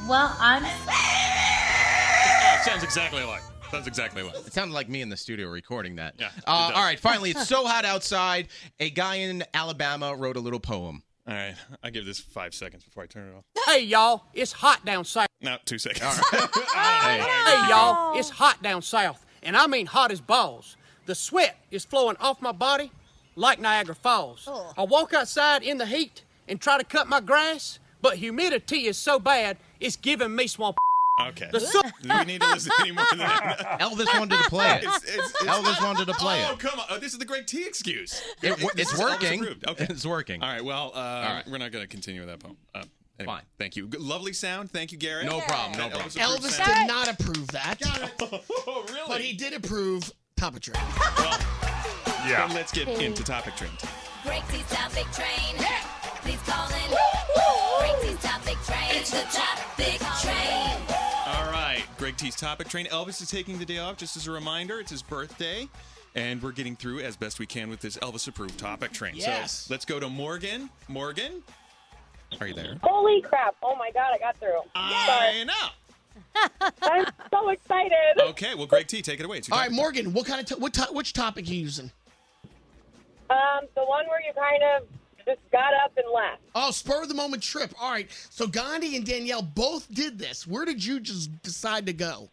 S17: Well, I'm.
S5: Oh, sounds exactly like. Sounds exactly like.
S14: It sounded like me in the studio recording that. Yeah.
S5: it
S14: Uh,
S5: does.
S14: all right. Finally, it's so hot outside. A guy in Alabama wrote a little poem.
S5: All right, I give this five seconds before I turn it off.
S22: Hey y'all, it's hot down south.
S5: No, two seconds.
S22: Hey y'all, it's hot down south, and I mean hot as balls. The sweat is flowing off my body like Niagara Falls. I walk outside in the heat and try to cut my grass, but humidity is so bad it's giving me swamp.
S5: Okay.
S22: The sun-
S5: we need to listen anymore. Than that.
S14: Elvis wanted to play it.
S5: It's- it's- it's-
S14: Elvis wanted to play
S5: oh,
S14: it.
S5: come on! Oh, this is the Greg T excuse.
S14: It wo-
S5: This
S14: it's
S5: is Elvis
S14: working.
S5: approved. Okay.
S14: It's working.
S5: All right. Well, uh,
S14: right.
S5: we're not going to continue with that poem. Uh, anyway, Fine. Thank you. Good- Lovely sound. Thank you, Garrett.
S14: No Yeah. problem, no
S5: That
S14: problem.
S5: approved
S15: Elvis
S5: sound.
S15: did not approve that.
S5: oh, really?
S15: But he did approve Papa Drake.
S5: Yeah. Then let's get into topic trend.
S8: Breaksy's topic train. Please call in. Breaksy's topic train. It's the topic train.
S5: All right, Greg T's topic train. Elvis is taking the day off. Just as a reminder, it's his birthday, and we're getting through as best we can with this Elvis-approved topic train.
S21: Yes.
S5: So let's go to Morgan. Morgan, are you there?
S21: Holy crap. Oh my god, I got through.
S5: I know.
S21: I'm so excited.
S5: Okay. Well, Greg T, take it away. It's your
S15: All right,
S5: topic.
S15: Morgan, what kind of to- what to- which topic are you using?
S21: Um, the one where you kind of just got up and left.
S15: Oh, spur of the moment trip. All right. So Gandhi and Danielle both did this. Where did you just decide to go?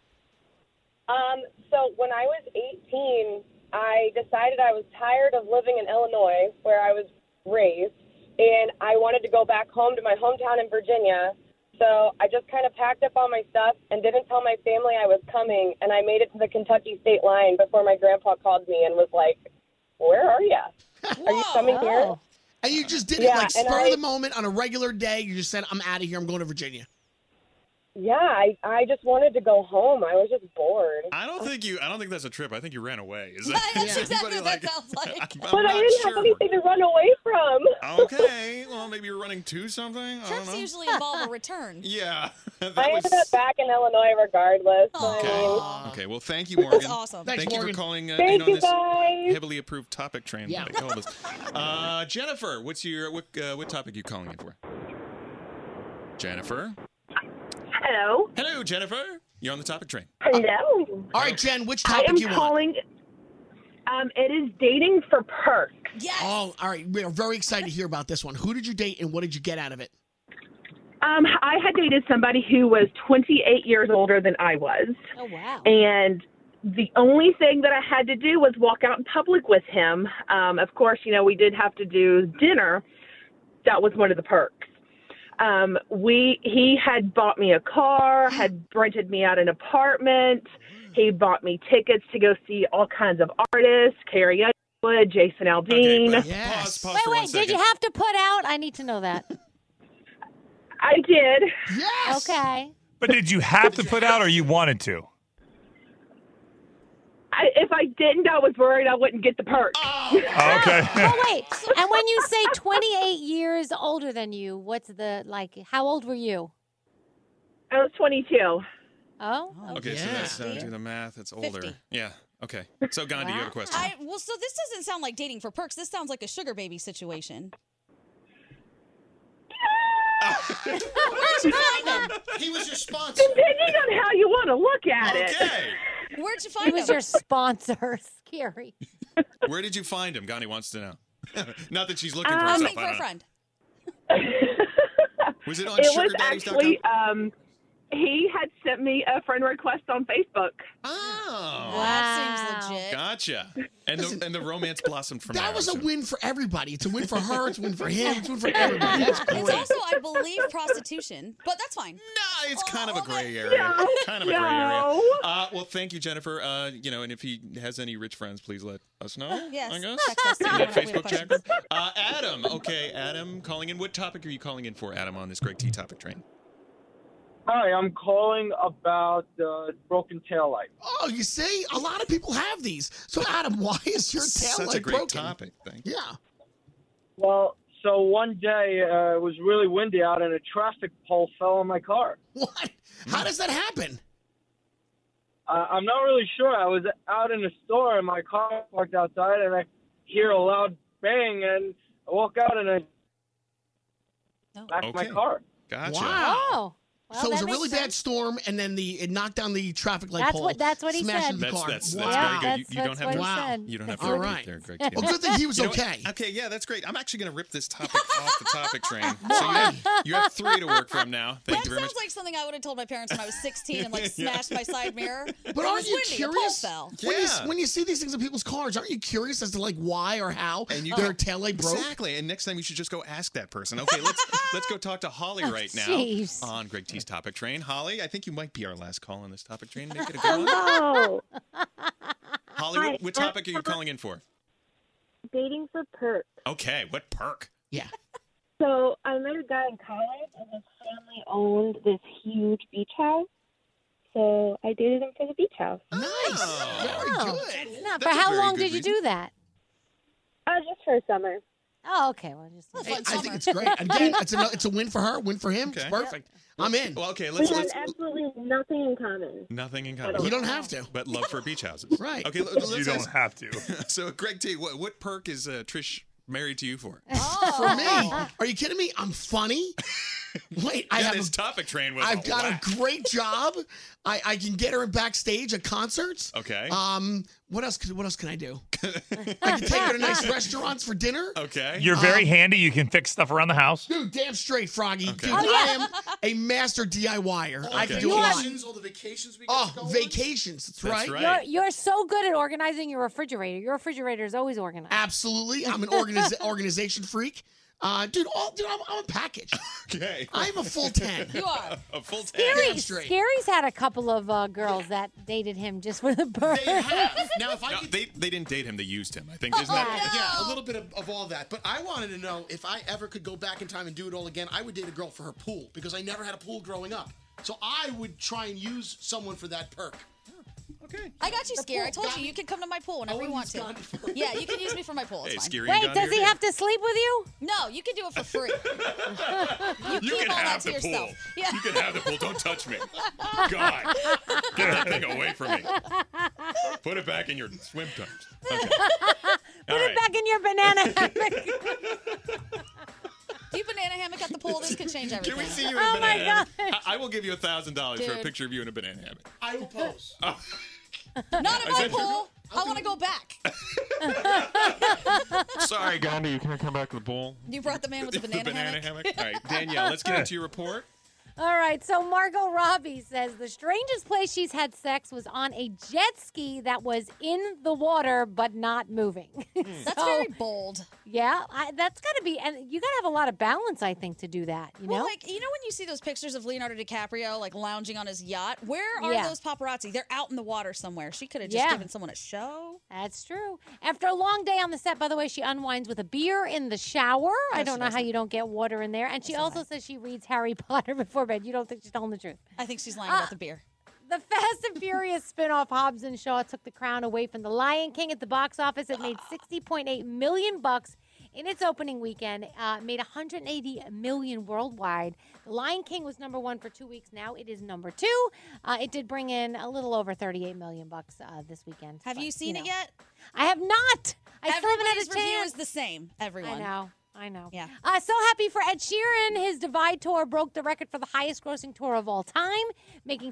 S21: Um, so when I was 18, I decided I was tired of living in Illinois, where I was raised, and I wanted to go back home to my hometown in Virginia. So I just kind of packed up all my stuff and didn't tell my family I was coming, and I made it to the Kentucky state line before my grandpa called me and was like, "Where are you? Are you coming here?"
S15: And you just did
S21: Yeah,
S15: it like
S21: and
S15: spur
S21: I-
S15: of the moment on a regular day. You just said, I'm out of here. I'm going to Virginia.
S21: Yeah, I, I just wanted to go home. I was just bored.
S5: I don't think you. I don't think that's a trip. I think you ran away. Is that? is anybody like- I'm
S21: but I
S5: not
S21: didn't have
S5: sure.
S21: anything to run away from.
S5: Okay. Well, maybe you're running to something. I don't
S21: Trips
S5: know.
S21: usually
S11: involve a return.
S5: Yeah. That
S21: I
S5: was- Oh,
S21: ended up back in Illinois regardless.
S5: Okay. Okay. Well, thank you, Morgan.
S21: awesome.
S5: Thank
S21: Thanks,
S5: you
S21: Morgan.
S5: for calling uh,
S21: Thank
S5: in on
S21: you,
S5: this
S21: guys.
S5: heavily approved topic train.
S21: Yeah.
S5: like Elvis. Uh, Jennifer, what's your what uh, what topic you calling in for? Jennifer.
S29: Hello.
S5: Hello, Jennifer. You're on the topic train.
S29: Hello.
S22: Oh,
S15: All right, Jen, which
S29: I
S15: topic
S29: am
S15: you want?
S29: calling
S27: Um, it is dating for perks.
S15: Yes. Oh, all right. We are very excited to hear about this one. Who did you date and what did you get out of it?
S27: Um, I had dated somebody who was 28 years older than I was.
S7: Oh wow.
S27: And the only thing that I had to do was walk out in public with him. Um, of course, you know, we did have to do dinner. That was one of the perks. Um, we he had bought me a car, had rented me out an apartment. He bought me tickets to go see all kinds of artists, Carrie Underwood, Jason Aldean.
S7: wait, wait. Did you have to put out? I need to know that.
S27: I did.
S7: Yes. Okay.
S9: But did you have to put out or you wanted to? Oh,
S27: I, if I didn't, I was worried I wouldn't get the perk.
S9: Oh, okay.
S7: Oh wait. And when you say 28 years older than you, what's the like? How old were you?
S27: I was 22.
S7: Oh.
S5: Okay, so that's uh, do the math. It's older.
S11: 50.
S5: Yeah. Okay. So Gandhi, you had a question.
S11: I, well, so this doesn't sound like dating for perks. This sounds like a sugar baby situation.
S18: he was your sponsor.
S27: Depending on how you want to look at
S5: Okay.
S27: it.
S11: Where'd you
S7: It was your sponsor, Scary.
S5: Where did you find him? Gandhi wants to know. Not that she's looking for
S27: Um,
S5: herself.
S27: Looking for
S5: I
S27: a
S5: don't know.
S11: friend.
S5: Was it on
S27: It was
S5: sugardaddies.com?
S27: actually um, he had sent me a friend request on Facebook.
S5: Oh.
S27: That seems legit.
S5: Gotcha. And the, and the romance blossomed from
S15: That
S5: there.
S15: was a
S5: so-
S15: win for everybody. It's a win for her. It's a win for him. It's a win for everybody. That's great.
S11: It's also, I believe, prostitution, but that's fine.
S5: No, Ah, it's kind of a gray area.
S11: No,
S5: kind of a gray area.
S11: no.
S5: Uh, well, thank you, Jennifer. Uh, you know, and if he has any rich friends, please let us know.
S11: Yes,
S5: I guess.
S11: text us if
S5: Yeah,
S11: you want to- we have
S5: Facebook chat group. Uh, Adam. Okay, Adam, calling in. What topic are you calling in for, Adam, on this Greg T topic train?
S12: Hi, I'm calling about uh, broken taillight.
S15: Oh, you see, a lot of people have these. So, Adam, why is your tail
S12: Such a
S15: like
S12: great
S15: broken?
S12: topic. Thank
S15: you. Yeah.
S12: Well, so one day uh, it was really windy out, and a traffic pole fell on my car.
S15: What? How
S12: Hmm.
S15: does that happen?
S12: Uh, I'm not really sure. I was out in a store, and my car was parked outside, and I hear a loud bang, and I walk out, and I back my
S15: Okay.
S12: car.
S5: Gotcha.
S15: Wow.
S30: Oh.
S12: Well,
S15: so it was
S12: that
S15: a
S12: makes
S15: really bad storm, and then the it knocked down the traffic light
S7: That's
S15: pole.
S7: what- that's what he
S15: smashed
S7: said.
S15: into The
S5: That's
S15: car.
S5: that's, that's
S15: wow.
S5: very good. You, you don't have to. You don't have to
S15: All
S5: repeat
S15: right.
S5: there, Greg. T.
S15: Well, good thing he was
S5: You know what?
S15: okay.
S5: Okay, yeah, that's great. I'm actually going to rip this topic off the topic train. So you have, you have three to work from now. Thank you very much.
S11: Sounds like something I would have told my parents when I was 16 and like
S5: Yeah.
S11: smashed my side mirror.
S15: But
S11: It
S15: aren't
S11: was
S15: you
S11: windy, a pole
S15: curious?
S11: fell.
S15: When, you,
S5: Yeah.
S15: when you see these things in people's cars, aren't you curious as to like why or how
S5: And you
S15: their
S5: go-
S15: tail light broke?
S5: Exactly. And next time you should just go ask that person. Okay, let's let's go talk to Holly
S15: Oh,
S5: right now
S15: jeez.
S5: on Greg T's topic train. Holly, I think you might be our last call on this topic train. Make it a good one.
S19: Hello.
S5: Holly,
S19: Hi.
S5: what, what topic are you calling in for?
S19: Dating for perks.
S5: Okay, what perk?
S15: Yeah.
S19: So I met a guy in college, and his family owned this huge beach house. So I dated him for the beach house.
S15: Nice.
S7: Oh,
S15: that's
S7: not-
S19: That's
S7: for
S19: a
S7: how
S19: very
S7: long
S19: good
S7: did you do that?
S19: Uh, just for a summer.
S7: Oh, okay. Well, just
S15: Hey, I think it's great. Again, it's a it's a win for her, win for him. It's perfect. I'm in.
S5: Well, okay,
S19: We
S5: let's
S19: had
S5: let's
S19: absolutely nothing in common.
S5: nothing in common.
S19: You don't have
S15: to.
S5: But love for beach houses.
S15: Right.
S5: Okay, let- let's
S9: you don't
S5: ask-
S9: have to.
S5: So, Greg T, what, what perk is uh, Trish married to you for?
S9: Oh.
S15: For me, are you kidding me? I'm funny. Wait, I
S5: Yeah,
S15: have.
S5: this
S15: a-
S5: topic train was.
S15: I've
S5: a
S15: got
S5: whack.
S15: a great job. I, I can get her in backstage at concerts.
S5: Okay.
S15: Um. What else? Could, what else can I do? I can take her to nice restaurants for dinner.
S5: Okay.
S9: You're very
S15: Um,
S9: handy. You can fix stuff around the house.
S15: Dude, damn straight, Froggy. Dude,
S9: Oh,
S15: I am a master DIYer. I can
S9: Okay.
S15: do
S9: You
S15: a
S9: are-
S15: lot.
S18: Vacations, all the vacations we
S15: Oh, vacations. That's, right.
S7: You're, you're so good at organizing your refrigerator. Your refrigerator is always organized.
S15: Absolutely. I'm an organiz- organization freak. Uh, dude, all, dude, I'm, I'm a package.
S5: Okay.
S15: I'm a full 10.
S7: You are.
S5: A full 10.
S7: Scary,
S15: Damn straight.
S7: Scary's had a couple of uh, girls that dated him just for the bird.
S18: Now, if I
S5: No, they they didn't date him. They used him. I think. Isn't that?
S18: Yeah, a little bit of, of all that. But I wanted to know if I ever could go back in time and do it all again, I would date a girl for her pool because I never had a pool growing up. So I would try and use someone for that perk.
S11: I got you,
S18: The
S11: Scare. I
S18: pool.
S11: told you you could come to my pool whenever you want to. Yeah, you can use me for my pool. It's
S5: Hey,
S11: fine.
S5: Scary and
S7: Oh, Wait, does he have to sleep with you?
S11: No, you can do it for free.
S5: You,
S11: keep
S5: can
S11: all that
S5: have
S11: to
S5: the
S11: yourself.
S5: pool.
S11: Yeah.
S5: You can have the pool. Don't touch me. God, get that thing away from me. Put it back in your swim trunks. Okay.
S7: Put it back in your banana hammock.
S11: Do you banana hammock at the pool? This could change everything.
S5: Can we see you in
S7: Oh,
S5: a banana hammock? I, I will give you a thousand dollars for a
S11: Oh Dude.
S5: picture of you in a banana hammock.
S18: I will pose.
S5: Oh.
S11: Not in
S5: Is
S11: my
S5: that your-
S11: pool.
S13: I want to go back.
S5: Sorry, Gandhi, you can't come back to the bowl.
S13: You brought the man with the banana, hammock.
S5: All right, Danielle, let's get into your report.
S7: All right, so Margot Robbie says the strangest place she's had sex was on a jet ski that was in the water but not moving.
S13: Hmm. That's very bold.
S7: Yeah, I, that's got to be, and you got to have a lot of balance, I think, to do that. You
S13: Well,
S7: know,
S13: like you know when you see those pictures of Leonardo DiCaprio like lounging on his yacht. Where are
S7: Yeah.
S13: those paparazzi? They're out in the water somewhere. She could have just
S7: Yeah.
S13: given someone a show.
S7: That's true. After a long day on the set, by the way, she unwinds with a beer in the shower. I
S13: she
S7: don't know how
S13: doesn't.
S7: you don't get water in there. And she also says she reads Harry Potter before bed. You don't think she's telling the truth.
S13: I think she's lying about
S7: Ah.
S13: the beer.
S7: The Fast and Furious spin-off Hobbs and Shaw took the crown away from The Lion King at the box office. It made 60.8 million bucks in its opening weekend. Uh, made 180 million worldwide. The Lion King was number one for two weeks. Now it is number two. Uh, it did bring in a little over 38 million bucks uh, this weekend.
S13: Have you seen it yet?
S7: I have not. I still haven't had a
S13: Everybody's review
S7: chance.
S13: is the same. Everyone.
S7: I know. I know.
S13: Yeah.
S7: Uh, so happy for Ed Sheeran. His Divide tour broke the record for the highest grossing tour of all time, making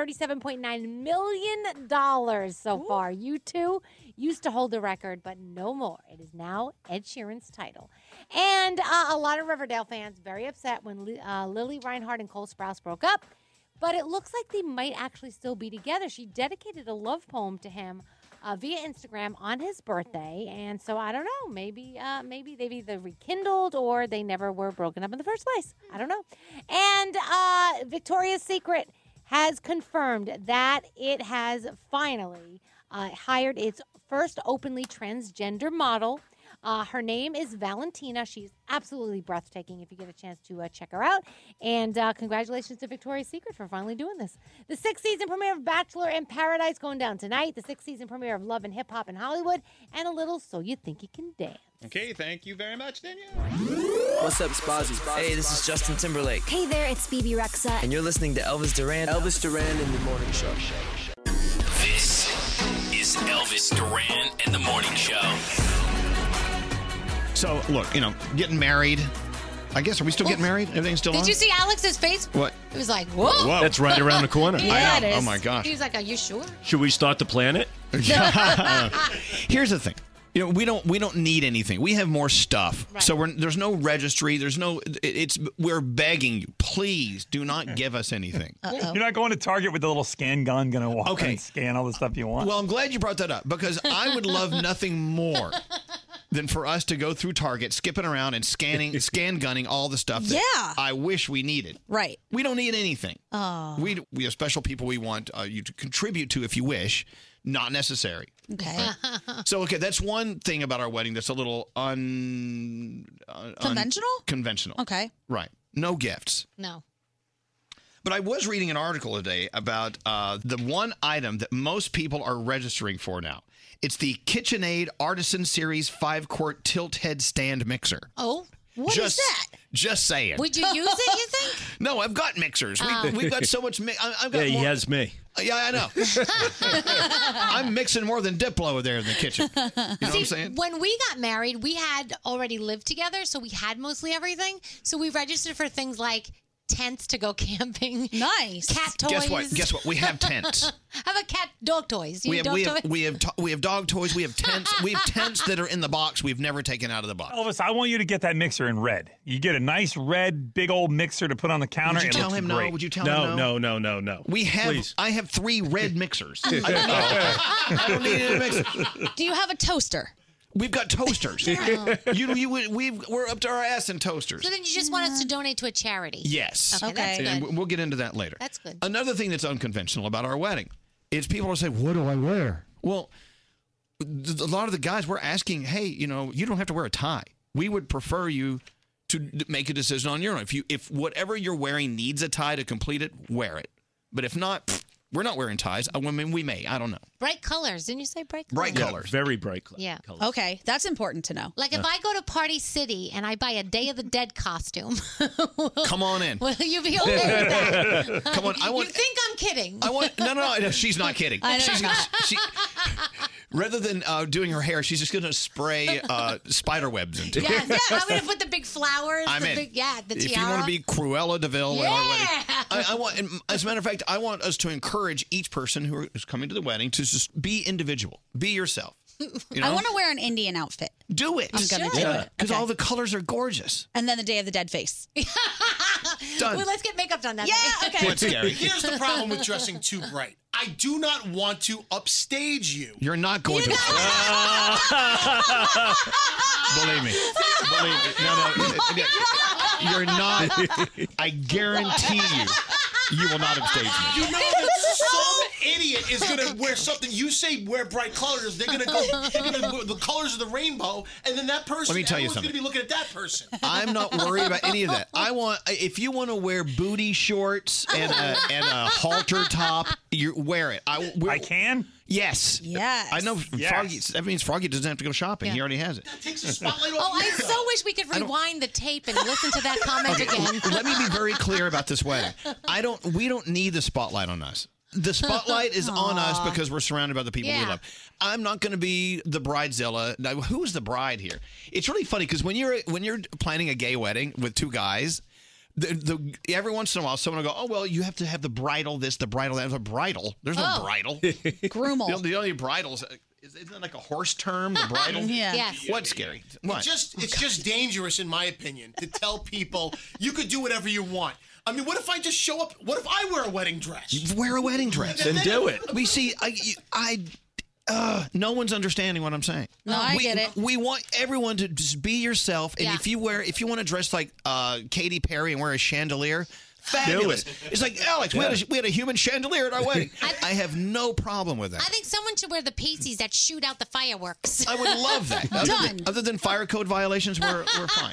S7: $737.9 million so far. You two used to hold the record, but no more. It is now Ed Sheeran's title. And uh, a lot of Riverdale fans very upset when Li- uh, Lily Reinhardt and Cole Sprouse broke up, but it looks like they might actually still be together. She dedicated a love poem to him uh, via Instagram on his birthday, and so I don't know. Maybe uh, maybe they've either rekindled or they never were broken up in the first place. I don't know. And uh, Victoria's Secret has confirmed that it has finally uh, hired its first openly transgender model. Uh, her name is Valentina. She's absolutely breathtaking if you get a chance to uh, check her out. And uh, congratulations to Victoria's Secret for finally doing this. The sixth season premiere of Bachelor in Paradise going down tonight. The sixth season premiere of Love and Hip Hop in Hollywood. And a little So You Think You Can Dance.
S5: Okay, thank you very much, Danielle.
S28: What's up, Spazzy? Hey, this is Justin Timberlake.
S16: Hey there, it's BB Rexa.
S28: And you're listening to Elvis Duran. Elvis Duran in the morning show.
S4: This is Elvis Duran and the Morning Show.
S1: So, look, you know, getting married. I guess, are we still getting married? Everything's still
S31: Oh, Did
S1: on?
S31: you see Alex's face?
S1: What?
S31: It was like, whoa.
S1: Whoa. That's right around the corner.
S31: yeah,
S1: I know.
S31: it is.
S1: Oh, my gosh.
S31: He was like, are you sure?
S1: Should we start to plan it? Here's the thing. You know, we don't we don't need anything. We have more stuff. So we're, there's no registry. There's no. it- It's we're begging you. Please do not give us anything.
S31: Uh,
S9: You're not going to Target with the little scan gun, going to walk
S1: Okay.
S9: and scan all the stuff you want.
S1: Well, I'm glad you brought that up because I would love nothing more than for us to go through Target, skipping around and scanning, scan gunning all the stuff that
S13: Yeah.
S1: I wish we needed.
S13: Right.
S1: We don't need anything.
S31: Uh-huh.
S13: Oh.
S1: We we have special people we want uh, you to contribute to if you wish, not necessary.
S13: Okay.
S31: Uh-huh.
S1: So okay, that's one thing about our wedding that's a little un, uh, un
S31: Conventional?
S1: Conventional.
S31: Okay.
S1: Right. No gifts.
S31: No.
S1: But I was reading an article today about uh, the one item that most people are registering for now. It's the KitchenAid Artisan Series five quart tilt head stand mixer.
S31: Oh, what is
S1: just,
S31: that?
S1: Just saying.
S31: Would you use it, you think?
S1: No, I've got mixers.
S31: Oh.
S1: We, we've got so much. Mi- I, I've got
S28: yeah,
S1: more-
S28: he has me.
S1: Yeah, I know. I'm mixing more than Diplo there in the kitchen. You know what I'm saying?
S31: When we got married, we had already lived together, so we had mostly everything. So we registered for things like tents to go camping. Nice. Cat toys.
S1: Guess what? Guess what? We have tents.
S31: How about cat dog toys? Do
S1: We
S31: you
S1: have,
S31: dog
S1: we have
S31: toys?
S1: we have to- we have dog toys. We have tents. We have tents that are in the box. We've never taken out of the box.
S9: Elvis, I want you to get that mixer in red. You get a nice red, big old mixer to put on the counter.
S1: Would you
S9: it
S1: tell
S9: looks
S1: him no?
S9: great.
S1: Would you tell No, him no?
S28: no, no, no.
S1: We have.
S28: Please.
S1: I have three red mixers. I don't need, I don't need any mixers.
S13: Do you have a toaster?
S1: We've got toasters.
S31: Yeah.
S1: you you would- we've we're up to our ass in toasters.
S31: So then you just want us to donate to a charity?
S1: Yes.
S31: Okay, that's good.
S1: And we- we'll get into that later.
S31: That's good.
S1: Another thing that's unconventional about our wedding is people are saying, "What do I wear?" Well, th- a lot of the guys were asking, "Hey, you know, you don't have to wear a tie. We would prefer you to d- make a decision on your own. If you, if whatever you're wearing needs a tie to complete it, wear it. But if not, pfft, we're not wearing ties. I mean, we may. I don't know.
S31: Bright colors. Didn't you say bright colors?
S1: Bright colors,
S28: very bright colors.
S31: Yeah.
S13: Okay, that's important to know.
S31: Like if
S13: Yeah.
S31: I go to Party City and I buy a Day of the Dead costume, come
S1: on in.
S31: Will you be okay with that?
S1: Come on, I want-
S31: You think I'm kidding?
S1: I want no, no, no. She's not kidding.
S31: I know
S1: She's
S31: you're not.
S1: she, rather than uh, doing her hair, she's just going to spray uh, spider webs into
S31: Yeah,
S1: it.
S31: yeah, I would have put the big flowers.
S1: I'm
S31: the
S1: in.
S31: Big, yeah, the
S1: if
S31: tiara.
S1: you want to be Cruella Deville at our wedding,
S31: yeah.
S1: I, I want. and As a matter of fact, I want us to encourage each person who is coming to the wedding to just be individual, be yourself. You know?
S13: I want to wear an Indian outfit.
S1: Do it.
S13: I'm gonna do it.
S1: because all the colors are gorgeous.
S13: And then the Day of the Dead face.
S1: Done.
S31: Well, let's get makeup done that
S13: Yeah,
S31: day.
S13: okay.
S1: That's scary.
S18: Here's the problem with dressing too bright. I do not want to upstage you.
S1: You're not going to. Believe me. Believe me. No, no. You're not. I guarantee you, you will not upstage me.
S18: You know that some idiot is gonna wear something. You say wear bright colors. They're gonna go. They're gonna wear the colors of the rainbow, and then that person.
S1: Let me tell you
S18: everyone's
S1: something.
S18: Gonna be looking at that person.
S1: I'm not worried about any of that. I want if you want to wear booty shorts and a, and a halter top, you wear it. I, I
S9: can.
S1: Yes.
S31: Yes.
S1: I know.
S31: Yes.
S1: Froggy, that means Froggy doesn't have to go shopping. He
S31: Yeah.
S1: already has it.
S18: takes
S1: the
S18: spotlight
S31: Oh, I so wish we could rewind the tape and listen to that comment again.
S1: Let me be very clear about this wedding. I don't. We don't need the spotlight on us. The spotlight is on us
S31: Aw.
S1: because we're surrounded by the people we
S31: Yeah.
S1: love. I'm not going to be the bridezilla. Now, who is the bride here? It's really funny because when you're when you're planning a gay wedding with two guys. The, the, every once in a while, someone will go, "Oh well, you have to have the bridal this, the bridal that." The bridal, there's no
S31: Oh.
S1: bridal.
S13: Groomal.
S1: The, only- the only bridles is isn't that like a horse term? The bridal.
S31: Yeah. Yes.
S1: What's scary? What?
S18: It's just it's just dangerous, in my opinion, to tell people you could do whatever you want. I mean, what if I just show up? What if I wear a wedding dress?
S1: Wear a wedding dress
S18: Then do it.
S1: We see, I, I, uh, no one's understanding what I'm saying.
S18: No, I
S1: we,
S18: get it.
S1: We want everyone to just be yourself, and
S18: Yeah.
S1: if you wear, if you want to dress like uh, Katy Perry and wear a chandelier. Fabulous. It's like, Alex, we, had
S22: Yeah.
S1: a, we had a human chandelier at our wedding. I have no problem with that.
S31: I think someone should wear the pasties that shoot out the fireworks.
S1: I would love that. Other
S31: Done.
S1: Than, other than fire code violations, we're, we're fine.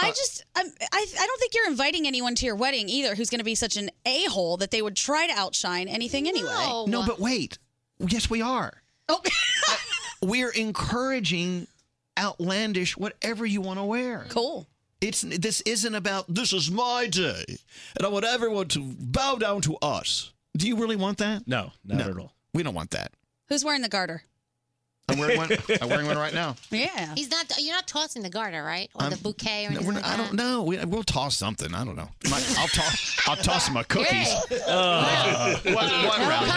S13: I just, I'm, I, I don't think you're inviting anyone to your wedding either who's going to be such an a hole that they would try to outshine anything anyway.
S1: No, but wait. Yes, we are. Okay. We're encouraging outlandish whatever you want to wear.
S13: Cool.
S1: It's this isn't about this is my day and I want everyone to bow down to us. Do you really want that?
S22: No, not at all.
S1: We don't want that.
S13: Who's wearing the garter?
S1: I'm wearing one. I'm wearing one right now.
S13: Yeah.
S31: He's not. You're not tossing the garter, right? Or the
S1: I'm-
S31: bouquet, or
S1: No,
S31: anything
S1: we're not-
S31: like
S1: I
S31: that.
S1: don't know. We, we'll toss something. I don't know. My- I'll toss. I'll toss my cookies.
S15: Hey.
S1: Uh, what, what round?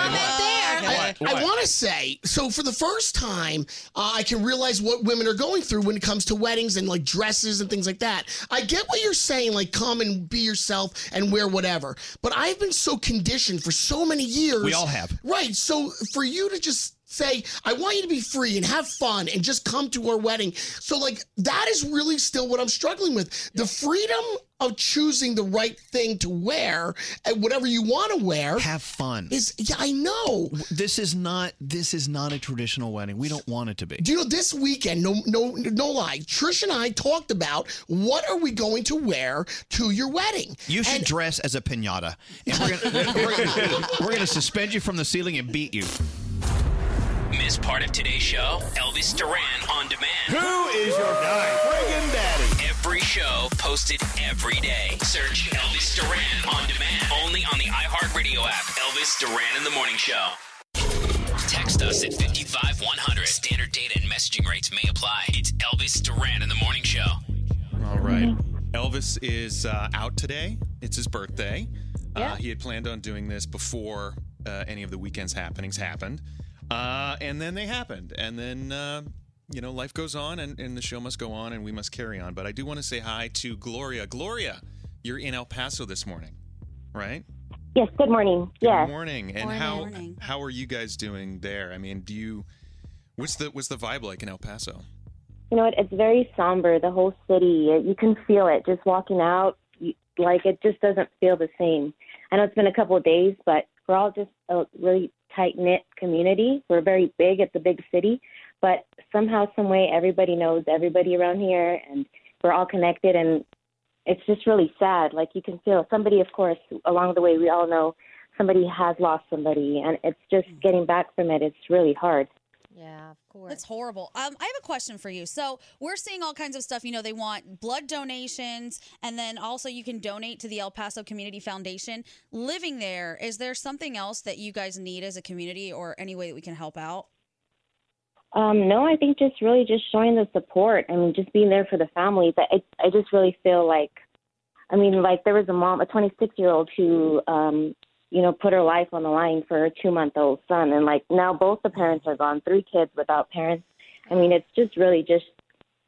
S15: I,
S1: What? What?
S15: want to say so for the first time, uh, I can realize what women are going through when it comes to weddings and like dresses and things like that. I get what you're saying, like come and be yourself and wear whatever. But I've been so conditioned for so many years.
S1: We all have.
S15: right? So for you to just say, I want you to be free and have fun and just come to our wedding. So like that is really still what I'm struggling with. The freedom of choosing the right thing to wear and whatever you want to wear.
S1: Have fun.
S15: Is yeah, I know.
S1: This is not this is not a traditional wedding. We don't want it to be.
S15: Do you know this weekend? No, no, no lie. Trish and I talked about what are we going to wear to your wedding.
S1: You should dress as a pinata. And we're gonna, we're, gonna, we're gonna suspend you from the ceiling and beat you.
S4: Miss part of today's show? Elvis Duran on demand.
S21: Who is your friggin' daddy?
S4: Every show posted every day. Search Elvis Duran on demand. Only on the iHeartRadio app. Elvis Duran in the Morning Show. Text us at 55100. Standard data and messaging rates may apply. It's Elvis Duran in the Morning Show.
S5: All right. Elvis is uh, out today. It's his birthday.
S4: Yeah.
S5: Uh, he had planned on doing this before uh, any of the weekend's happenings happened. Uh, and then they happened. And then, uh, you know, life goes on and, and the show must go on and we must carry on. But I do want to say hi to Gloria. Gloria, you're in El Paso this morning, right?
S16: Yes, good morning. yes.
S5: Good morning. And
S16: Morning.
S5: how
S16: Morning.
S5: how are you guys doing there? I mean, do you what's the what's the vibe like in El Paso?
S16: You know what? It's very somber, the whole city. You can feel it just walking out. You, like, it just doesn't feel the same. I know it's been a couple of days, but we're all just a really tight knit community. We're very big. It's a big city. But somehow, some way, everybody knows everybody around here, and we're all connected. And it's just really sad. Like, you can feel somebody, of course, along the way, we all know somebody has lost somebody. And it's just getting back from it, it's really hard.
S7: Yeah, of course.
S13: That's horrible. Um, I have a question for you. So we're seeing all kinds of stuff. You know, they want blood donations, and then also you can donate to the El Paso Community Foundation. Living there, is there something else that you guys need as a community, or any way that we can help out?
S16: Um, no, I think just really just showing the support. I mean, just being there for the families. I I I just really feel like, I mean, like there was a mom, a 26 year old who, um, you know, put her life on the line for her two month old son, and like now both the parents are gone, three kids without parents. I mean, it's just really just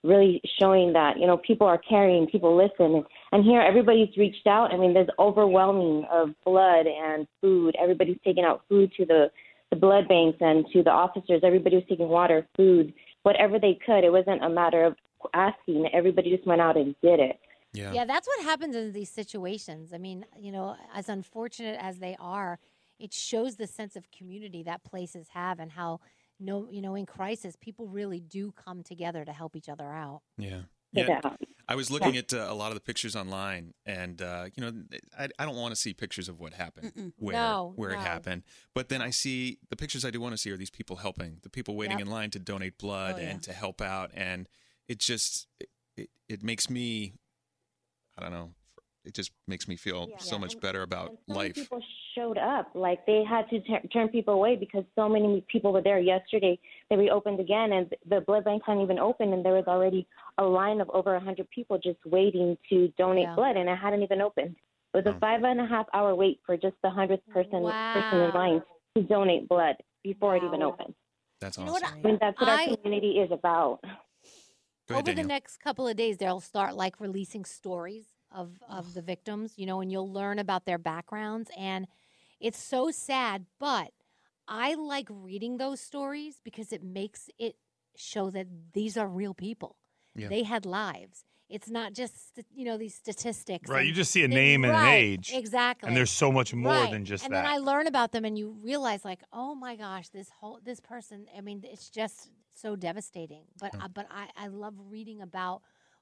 S16: really showing that you know people are caring, people listen, and, and here everybody's reached out. I mean, there's overwhelming of blood and food. Everybody's taking out food to the the blood banks and to the officers. Everybody was taking water, food, whatever they could. It wasn't a matter of asking. Everybody just went out and did it.
S7: Yeah. that's what happens in these situations. I mean, you know, as unfortunate as they are, it shows the sense of community that places have and how no, you know, in crisis, people really do come together to help each other out.
S5: Yeah.
S7: Yeah.
S5: Yeah. I was looking at uh, a lot of the pictures online, and uh, you know, I, I don't want to see pictures of what happened,
S7: Mm-mm.
S5: where
S7: No,
S5: where
S7: no.
S5: it happened. But then I see the pictures I do want to see are these people helping, the people waiting
S7: Yep.
S5: in line to donate blood
S7: Oh, yeah.
S5: and to help out, and it just it, it, it makes me, I don't know, it just makes me feel
S16: Yeah.
S5: so much better about
S16: so many
S5: life.
S16: people showed up. Like they had to tur turn people away because so many people were there yesterday. They reopened again, and the blood bank hadn't even opened, and there was already a line of over a 100 people just waiting to donate
S7: Yeah.
S16: blood, and it hadn't even opened. It was a five and a half hour wait for just the hundredth person person
S7: Wow.
S16: in line to donate blood before it even opened.
S5: That's
S7: You know what
S16: I mean, that's what
S7: I-
S16: our community is about.
S7: Over the next couple of days, they'll start like releasing stories of of the victims, you know, and you'll learn about their backgrounds, and it's so sad, but I like reading those stories because it makes it show that these are real people.
S9: Yeah.
S7: They had lives. It's not just st- you know these statistics.
S9: Right,
S7: and
S9: you just see a
S7: things-
S9: name and an
S7: Right,
S9: age,
S7: Exactly.
S9: and there's so much more
S7: Right.
S9: than just
S7: and
S9: that.
S7: then I learn about them, and you realize, like, oh my gosh, this whole this person. I mean, it's just so devastating. But I but I, I love reading about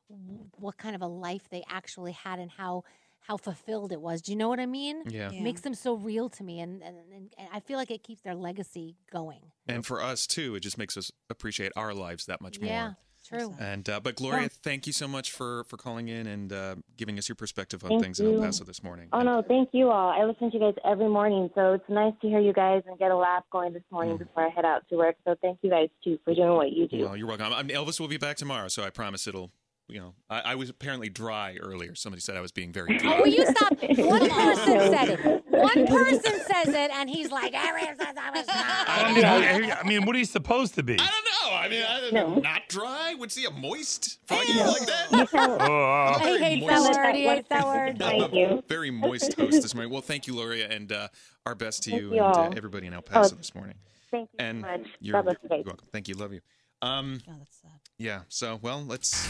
S7: w- what kind of a life they actually had and how how fulfilled it was. Do you know what I mean?
S5: Yeah. Yeah.
S7: makes them so real to me, and and, and and I feel like it keeps their legacy going.
S5: And for us too, it just makes us appreciate our lives that much
S7: Yeah,
S5: more.
S7: true.
S5: And uh, but Gloria,
S7: Yeah.
S5: thank you so much for for calling in and uh, giving us your perspective on
S16: Thank
S5: things in El
S16: you.
S5: Paso this morning.
S16: Oh no, thank you all. I listen to you guys every morning, so it's nice to hear you guys and get a laugh going this morning before I head out to work. So thank you guys too for doing what you do.
S5: Well, Oh, you're welcome. I'm, Elvis will be back tomorrow, so I promise it'll. You know, I, I was apparently dry earlier. Somebody said I was being very dry.
S7: Oh, will you stop? One person said it. One person says it, and he's like, "Everyone says I was not."
S9: I don't know. I mean, what are you supposed to be?
S5: No, Oh, I mean, I,
S9: No.
S5: not dry. Would see a moist. Froggy like that.
S9: Oh,
S5: Very
S7: hates that
S5: moist.
S7: word. He hates that word.
S5: I'm a Very moist host this morning. Well, thank you, Gloria, and uh, our best to
S16: Thank
S5: you,
S16: you
S5: and uh,
S16: all.
S5: everybody in El
S16: Oh,
S5: Paso this morning.
S16: Thank you
S5: and
S16: so much.
S5: You're,
S16: God bless you guys.
S5: you're welcome. Thank you. Love you. Um,
S11: Oh,
S5: Yeah. So, well, let's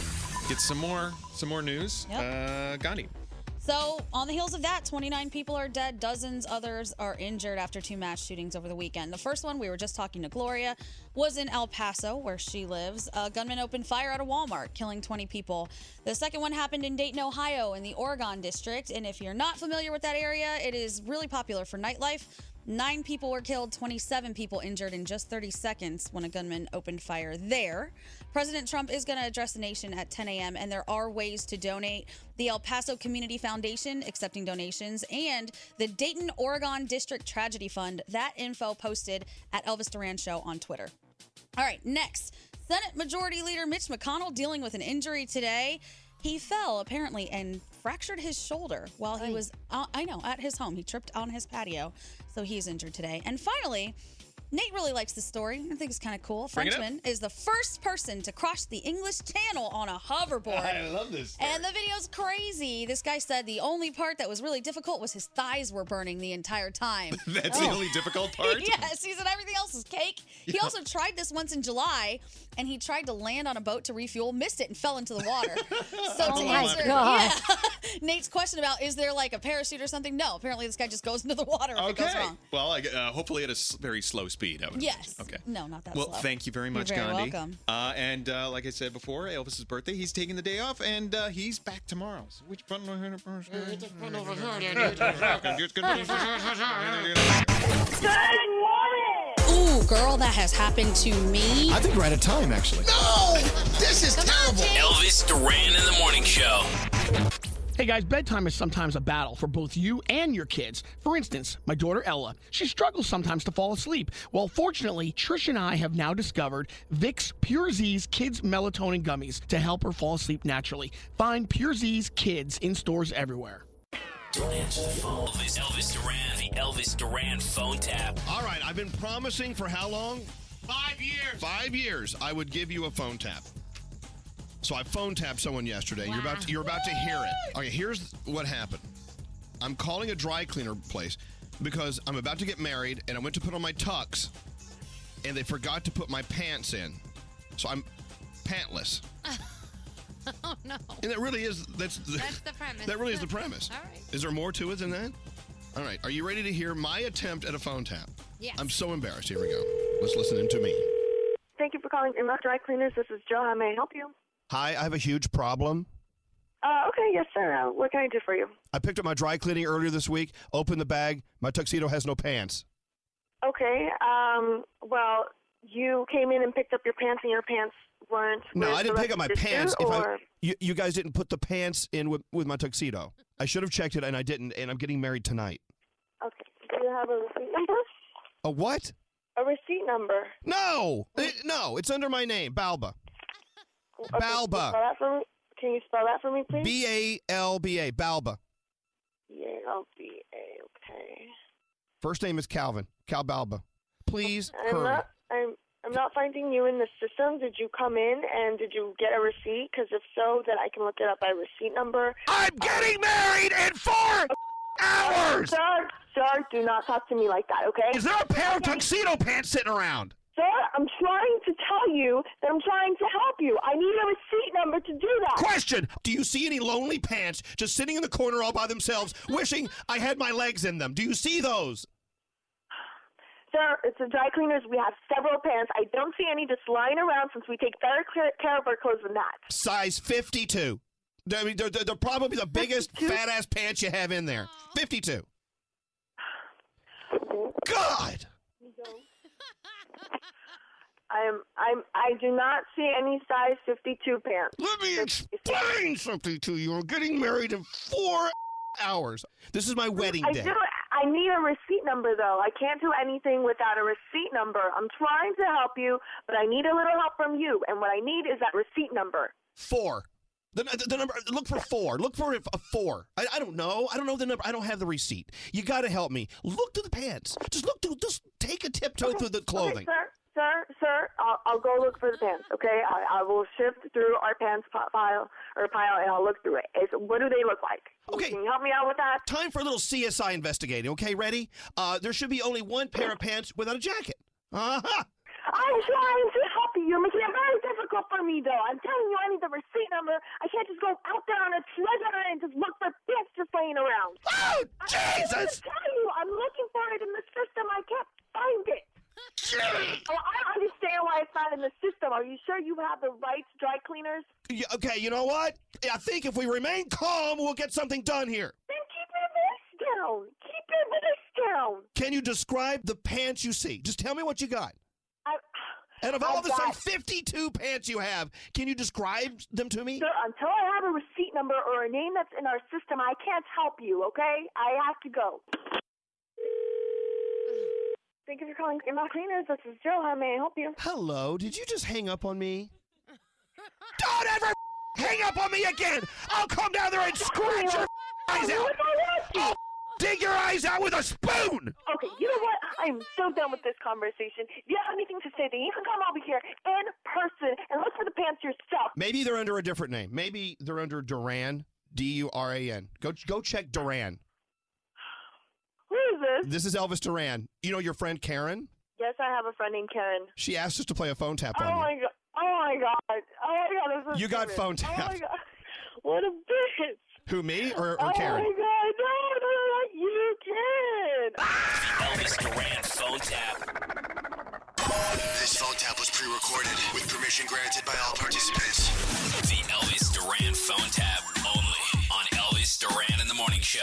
S5: get some more some more news. Uh, Gandhi.
S11: So, on the heels of that, 29 people are dead, dozens others are injured after two mass shootings over the weekend. The first one, we were just talking to Gloria, was in El Paso, where she lives. A gunman opened fire at a Walmart, killing 20 people. The second one happened in Dayton, Ohio, in the Oregon district. And if you're not familiar with that area, it is really popular for nightlife. Nine people were killed, 27 people injured in just 30 seconds when a gunman opened fire there. President Trump is going to address the nation at 10 a.m., and there are ways to donate. The El Paso Community Foundation accepting donations, and the Dayton, Oregon District Tragedy Fund. That info posted at Elvis Duran Show on Twitter. All right, next. Senate Majority Leader Mitch McConnell dealing with an injury today. He fell apparently and fractured his shoulder while he was, uh, I know, at his home. He tripped on his patio, so he's injured today. And finally, Nate really likes this story. I think it's kind of cool.
S8: Bring it up.
S11: Frenchman is the first person to cross the English Channel on a hoverboard.
S8: I love this story.
S11: And the video's crazy. This guy said the only part that was really difficult was his thighs were burning the entire time. Oh.
S5: That's the only difficult part.
S11: Yes, he said everything else is cake. He
S5: Yeah.
S11: also tried this once in July, and he tried to land on a boat to refuel, missed it, and fell into the water. so
S8: Oh
S11: to
S8: my
S11: answer
S8: God.
S11: yeah, Nate's question about is there like a parachute or something? No, apparently this guy just goes into the water if it goes
S5: Okay.
S11: wrong.
S5: Well, I, uh, hopefully at a s- very slow speed. I would
S11: Yes.
S5: imagine. Okay.
S11: No, not that
S5: well,
S11: slow.
S5: thank you very
S11: You're
S5: much,
S11: very
S5: Gandhi.
S11: welcome.
S5: Uh, and uh, like I said before, Elvis's birthday. He's taking the day off, and uh, he's back tomorrow. So which button over here?
S11: Ooh, girl, that has happened to me.
S15: I think we're out of time, actually.
S32: No, this is terrible.
S4: Elvis Duran in the Morning Show.
S15: Hey guys, bedtime is sometimes a battle for both you and your kids. For instance, my daughter Ella, she struggles sometimes to fall asleep. Well, fortunately, Trish and I have now discovered Vicks Pure Z's Kids Melatonin Gummies to help her fall asleep naturally. Find Pure Z's Kids in stores everywhere.
S4: Don't answer the phone. Elvis, Elvis Duran, the Elvis Duran phone tap.
S22: All right, I've been promising for how long? Five years. Five years. I would give you a phone tap. So I phone tapped someone yesterday. You're about to, you're about to hear it. Okay, here's what happened. I'm calling a dry cleaner place because I'm about to get married, and I went to put on my tux, and they forgot to put my pants in, so I'm pantless.
S31: Oh no.
S22: And that really is that's
S31: That's the premise.
S22: That really is the premise.
S31: All right.
S22: Is there more to it than that? All right. Are you ready to hear my attempt at a phone tap?
S31: Yes.
S22: I'm so embarrassed. Here we go. Let's listen in to me.
S2: Thank you for calling Emma Dry Cleaners. This is Jill. How may I help you?
S22: Hi, I have a huge problem.
S2: Uh, okay, yes, sir. Uh, what can I do for you?
S22: I picked up my dry cleaning earlier this week. Opened the bag. My tuxedo has no pants.
S2: Okay. Um, well, you came in and picked up your pants, and your pants weren't.
S22: No,
S2: with
S22: I
S2: the
S22: didn't
S2: rest
S22: pick up
S2: of
S22: my
S2: your suit,
S22: pants. If I,
S2: Or,
S22: you, you guys didn't put the pants in with, with my tuxedo. I should have checked it, and I didn't. And I'm getting married tonight.
S2: okay. Do you have a receipt number?
S22: A what?
S2: A receipt number.
S22: No, It- no, it's under my name, Balba.
S2: Okay,
S22: Balba.
S2: Can you spell that for me, can you spell that for me please?
S22: B A L B A, Balba.
S2: B-A-L-B-A, Okay.
S22: First name is Calvin. Cal Balba. Please
S2: I'm
S22: hurry.
S2: not. I'm. I'm not finding you in the system. Did you come in and did you get a receipt? Because if so, then I can look it up by receipt number. I'm getting married in four hours. Sir, sir, do not talk to me like that. Okay.
S1: Is there a pair of tuxedo pants sitting around?
S2: Sir, I'm trying to tell you that I'm trying to help you. I need a receipt number to do that.
S22: Question Do you see any lonely pants just sitting in the corner all by themselves, wishing I had my legs in them? Do you see those?
S2: Sir, it's the dry cleaners. We have several pants. I don't see any just lying around since we take better care care of our clothes than that.
S22: Size 52. I mean, they're, they're they're probably the biggest fat ass pants you have in there. 52. God!
S2: I'm. I'm. I do not see any size 52 pants.
S22: Let me explain something to you. I'm getting married in four hours. This is my wedding
S2: I
S22: day.
S2: do. I need a receipt number though. I can't do anything without a receipt number. I'm trying to help you, but I need a little help from you. And what I need is that receipt number.
S22: Four. The, the, the number. Look for four. Look for a four. I, I don't know. I don't know the number. I don't have the receipt. You got to help me. Look through the pants. Just look through. Just take a tiptoe through the clothing.
S2: Okay, sir. Sir, sir, I'll, I'll go look for the pants. Okay, I, I will sift through our pants po- pile or pile, and I'll look through it. It's, what do they look like?
S22: Okay.
S2: Can you help me out with that?
S22: Time for a little CSI investigating. Okay, ready? Uh, there should be only one pair of pants without a jacket. Uh-huh.
S2: I'm trying to help you. You're making it very difficult for me, though. I'm telling you, I need the receipt number. I can't just go out there on a treasure hunt and just look for pants just laying around.
S22: Oh,
S2: Jesus! I'm telling you, I'm looking for it in the system. I can't find it. Oh, I don't understand why it's not in the system. Are you sure you have the right dry cleaners?
S22: Y- okay, you know what? I think if we remain calm, we'll get something done here.
S2: Then keep your mask down. Keep your mask down.
S22: Can you describe the pants you see? Just tell me what you got.
S2: I,
S22: And of all
S2: I've
S22: the
S2: got-
S22: like 52 pants you have, can you describe them to me?
S2: Sir, until I have a receipt number or a name that's in our system, I can't help you, okay? I have to go. Thank you for calling Emma Cleaners. This is Joe. How may I help you?
S22: Hello, did you just hang up on me? Don't ever hang up on me again! I'll come down there and scratch your eyes out! I'll dig your eyes out with a spoon!
S2: Okay, you know what? I'm so done with this conversation. If you have anything to say, then you can come over here in person and look for the pants yourself.
S22: Maybe they're under a different name. Maybe they're under Duran, D U R A N. Go go check Duran.
S2: Who is this?
S22: This is Elvis Duran. You know your friend Karen?
S2: Yes, I have a friend named Karen.
S22: She asked us to play a phone tap
S2: Oh
S22: on you.
S2: my god! Oh my god! Oh my god! This is
S22: You got
S2: stupid.
S22: phone
S2: Oh my
S22: tapped.
S2: god! What a bitch!
S22: Who me or, or
S2: oh
S22: Karen?
S2: my god! No, no, not you, Karen.
S22: Ah!
S4: Elvis Duran phone tap.
S24: This phone tap was pre-recorded with permission granted by all participants.
S4: The Elvis Duran phone tap only on Elvis Duran in the Morning Show.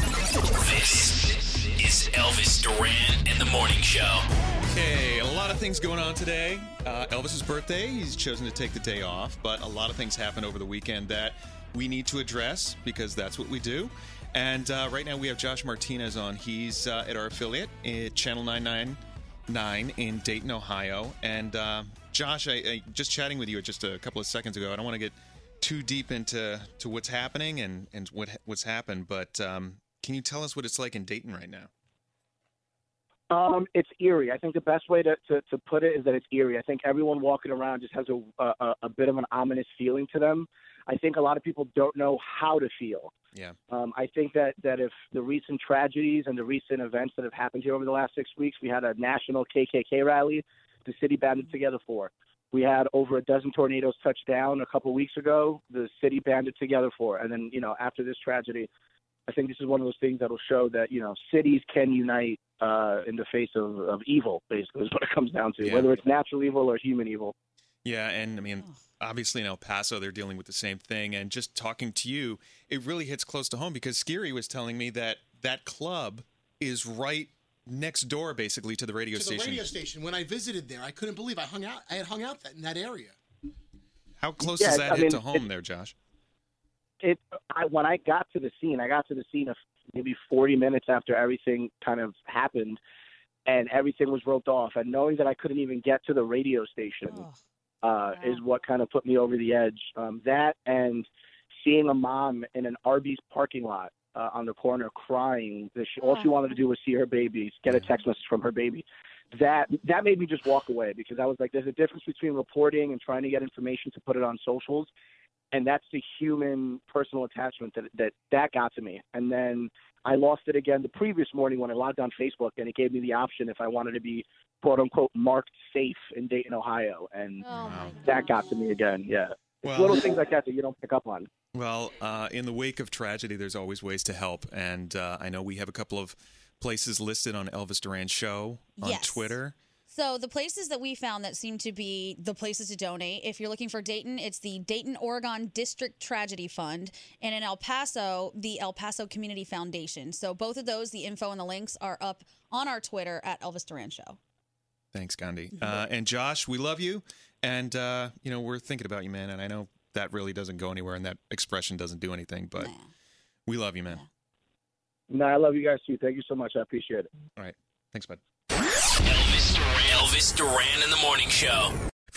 S4: This is Elvis Duran in the Morning Show.
S5: Okay, a lot of things going on today. Uh, Elvis's birthday, he's chosen to take the day off, but a lot of things happened over the weekend that we need to address because that's what we do. And uh, right now we have Josh Martinez on. He's uh, at our affiliate at Channel 999 in Dayton, Ohio. And uh, Josh, I, I just chatting with you just a couple of seconds ago. I don't want to get too deep into to what's happening and and what what's happened, but um, can you tell us what it's like in Dayton right now?
S10: Um, it's eerie. I think the best way to, to, to put it is that it's eerie. I think everyone walking around just has a, a a bit of an ominous feeling to them. I think a lot of people don't know how to feel.
S5: Yeah.
S10: Um, I think that, that if the recent tragedies and the recent events that have happened here over the last six weeks, we had a national KKK rally the city banded together for. We had over a dozen tornadoes touch down a couple weeks ago, the city banded together for. And then, you know, after this tragedy, I think this is one of those things that'll show that, you know, cities can unite uh, in the face of, of evil, basically, is what it comes down to,
S5: Yeah.
S10: whether it's natural evil or human evil.
S5: Yeah, and I mean, obviously in El Paso, they're dealing with the same thing. And just talking to you, it really hits close to home because Skiri was telling me that that club is right next door, basically, to the radio
S18: to
S5: station.
S18: the radio station. When I visited there, I couldn't believe I hung out. I had hung out that, in that area.
S5: How close
S10: Yeah,
S5: does that
S10: I
S5: hit
S10: mean,
S5: to home
S10: it-
S5: there, Josh?
S10: it I, when I got to the scene, I got to the scene of maybe 40 minutes after everything kind of happened, and everything was roped off. And knowing that I couldn't even get to the radio station uh, is what kind of put me over the edge. Um, that and seeing a mom in an Arby's parking lot uh, on the corner crying. That she, all she
S12: Aw.
S10: wanted to do was see her baby, get a text message from her baby. That that made me just walk away because I was like, there's a difference between reporting and trying to get information to put it on socials and that's the human personal attachment that that that got to me and then i lost it again the previous morning when i logged on facebook and it gave me the option if i wanted to be quote unquote marked safe in dayton ohio and that got to me again yeah
S5: Well-
S10: it's little things like that that you don't pick up on
S5: Well, uh, in the wake of tragedy, there's always ways to help, and uh, I know we have a couple of places listed on Elvis Duran Show on
S11: Yes.
S5: Twitter.
S11: So the places that we found that seem to be the places to donate, if you're looking for Dayton, it's the Dayton Oregon District Tragedy Fund, and in El Paso, the El Paso Community Foundation. So both of those, the info and the links are up on our Twitter at Elvis Duran Show.
S5: Thanks, Gandhi. Uh, and Josh, we love you, and uh, you know we're thinking about you, man. And I know that really doesn't go anywhere, and that expression doesn't do anything, but we love you, man.
S10: no i love you guys too thank you so much i appreciate it
S5: all right thanks bud
S4: Elvis Duran, Elvis Duran in the morning show.
S1: If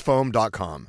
S1: coffeetoppersfoam.com.